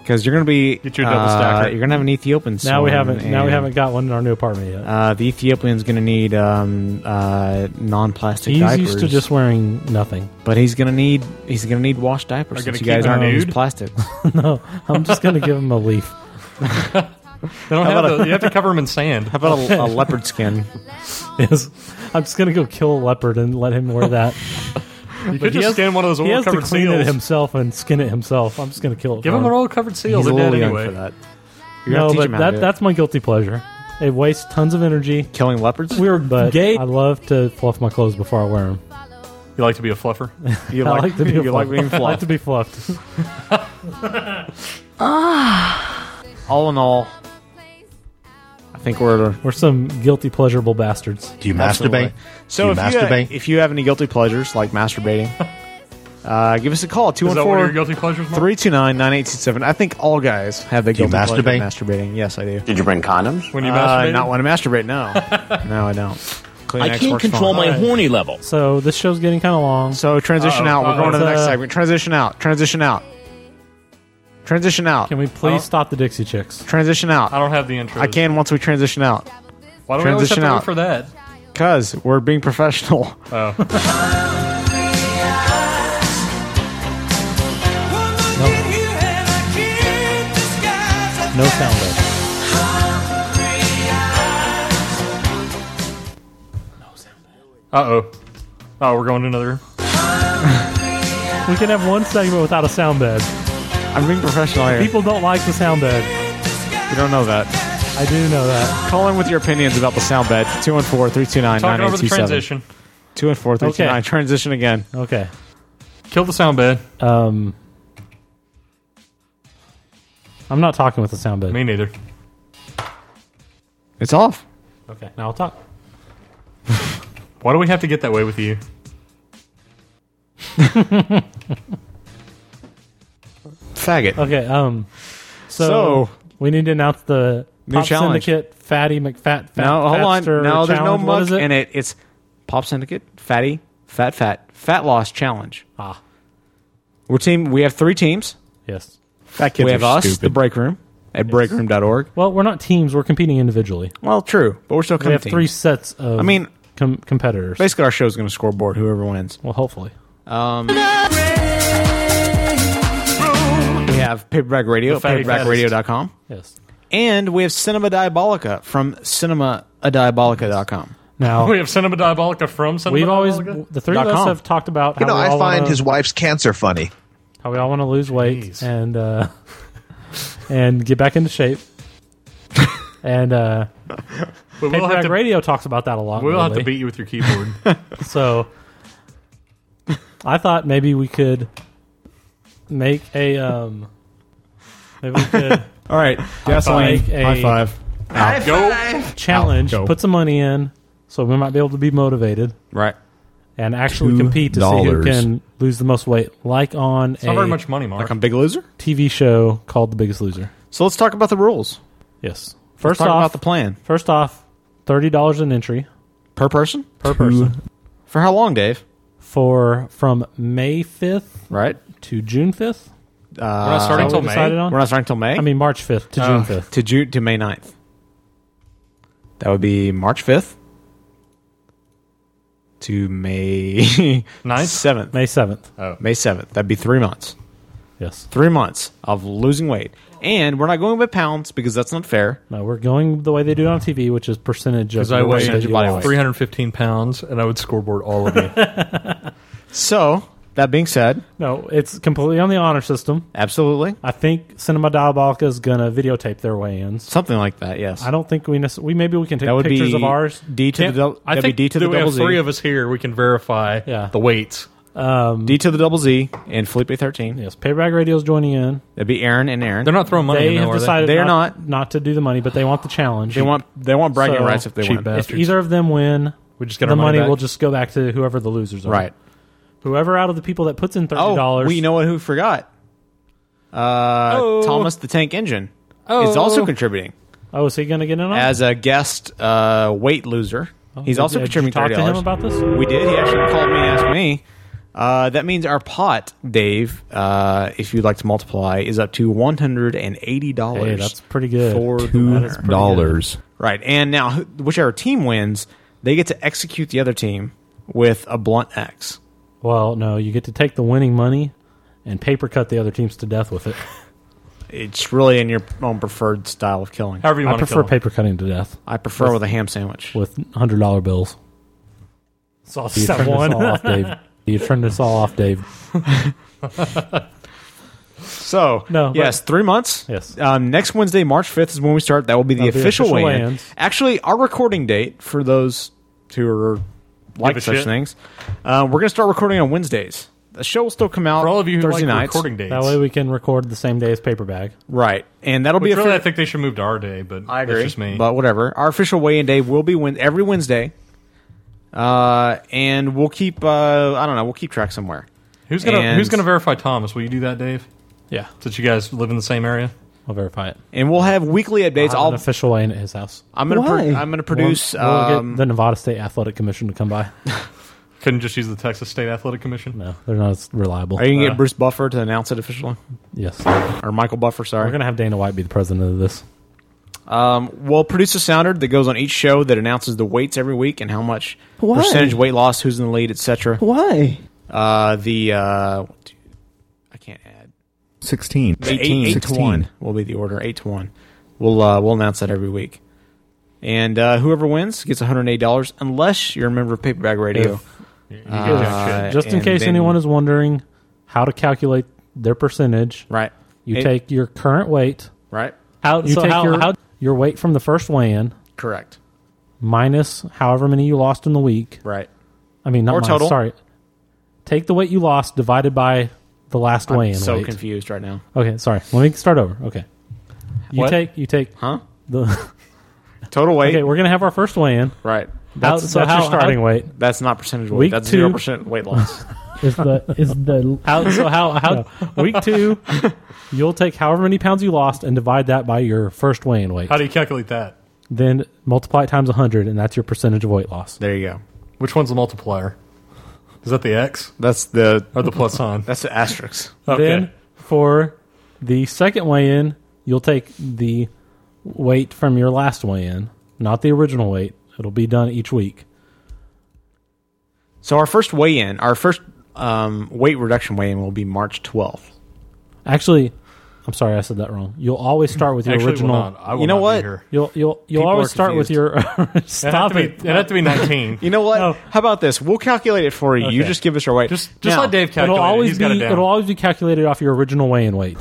Speaker 4: because you're gonna be
Speaker 3: Get your double stacker.
Speaker 4: uh, you're gonna have an Ethiopian.
Speaker 3: now we
Speaker 4: soon,
Speaker 3: haven't. Now we
Speaker 4: and,
Speaker 3: haven't got one in our new apartment yet.
Speaker 4: Uh, the Ethiopian's gonna need um, uh, non-plastic
Speaker 3: He's
Speaker 4: diapers.
Speaker 3: used to just wearing nothing.
Speaker 4: but he's gonna need he's gonna need washed diapers.
Speaker 3: Are you
Speaker 4: since you
Speaker 3: gonna
Speaker 4: guys
Speaker 3: keep
Speaker 4: aren't
Speaker 3: him
Speaker 4: gonna use
Speaker 3: nude?
Speaker 4: plastic.
Speaker 3: no, I'm just gonna give him a leaf.
Speaker 6: They don't have the- you have to cover them in sand.
Speaker 4: How about a, a leopard skin?
Speaker 3: yes, I'm just gonna go kill a leopard and let him wear that.
Speaker 6: You could
Speaker 3: But he
Speaker 6: just
Speaker 3: has-
Speaker 6: skin one of those
Speaker 3: He has to
Speaker 6: oil-covered
Speaker 3: clean it
Speaker 6: seals.
Speaker 3: himself and skin it himself. I'm just gonna kill it.
Speaker 6: Give
Speaker 3: for
Speaker 4: Um,
Speaker 6: him an oil-covered seal.
Speaker 4: He's
Speaker 6: They're
Speaker 4: a little
Speaker 6: dead
Speaker 4: young
Speaker 6: anyway.
Speaker 4: for that. You're gonna
Speaker 3: No,
Speaker 4: teach
Speaker 3: but
Speaker 4: him how to
Speaker 3: that,
Speaker 4: do it.
Speaker 3: that's my guilty pleasure. It wastes tons of energy.
Speaker 4: Killing leopards.
Speaker 3: Weird, but gay. I love to fluff my clothes before I wear them.
Speaker 6: You like to be a fluffer?
Speaker 3: You I like- like to be a you like fluffer. being fluffed. I like to be
Speaker 4: fluffed. all in all, I think we're
Speaker 3: we're some guilty pleasurable bastards.
Speaker 4: Do you
Speaker 3: masturbate?
Speaker 4: So
Speaker 3: Do you
Speaker 4: if
Speaker 3: masturbate?
Speaker 4: You, uh, if you have any guilty pleasures like masturbating, uh, give us a call
Speaker 6: Is that one of your
Speaker 4: 214
Speaker 6: guilty pleasures? Mark?
Speaker 4: 329 9827. I think all guys have the
Speaker 6: Do you
Speaker 4: guilty pleasure of
Speaker 6: masturbate?
Speaker 4: masturbating. Yes, I do.
Speaker 13: Did you bring condoms?
Speaker 6: When you
Speaker 4: uh,
Speaker 6: masturbated?
Speaker 4: Not when I masturbate, no. no, I don't.
Speaker 13: I
Speaker 4: Kleenex
Speaker 13: can't
Speaker 4: works
Speaker 13: control
Speaker 4: fine.
Speaker 13: my horny level.
Speaker 3: So this show's getting kind of long.
Speaker 4: So transition out. We're going to the next
Speaker 3: Uh,
Speaker 4: segment. Transition out. Transition out. Transition out. Can
Speaker 3: we Please stop the Dixie Chicks.
Speaker 4: Transition out.
Speaker 6: I don't have the intro.
Speaker 4: I can once we transition out.
Speaker 6: Why do we always have
Speaker 4: transition
Speaker 6: to
Speaker 4: out?
Speaker 6: wait for that?
Speaker 4: Because we're being professional.
Speaker 6: Oh.
Speaker 3: No sound. Though.
Speaker 6: Uh oh. Oh, we're going to another.
Speaker 3: We can have one segment without a sound bed.
Speaker 4: I'm being professional here.
Speaker 3: People don't like the sound bed.
Speaker 4: You don't know that.
Speaker 3: I do know that.
Speaker 4: Call in with your opinions about the sound bed. 214 329
Speaker 6: Talking over the transition.
Speaker 4: 214 329. Transition again.
Speaker 3: Okay.
Speaker 6: Kill the sound bed.
Speaker 3: Um, I'm not talking with the sound bed.
Speaker 6: Me neither.
Speaker 4: It's off.
Speaker 3: Okay, now I'll talk.
Speaker 6: Why do we have to get that way with you?
Speaker 4: Faggot.
Speaker 3: Okay, um, so,
Speaker 4: So-
Speaker 3: we need to announce the
Speaker 4: New
Speaker 3: Pop
Speaker 4: challenge.
Speaker 3: Syndicate Fatty McFat Fat
Speaker 4: no, hold on.
Speaker 3: Fatster
Speaker 4: No, there's no
Speaker 3: challenge. What
Speaker 4: muck
Speaker 3: is it?
Speaker 4: in it. It's Pop Syndicate, Fatty, Fat Fat, Fat Loss Challenge.
Speaker 3: Ah.
Speaker 4: We're team. We have three teams.
Speaker 3: Yes.
Speaker 4: Fat
Speaker 3: kids
Speaker 4: We
Speaker 3: are
Speaker 4: have us,
Speaker 3: stupid.
Speaker 4: the Break Room, at breakroom.org.
Speaker 3: Well, we're not teams. We're competing individually.
Speaker 4: Well, true, but we're still
Speaker 3: We have
Speaker 4: competing.
Speaker 3: three sets of.
Speaker 4: I mean-
Speaker 3: com- competitors.
Speaker 4: Basically, our show's going to scoreboard whoever wins.
Speaker 3: Well, hopefully.
Speaker 4: Um, we have Paperback Radio,
Speaker 3: The Fatty
Speaker 4: paperbackradio.com.
Speaker 3: Yes.
Speaker 4: And we have Cinema Diabolica from cinemadiabolica.com.
Speaker 3: Now
Speaker 6: we have Cinema Diabolica from Cinema
Speaker 3: We've always
Speaker 6: Diabolica?
Speaker 3: the three of us have talked about how
Speaker 14: You know,
Speaker 3: we
Speaker 14: I
Speaker 3: all
Speaker 14: find
Speaker 3: wanna,
Speaker 14: his wife's cancer funny.
Speaker 3: how we all want to lose weight and uh, and get back into shape. and uh,
Speaker 6: we'll
Speaker 3: Paperback
Speaker 6: have to-
Speaker 3: Radio talks about that a lot.
Speaker 6: We'll have to
Speaker 3: lately.
Speaker 6: beat you with your keyboard.
Speaker 3: so I thought maybe we could make a um maybe we could
Speaker 4: all right
Speaker 2: gasoline. High five. High
Speaker 3: go challenge
Speaker 2: Out. Go.
Speaker 3: put some money in so we might be able to be motivated
Speaker 4: right
Speaker 3: and actually
Speaker 2: Two
Speaker 3: compete to see who
Speaker 2: dollars.
Speaker 3: can lose the most weight like on
Speaker 6: It's not
Speaker 3: a
Speaker 6: very much money, Mark. Like
Speaker 4: on Big Loser
Speaker 3: TV show called The Biggest Loser
Speaker 4: So let's talk about the rules. Let's
Speaker 3: Yes. First
Speaker 4: talk
Speaker 3: off-
Speaker 4: about the plan
Speaker 3: first off thirty dollars an entry
Speaker 4: per person
Speaker 3: per person
Speaker 4: for how long Dave
Speaker 3: for from May fifth
Speaker 4: right
Speaker 3: to June fifth
Speaker 4: uh,
Speaker 3: not starting till May?
Speaker 4: We're not starting till May. Oh.
Speaker 3: I mean, March 5th to June 5th.
Speaker 4: to June to May 9th. That would be March fifth to May 9th? seventh.
Speaker 3: May seventh.
Speaker 4: Oh, May seventh. That'd be three months.
Speaker 3: Yes,
Speaker 4: three months of losing weight, and we're not going by pounds because that's not fair.
Speaker 3: No, we're going the way they do it on TV, which is percentage of
Speaker 6: Because I
Speaker 3: your
Speaker 6: weigh
Speaker 3: weight that you lost.
Speaker 6: 315 pounds, and I would scoreboard all of you.
Speaker 4: So that being said,
Speaker 3: No, it's completely on the honor system.
Speaker 4: Absolutely.
Speaker 3: I think Cinema Diabolica is going to videotape their weigh-ins.
Speaker 4: Something like that, yes.
Speaker 3: I don't think we necessarily... We, maybe we can take
Speaker 4: That would
Speaker 3: pictures
Speaker 4: be
Speaker 3: of ours.
Speaker 4: D to the dou-
Speaker 6: I
Speaker 4: that'd be
Speaker 6: think
Speaker 4: D to
Speaker 6: that
Speaker 4: the
Speaker 6: we have
Speaker 4: double Z.
Speaker 6: three of us here. We can verify the weights.
Speaker 3: Um,
Speaker 4: D to the double Z and Felipe thirteen.
Speaker 3: Yes, Payback Radio's joining in.
Speaker 4: That'd be Aaron and Aaron.
Speaker 6: They're not throwing money
Speaker 3: They
Speaker 6: in there,
Speaker 3: have
Speaker 6: are they?
Speaker 3: decided
Speaker 6: They're
Speaker 3: not, not to do the money, but they want the challenge.
Speaker 4: They want- they want bragging rights if they
Speaker 3: cheap
Speaker 4: win.
Speaker 3: If
Speaker 4: bastards.
Speaker 3: either of them win,
Speaker 4: We just get
Speaker 3: the
Speaker 4: our money back?
Speaker 3: will just go back to whoever the losers are.
Speaker 4: Right.
Speaker 3: Whoever out of the people that puts in thirty
Speaker 4: Oh,
Speaker 3: dollars,
Speaker 4: we know what who forgot. Uh,
Speaker 3: Oh.
Speaker 4: Thomas the Tank Engine is also
Speaker 3: Oh.
Speaker 4: contributing
Speaker 3: Oh, is he going to get in on?
Speaker 4: as a guest uh, weight loser. He's
Speaker 3: Oh, did-
Speaker 4: also
Speaker 3: did you
Speaker 4: contributing.
Speaker 3: talk to
Speaker 4: $30.
Speaker 3: him about this?
Speaker 4: We did. He actually called me and asked me. Uh, that means our pot, Dave, uh, if you'd like to multiply, is up to one hundred and eighty dollars.
Speaker 3: Hey, that's pretty good.
Speaker 4: For the
Speaker 3: Two
Speaker 4: winner.
Speaker 2: dollars.
Speaker 4: Right. And now, who- whichever team wins, they get to execute the other team with a blunt axe.
Speaker 3: Well, no, you get to take the winning money and paper cut the other teams to death with it.
Speaker 4: It's really in your own preferred style of killing.
Speaker 3: I prefer paper cutting to death.
Speaker 4: I prefer with a ham sandwich
Speaker 3: with hundred dollar bills. So I'll
Speaker 4: You
Speaker 3: set
Speaker 4: turned us
Speaker 3: one.
Speaker 4: all off, Dave.
Speaker 3: You turned us all off, Dave.
Speaker 4: So
Speaker 3: No,
Speaker 4: yes, three months.
Speaker 3: Yes.
Speaker 4: Um, next Wednesday, March fifth, is when we start. That will be the
Speaker 3: That'll be
Speaker 4: official,
Speaker 3: official
Speaker 4: weigh-in.
Speaker 3: weigh-ins.
Speaker 4: Actually, our recording date for those who are
Speaker 6: Give
Speaker 4: like
Speaker 6: a
Speaker 4: such
Speaker 6: shit.
Speaker 4: things, uh, we're going to start recording on Wednesdays. The show will still come out for all of you Thursday nights.
Speaker 3: That way we can record the same day as Paperbag.
Speaker 4: right? And that'll be
Speaker 6: Which
Speaker 4: a
Speaker 6: really, I think they should move to our day, but I
Speaker 4: agree,
Speaker 6: that's just me.
Speaker 4: But whatever. Our official weigh-in day will be when every Wednesday, uh, and we'll keep. Uh, I don't know. We'll keep track somewhere.
Speaker 6: who's gonna
Speaker 4: And-
Speaker 6: Who's gonna verify Thomas? Will you do that, Dave?
Speaker 3: Yeah,
Speaker 6: since you guys live in the same area,
Speaker 3: I'll verify it.
Speaker 4: And we'll have weekly updates.
Speaker 3: I'll have an official weigh-in at his house.
Speaker 4: I'm gonna pro- I'm gonna produce.
Speaker 3: We'll, we'll
Speaker 4: um,
Speaker 3: get the Nevada State Athletic Commission to come by.
Speaker 6: Couldn't just use the Texas State Athletic Commission.
Speaker 3: No, they're not as reliable.
Speaker 4: Are you gonna
Speaker 3: Uh,
Speaker 4: get Bruce Buffer to announce it officially?
Speaker 3: Yes.
Speaker 4: Or Michael Buffer, sorry.
Speaker 3: We're gonna have Dana White be the president of this.
Speaker 4: Um, we'll produce a sounder that goes on each show that announces the weights every week and how much
Speaker 15: Why?
Speaker 4: percentage weight loss, who's in the lead, etc.
Speaker 15: Why?
Speaker 4: Uh, the uh, I can't add.
Speaker 2: 16.
Speaker 4: Eight, eight to one will be the order. Eight to one. We'll uh, we'll announce that every week. And uh, whoever wins gets one hundred eight dollars, unless you're a member of Paperback Radio. Uh,
Speaker 3: just in
Speaker 4: and
Speaker 3: case
Speaker 4: then-
Speaker 3: anyone is wondering how to calculate their percentage.
Speaker 4: Right.
Speaker 3: You
Speaker 4: It-
Speaker 3: take your current weight.
Speaker 4: Right.
Speaker 5: How-
Speaker 3: you
Speaker 5: so
Speaker 3: take
Speaker 5: how-
Speaker 3: your,
Speaker 5: how-
Speaker 3: your weight from the first weigh-in
Speaker 4: correct
Speaker 3: minus however many you lost in the week.
Speaker 4: Right.
Speaker 3: I mean, not
Speaker 4: Or
Speaker 3: minus,
Speaker 4: total.
Speaker 3: Sorry. Take the weight you lost divided by the last
Speaker 4: I'm
Speaker 3: weigh-in.
Speaker 4: so
Speaker 3: weight.
Speaker 4: confused right now.
Speaker 3: Okay, sorry. Let me start over. Okay. You
Speaker 4: What?
Speaker 3: take you take
Speaker 4: huh
Speaker 3: the
Speaker 4: Total weight.
Speaker 3: Okay, we're gonna have our first weigh-in.
Speaker 4: Right.
Speaker 3: That's, so how,
Speaker 4: your starting
Speaker 3: how,
Speaker 4: weight. That's not percentage weight.
Speaker 3: Week
Speaker 4: that's
Speaker 3: two-
Speaker 4: zero percent weight loss.
Speaker 5: Is the is the
Speaker 3: How, so how how week two, you'll take however many pounds you lost and divide that by your first weigh-in weight.
Speaker 6: How do you calculate that?
Speaker 3: Then multiply it times hundred, and that's your percentage of weight loss.
Speaker 4: There you go.
Speaker 6: Which one's the multiplier? Is that the X
Speaker 4: That's the
Speaker 6: or the plus sign? Oh,
Speaker 4: That's the asterisk.
Speaker 3: Then for the second weigh-in, you'll take the weight from your last weigh-in, not the original weight. It'll be done each week.
Speaker 4: So our first weigh-in, our first um, weight reduction weigh-in will be March 12th.
Speaker 3: Actually, I'm sorry, I said that wrong. You'll always start with your
Speaker 6: Actually,
Speaker 3: original.
Speaker 6: will not. I will
Speaker 3: you know
Speaker 6: not be
Speaker 3: what?
Speaker 6: here.
Speaker 3: You'll you'll you'll
Speaker 4: People
Speaker 3: always
Speaker 4: are
Speaker 3: start with your. Stop
Speaker 6: It'd have to
Speaker 3: it.
Speaker 6: be- it'd have to be 19.
Speaker 4: You know what? How about this? We'll calculate it for you. You
Speaker 3: Okay.
Speaker 4: just give us your weight. Just,
Speaker 6: just let Dave
Speaker 3: It'll
Speaker 6: calculate it.
Speaker 3: always
Speaker 6: He's
Speaker 3: be
Speaker 6: got it down.
Speaker 3: it'll always be calculated off your original weigh-in weight.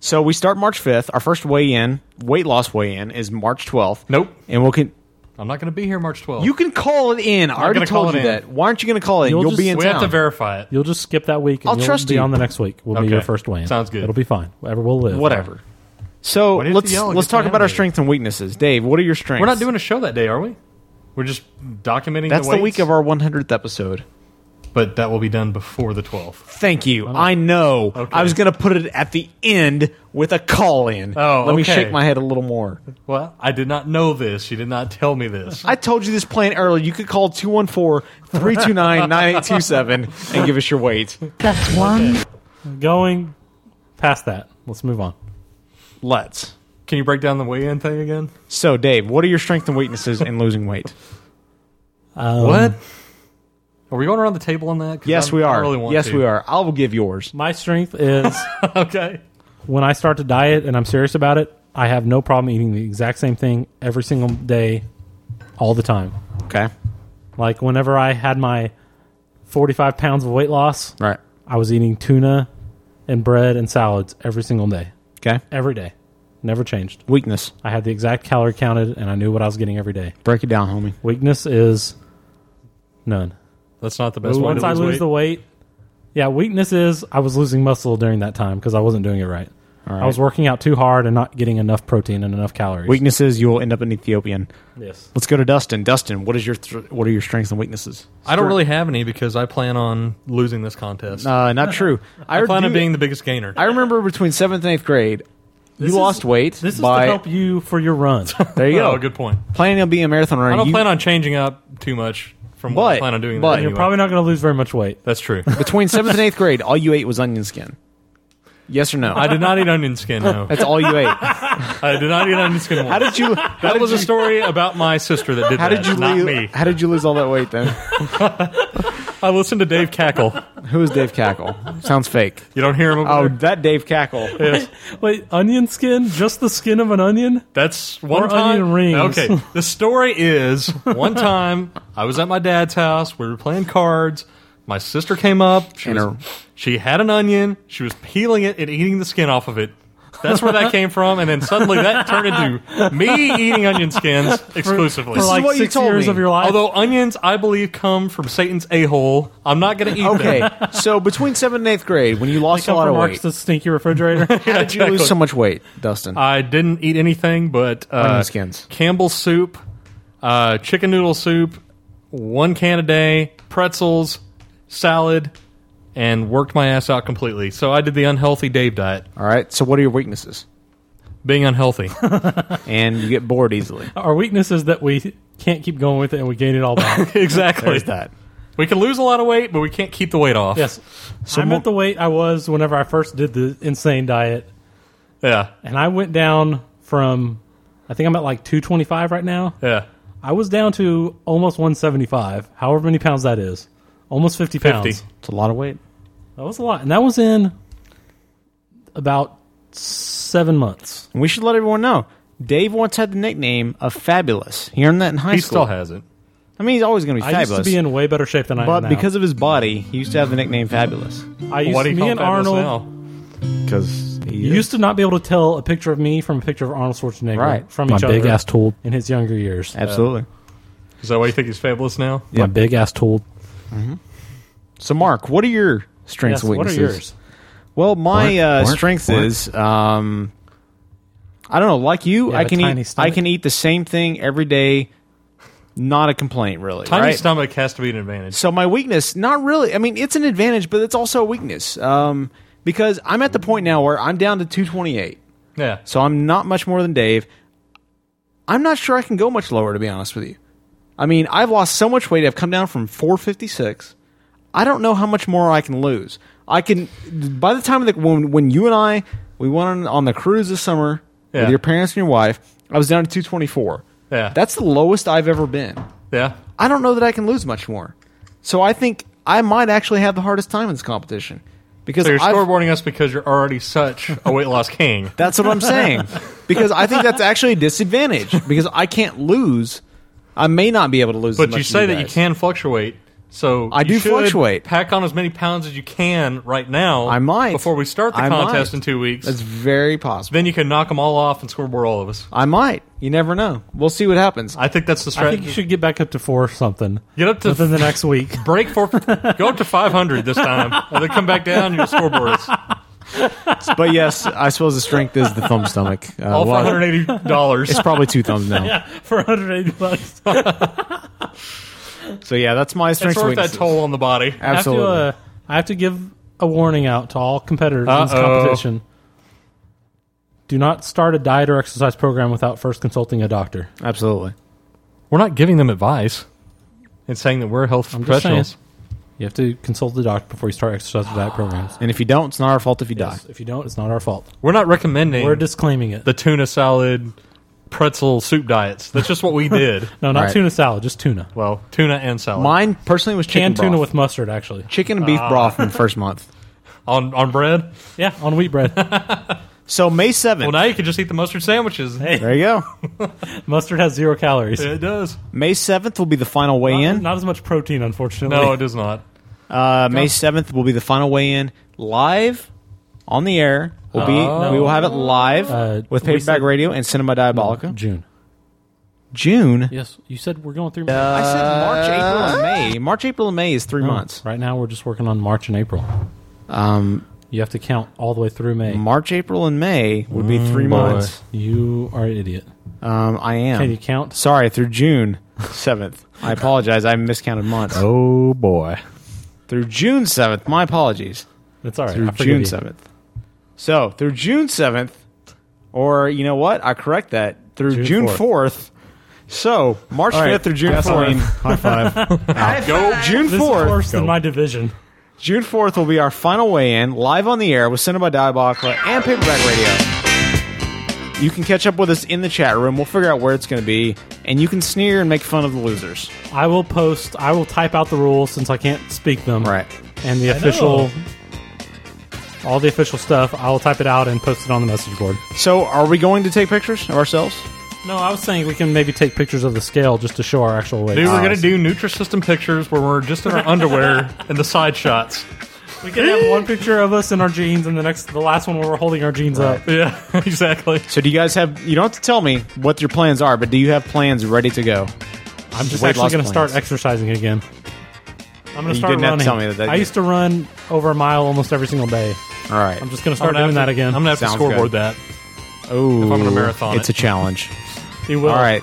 Speaker 4: So we start March 5th. Our first weigh-in, weight loss weigh-in, is March 12th. Nope. And we'll can.
Speaker 6: I'm not going to be here March 12th.
Speaker 4: You can call it in. I
Speaker 6: I'm
Speaker 4: already
Speaker 6: gonna call
Speaker 4: told
Speaker 6: it
Speaker 4: you
Speaker 6: in.
Speaker 4: that. Why aren't you going to call it? in? You'll, be in
Speaker 6: we
Speaker 4: town.
Speaker 6: have to verify it.
Speaker 3: You'll just skip that week. And
Speaker 4: I'll
Speaker 3: you'll
Speaker 4: trust
Speaker 3: be
Speaker 4: you.
Speaker 3: on the next week. Will be
Speaker 4: Okay.
Speaker 3: your first weigh-in.
Speaker 4: Sounds good.
Speaker 3: It'll be fine. Whatever we'll live.
Speaker 4: Whatever. So
Speaker 3: Why do you have
Speaker 4: let's
Speaker 3: to yell? It
Speaker 4: let's
Speaker 3: gets
Speaker 4: talk
Speaker 3: me
Speaker 4: about our strengths and weaknesses. Dave, what are your strengths?
Speaker 6: We're not doing a show that day, are we? We're just documenting.
Speaker 4: That's the,
Speaker 6: the
Speaker 4: week of our 100th episode.
Speaker 6: But that will be done before the 12th.
Speaker 4: Thank you. I know. I was going to put it at the end with a call in.
Speaker 6: Oh,
Speaker 4: let me
Speaker 6: okay.
Speaker 4: shake my head a little more.
Speaker 6: Well, I did not know this. You did not tell me this.
Speaker 4: I told you this plan earlier. You could call 214-329-9827 and give us your weight.
Speaker 3: That's one. Going past that. Let's move on.
Speaker 4: Let's.
Speaker 6: Can you break down the weigh-in thing again?
Speaker 4: So, Dave, what are your strengths and weaknesses in losing weight?
Speaker 3: Um,
Speaker 6: what? Are we going around the table on that? 'Cause
Speaker 4: Yes,
Speaker 6: I'm-
Speaker 4: we
Speaker 6: I
Speaker 4: are.
Speaker 6: really want
Speaker 4: yes,
Speaker 6: to.
Speaker 4: we are. I will give yours.
Speaker 3: My strength is
Speaker 6: okay.
Speaker 3: when I start to diet and I'm serious about it. I have no problem eating the exact same thing every single day, all the time.
Speaker 4: Okay.
Speaker 3: Like whenever I had my 45 pounds of weight loss,
Speaker 4: right?
Speaker 3: I was eating tuna and bread and salads every single day.
Speaker 4: Okay.
Speaker 3: Every day. Never changed.
Speaker 4: Weakness.
Speaker 3: I had the exact calorie counted and I knew what I was getting every day.
Speaker 4: Break it down, homie.
Speaker 3: Weakness is none.
Speaker 6: That's not the best way
Speaker 3: Once
Speaker 6: to
Speaker 3: I
Speaker 6: lose
Speaker 3: lose
Speaker 6: weight.
Speaker 3: the weight, yeah, weakness is I was losing muscle during that time because I wasn't doing it right.
Speaker 4: right.
Speaker 3: I was working out too hard and not getting enough protein and enough calories.
Speaker 4: Weaknesses, you will end up an Ethiopian.
Speaker 3: Yes.
Speaker 4: Let's go to Dustin. Dustin, what is your thr what are your strengths and weaknesses?
Speaker 6: I don't really have any because I plan on losing this contest.
Speaker 4: Uh, not true.
Speaker 6: I,
Speaker 4: I
Speaker 6: plan on
Speaker 4: do-
Speaker 6: being the biggest gainer.
Speaker 4: I remember between seventh and eighth grade, you lost weight.
Speaker 3: This is
Speaker 4: by,
Speaker 3: to help you for your run.
Speaker 4: There you go.
Speaker 6: Oh, good point.
Speaker 4: Planning on being a marathon runner.
Speaker 6: I don't
Speaker 4: you-
Speaker 6: plan on changing up too much from what I plan on doing.
Speaker 4: but-
Speaker 6: anyway.
Speaker 3: You're probably not going to lose very much weight.
Speaker 6: That's true.
Speaker 4: between seventh and eighth grade, all you ate was onion skin. Yes or no?
Speaker 6: I did not eat onion skin. No,
Speaker 4: That's all you ate.
Speaker 6: I did not eat onion skin. Once. How
Speaker 4: did you?
Speaker 6: that was a story about my sister that did
Speaker 4: How
Speaker 6: that.
Speaker 4: did you
Speaker 6: not
Speaker 4: lose?
Speaker 6: me.
Speaker 4: How did you lose all that weight then?
Speaker 6: I listened to Dave cackle.
Speaker 4: Who is Dave Cackle? Sounds fake.
Speaker 6: You don't hear him. Over
Speaker 4: Oh,
Speaker 6: there?
Speaker 4: that Dave Cackle.
Speaker 6: Yes.
Speaker 3: Wait, onion skin? Just the skin of an onion?
Speaker 6: That's one
Speaker 3: Or
Speaker 6: time.
Speaker 3: onion rings.
Speaker 6: Okay, the story is one time I was at my dad's house. We were playing cards. My sister came up. She,
Speaker 4: And
Speaker 6: was,
Speaker 4: her-
Speaker 6: she had an onion. She was peeling it and eating the skin off of it. That's where that came from. And then suddenly that turned into me eating onion skins exclusively.
Speaker 3: For This is like what you six told years me. of your life?
Speaker 6: Although onions, I believe, come from Satan's a hole. I'm not going to eat
Speaker 4: Okay,
Speaker 6: them.
Speaker 4: so between seventh and eighth grade, when you lost a
Speaker 3: Come
Speaker 4: lot
Speaker 3: from
Speaker 4: of weight,
Speaker 3: Mark's the stinky refrigerator.
Speaker 4: how did you lose so much weight, Dustin?
Speaker 6: I didn't eat anything but uh,
Speaker 4: Onion skins.
Speaker 6: Campbell's soup, uh, chicken noodle soup, one can a day, pretzels, salad, and worked my ass out completely. So I did the unhealthy Dave diet,
Speaker 4: All right. So, what are your weaknesses?
Speaker 6: being unhealthy.
Speaker 4: And you get bored easily.
Speaker 3: Our weakness is that we can't keep going with it and we gain it all back.
Speaker 6: exactly.
Speaker 4: There's that.
Speaker 6: We can lose a lot of weight, but we can't keep the weight off.
Speaker 3: yes. I'm at the weight I was whenever I first did the insane diet.
Speaker 6: Yeah.
Speaker 3: And I went down from, I think I'm at like 225 right now.
Speaker 6: Yeah.
Speaker 3: I was down to almost 175, however many pounds that is. Almost 50 pounds.
Speaker 6: 50.
Speaker 4: It's a lot of weight.
Speaker 3: That was a lot. And that was in about seven months.
Speaker 4: And we should let everyone know. Dave once had the nickname of Fabulous. He earned that in high
Speaker 6: He
Speaker 4: school.
Speaker 6: still has it.
Speaker 4: I mean, he's always going to be
Speaker 3: I used
Speaker 4: fabulous.
Speaker 3: to be in way better shape than I
Speaker 4: but
Speaker 3: am now.
Speaker 4: because of his body, he used to have the nickname Fabulous.
Speaker 3: I used,
Speaker 6: Why do you
Speaker 3: me
Speaker 6: call
Speaker 3: and
Speaker 6: it fabulous
Speaker 3: Arnold
Speaker 6: now?
Speaker 4: Because he
Speaker 3: used to not be able to tell a picture of me from a picture of Arnold Schwarzenegger
Speaker 4: Right.
Speaker 3: from
Speaker 4: My
Speaker 3: each other.
Speaker 4: big ass
Speaker 3: tool in his younger years.
Speaker 4: Absolutely.
Speaker 6: Is that why you think he's fabulous now?
Speaker 3: My big ass tool.
Speaker 4: Mm-hmm. So, Mark, what are your strengths
Speaker 3: Yes,
Speaker 4: and
Speaker 3: what are
Speaker 6: Uh,
Speaker 4: weaknesses?
Speaker 3: yours?
Speaker 4: Well, my
Speaker 3: Mark,
Speaker 4: uh,
Speaker 3: Mark,
Speaker 4: strength
Speaker 3: Mark.
Speaker 4: is um, I don't know. Like you,
Speaker 3: Yeah,
Speaker 4: I
Speaker 3: but
Speaker 4: can eat.
Speaker 3: tiny
Speaker 4: I
Speaker 3: stomach.
Speaker 4: can eat the same thing every day. Not a complaint, really.
Speaker 6: Tiny
Speaker 4: right?
Speaker 6: stomach has to be an advantage.
Speaker 4: So my weakness, not really. I mean, it's an advantage, but it's also a weakness. Um, because I'm at the point now where I'm down to 228.
Speaker 6: Yeah.
Speaker 4: So I'm not much more than Dave. I'm not sure I can go much lower, to be honest with you. I mean, I've lost so much weight. I've come down from 456. I don't know how much more I can lose. I can, by the time that when, when you and I, we went on, on the cruise this summer
Speaker 6: Yeah.
Speaker 4: with your parents and your wife, I was down to 224.
Speaker 6: Yeah.
Speaker 4: That's the lowest I've ever been.
Speaker 6: Yeah.
Speaker 4: I don't know that I can lose much more. So I think I might actually have the hardest time in this competition because
Speaker 6: so you're
Speaker 4: I've-
Speaker 6: scoreboarding us because you're already such a weight loss king.
Speaker 4: that's what I'm saying. because I think that's actually a disadvantage because I can't lose. I may not be able to lose. as
Speaker 6: But
Speaker 4: much
Speaker 6: you
Speaker 4: as
Speaker 6: say that you
Speaker 4: guys.
Speaker 6: can fluctuate. So
Speaker 4: I
Speaker 6: you
Speaker 4: do
Speaker 6: should
Speaker 4: fluctuate.
Speaker 6: Pack on as many pounds as you can right now.
Speaker 4: I might
Speaker 6: before we start the
Speaker 4: I
Speaker 6: contest
Speaker 4: might.
Speaker 6: in two weeks.
Speaker 4: That's very possible.
Speaker 6: Then you can knock them all off and scoreboard all of us.
Speaker 4: I might. You never know. We'll see what happens.
Speaker 6: I think that's the
Speaker 3: I think
Speaker 6: strategy.
Speaker 3: you should get back up to four or something.
Speaker 6: Get up to
Speaker 3: within the next week.
Speaker 6: Break four. go up to five hundred this time, and then come back down. and You'll scoreboard us.
Speaker 4: But yes, I suppose the strength is the thumb stomach. Uh,
Speaker 6: All for
Speaker 4: well,
Speaker 6: $180.
Speaker 4: It's probably two thumbs now.
Speaker 3: yeah, for 180 bucks.
Speaker 4: So yeah, that's my strength.
Speaker 6: worth that toll on the body.
Speaker 4: Absolutely.
Speaker 3: I have to, uh, I have to give a warning out to all competitors in this
Speaker 6: Uh-oh.
Speaker 3: competition. Do not start a diet or exercise program without first consulting a doctor.
Speaker 4: Absolutely.
Speaker 6: We're not giving them advice and saying that we're health
Speaker 3: I'm just saying,
Speaker 6: professionals.
Speaker 3: you have to consult the doctor before you start exercise or diet programs.
Speaker 4: And if you don't, it's not our fault if you die.
Speaker 3: If you don't, it's not our fault.
Speaker 6: We're not recommending.
Speaker 3: We're disclaiming it.
Speaker 6: the tuna salad, pretzel soup diets. That's just what we did.
Speaker 3: No, not tuna salad, just tuna.
Speaker 6: Well, tuna and salad. Uh,
Speaker 4: Mine personally was chicken
Speaker 3: Canned tuna
Speaker 4: broth.
Speaker 3: with mustard, actually.
Speaker 4: chicken and beef
Speaker 3: Ah.
Speaker 4: broth in the first month.
Speaker 6: on on bread.
Speaker 3: Yeah, on wheat bread.
Speaker 4: So May seventh.
Speaker 6: Well, now you can just eat the mustard sandwiches.
Speaker 4: There you go.
Speaker 3: mustard has zero calories.
Speaker 6: It does.
Speaker 4: May seventh will be the final weigh in.
Speaker 3: Not as much protein, unfortunately.
Speaker 6: No, it does not.
Speaker 4: Uh, May seventh will be the final weigh-in live on the air. Will be
Speaker 3: Oh.
Speaker 4: we will have it live
Speaker 3: Uh,
Speaker 4: with
Speaker 3: we
Speaker 4: Paperback
Speaker 3: said-
Speaker 4: Radio and Cinema Diabolica.
Speaker 3: June.
Speaker 4: June.
Speaker 3: Yes, you said we're going through.
Speaker 4: I said March, April, and May. March, April, and May is three
Speaker 3: No,
Speaker 4: months.
Speaker 3: Oh. Right now, we're just working on March and April.
Speaker 4: Um,
Speaker 3: you have to count all the way through May.
Speaker 4: March, April, and May would be
Speaker 3: Mm,
Speaker 4: three
Speaker 3: boy.
Speaker 4: months.
Speaker 3: You are an idiot.
Speaker 4: Um, I am.
Speaker 3: Can you count?
Speaker 4: Sorry, through June seventh. I apologize. I miscounted months. Oh boy. Through June seventh. My apologies.
Speaker 3: That's all right.
Speaker 4: Through
Speaker 3: I forgive
Speaker 4: June
Speaker 3: you.
Speaker 4: seventh. So through June seventh, or you know what? I correct that through
Speaker 3: June
Speaker 4: June fourth. So March
Speaker 3: All
Speaker 4: fifth
Speaker 3: right.
Speaker 4: through June
Speaker 3: That's
Speaker 4: fourth.
Speaker 3: fine. High five.
Speaker 4: Go June
Speaker 3: This is worse
Speaker 4: fourth.
Speaker 3: than my division.
Speaker 4: June fourth will be our final weigh-in live on the air with Cinema Diabolica and Paperback Radio. You can catch up with us in the chat room. We'll figure out where it's going to be, and you can sneer and make fun of the losers.
Speaker 3: I will post. I will type out the rules since I can't speak them. Right. And the
Speaker 4: I
Speaker 3: official, all the official stuff. I will type it out and post it on the message board.
Speaker 4: So, are we going to take pictures of ourselves?
Speaker 3: No, I was saying we can maybe take pictures of the scale just to show our actual weight.
Speaker 6: Dude,
Speaker 4: Uh,
Speaker 6: we're gonna do Nutrisystem pictures where we're just in our underwear and the side shots.
Speaker 3: We can have one picture of us in our jeans, and the next, the last one where we're holding our jeans up.
Speaker 6: Yeah, exactly.
Speaker 4: So, do you guys have? You don't have to tell me what your plans are, but do you have plans ready to go?
Speaker 3: I'm just
Speaker 4: Weight
Speaker 3: actually
Speaker 4: loss
Speaker 3: going to start
Speaker 4: plans.
Speaker 3: exercising again. I'm going
Speaker 4: You
Speaker 3: to start
Speaker 4: didn't have
Speaker 3: running.
Speaker 4: to tell me that- that-
Speaker 3: I used to run over a mile almost every single day.
Speaker 4: All right.
Speaker 3: I'm just going to start doing that again.
Speaker 6: I'm gonna have to scoreboard that.
Speaker 4: Oh,
Speaker 6: If I'm gonna marathon
Speaker 4: it's
Speaker 6: it.
Speaker 4: a challenge.
Speaker 3: You will.
Speaker 4: All right.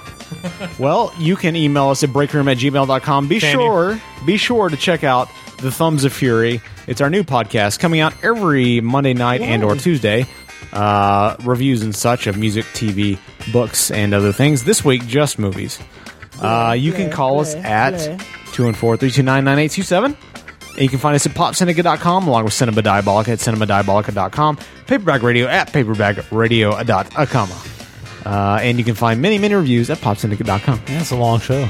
Speaker 4: well, you can email us at breakroom at gmail.com. Be
Speaker 6: Can you?
Speaker 4: sure, be sure to check out The Thumbs of Fury. It's our new podcast coming out every Monday night and or Tuesday. Uh, reviews and such of music, TV, books, and other things. This week, just movies. Uh, you can call us at
Speaker 14: play.
Speaker 4: 214-329-9827. And you can find us at popsyndicate.com along with Cinema Diabolica at cinemadiabolica.com, Paperback Radio at paperbackradio.com. Uh, and you can find many, many reviews at popsyndicate.com.
Speaker 3: Yeah, it's a long show.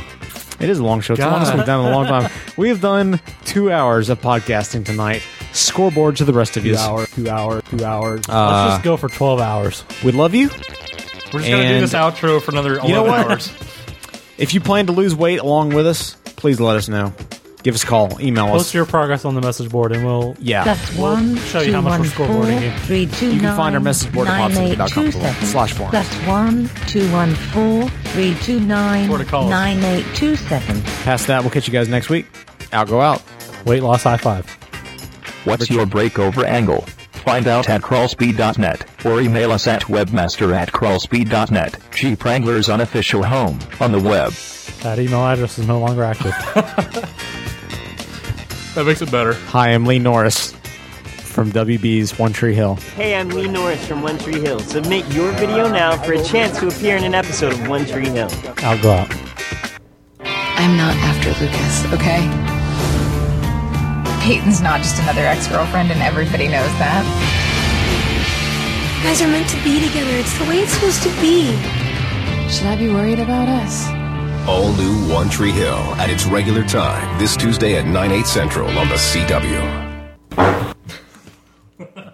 Speaker 4: It is a long show. It's the longest
Speaker 3: God.
Speaker 4: we've done in a long time. We have done two hours of podcasting tonight. Scoreboard to the rest of you.
Speaker 3: hour,
Speaker 4: two hour, two hours.
Speaker 3: Let's just go for 12 hours.
Speaker 4: We love you.
Speaker 6: We're just gonna do
Speaker 4: And-
Speaker 6: this outro for another 11
Speaker 4: You know what?
Speaker 6: hours.
Speaker 4: If you plan to lose weight along with us, please let us know. Give us a call, email us.
Speaker 3: Post your progress on the message board, and we'll
Speaker 4: Yeah.
Speaker 3: That's one. Show you how much we're scoreboarding you.
Speaker 4: You can find our message board at popsyndicate.com slash forum.
Speaker 15: That's one two one four three two nine
Speaker 4: Or to call us.
Speaker 15: nine eight two seven.
Speaker 4: Past that, we'll catch you guys next week. Out, go out.
Speaker 3: Weight loss high five.
Speaker 13: What's your breakover angle?
Speaker 8: find out at crawlspeed.net or email us at webmaster at crawlspeed.net. Jeep Wrangler's unofficial home on the web.
Speaker 3: That email address is no longer active.
Speaker 6: That makes it better.
Speaker 4: Hi, I'm Lee Norris from WB's One Tree Hill.
Speaker 5: Hey, I'm Lee Norris from One Tree Hill. Submit your video now for a chance to appear in an episode of One Tree Hill.
Speaker 4: I'll go out.
Speaker 9: I'm not after Lucas, okay? Peyton's not just another ex girlfriend, and everybody knows that.
Speaker 11: You guys are meant to be together. It's the way it's supposed to be.
Speaker 9: Should I be worried about us?
Speaker 12: All new One Tree Hill at its regular time this Tuesday at 9, 8 central on the CW.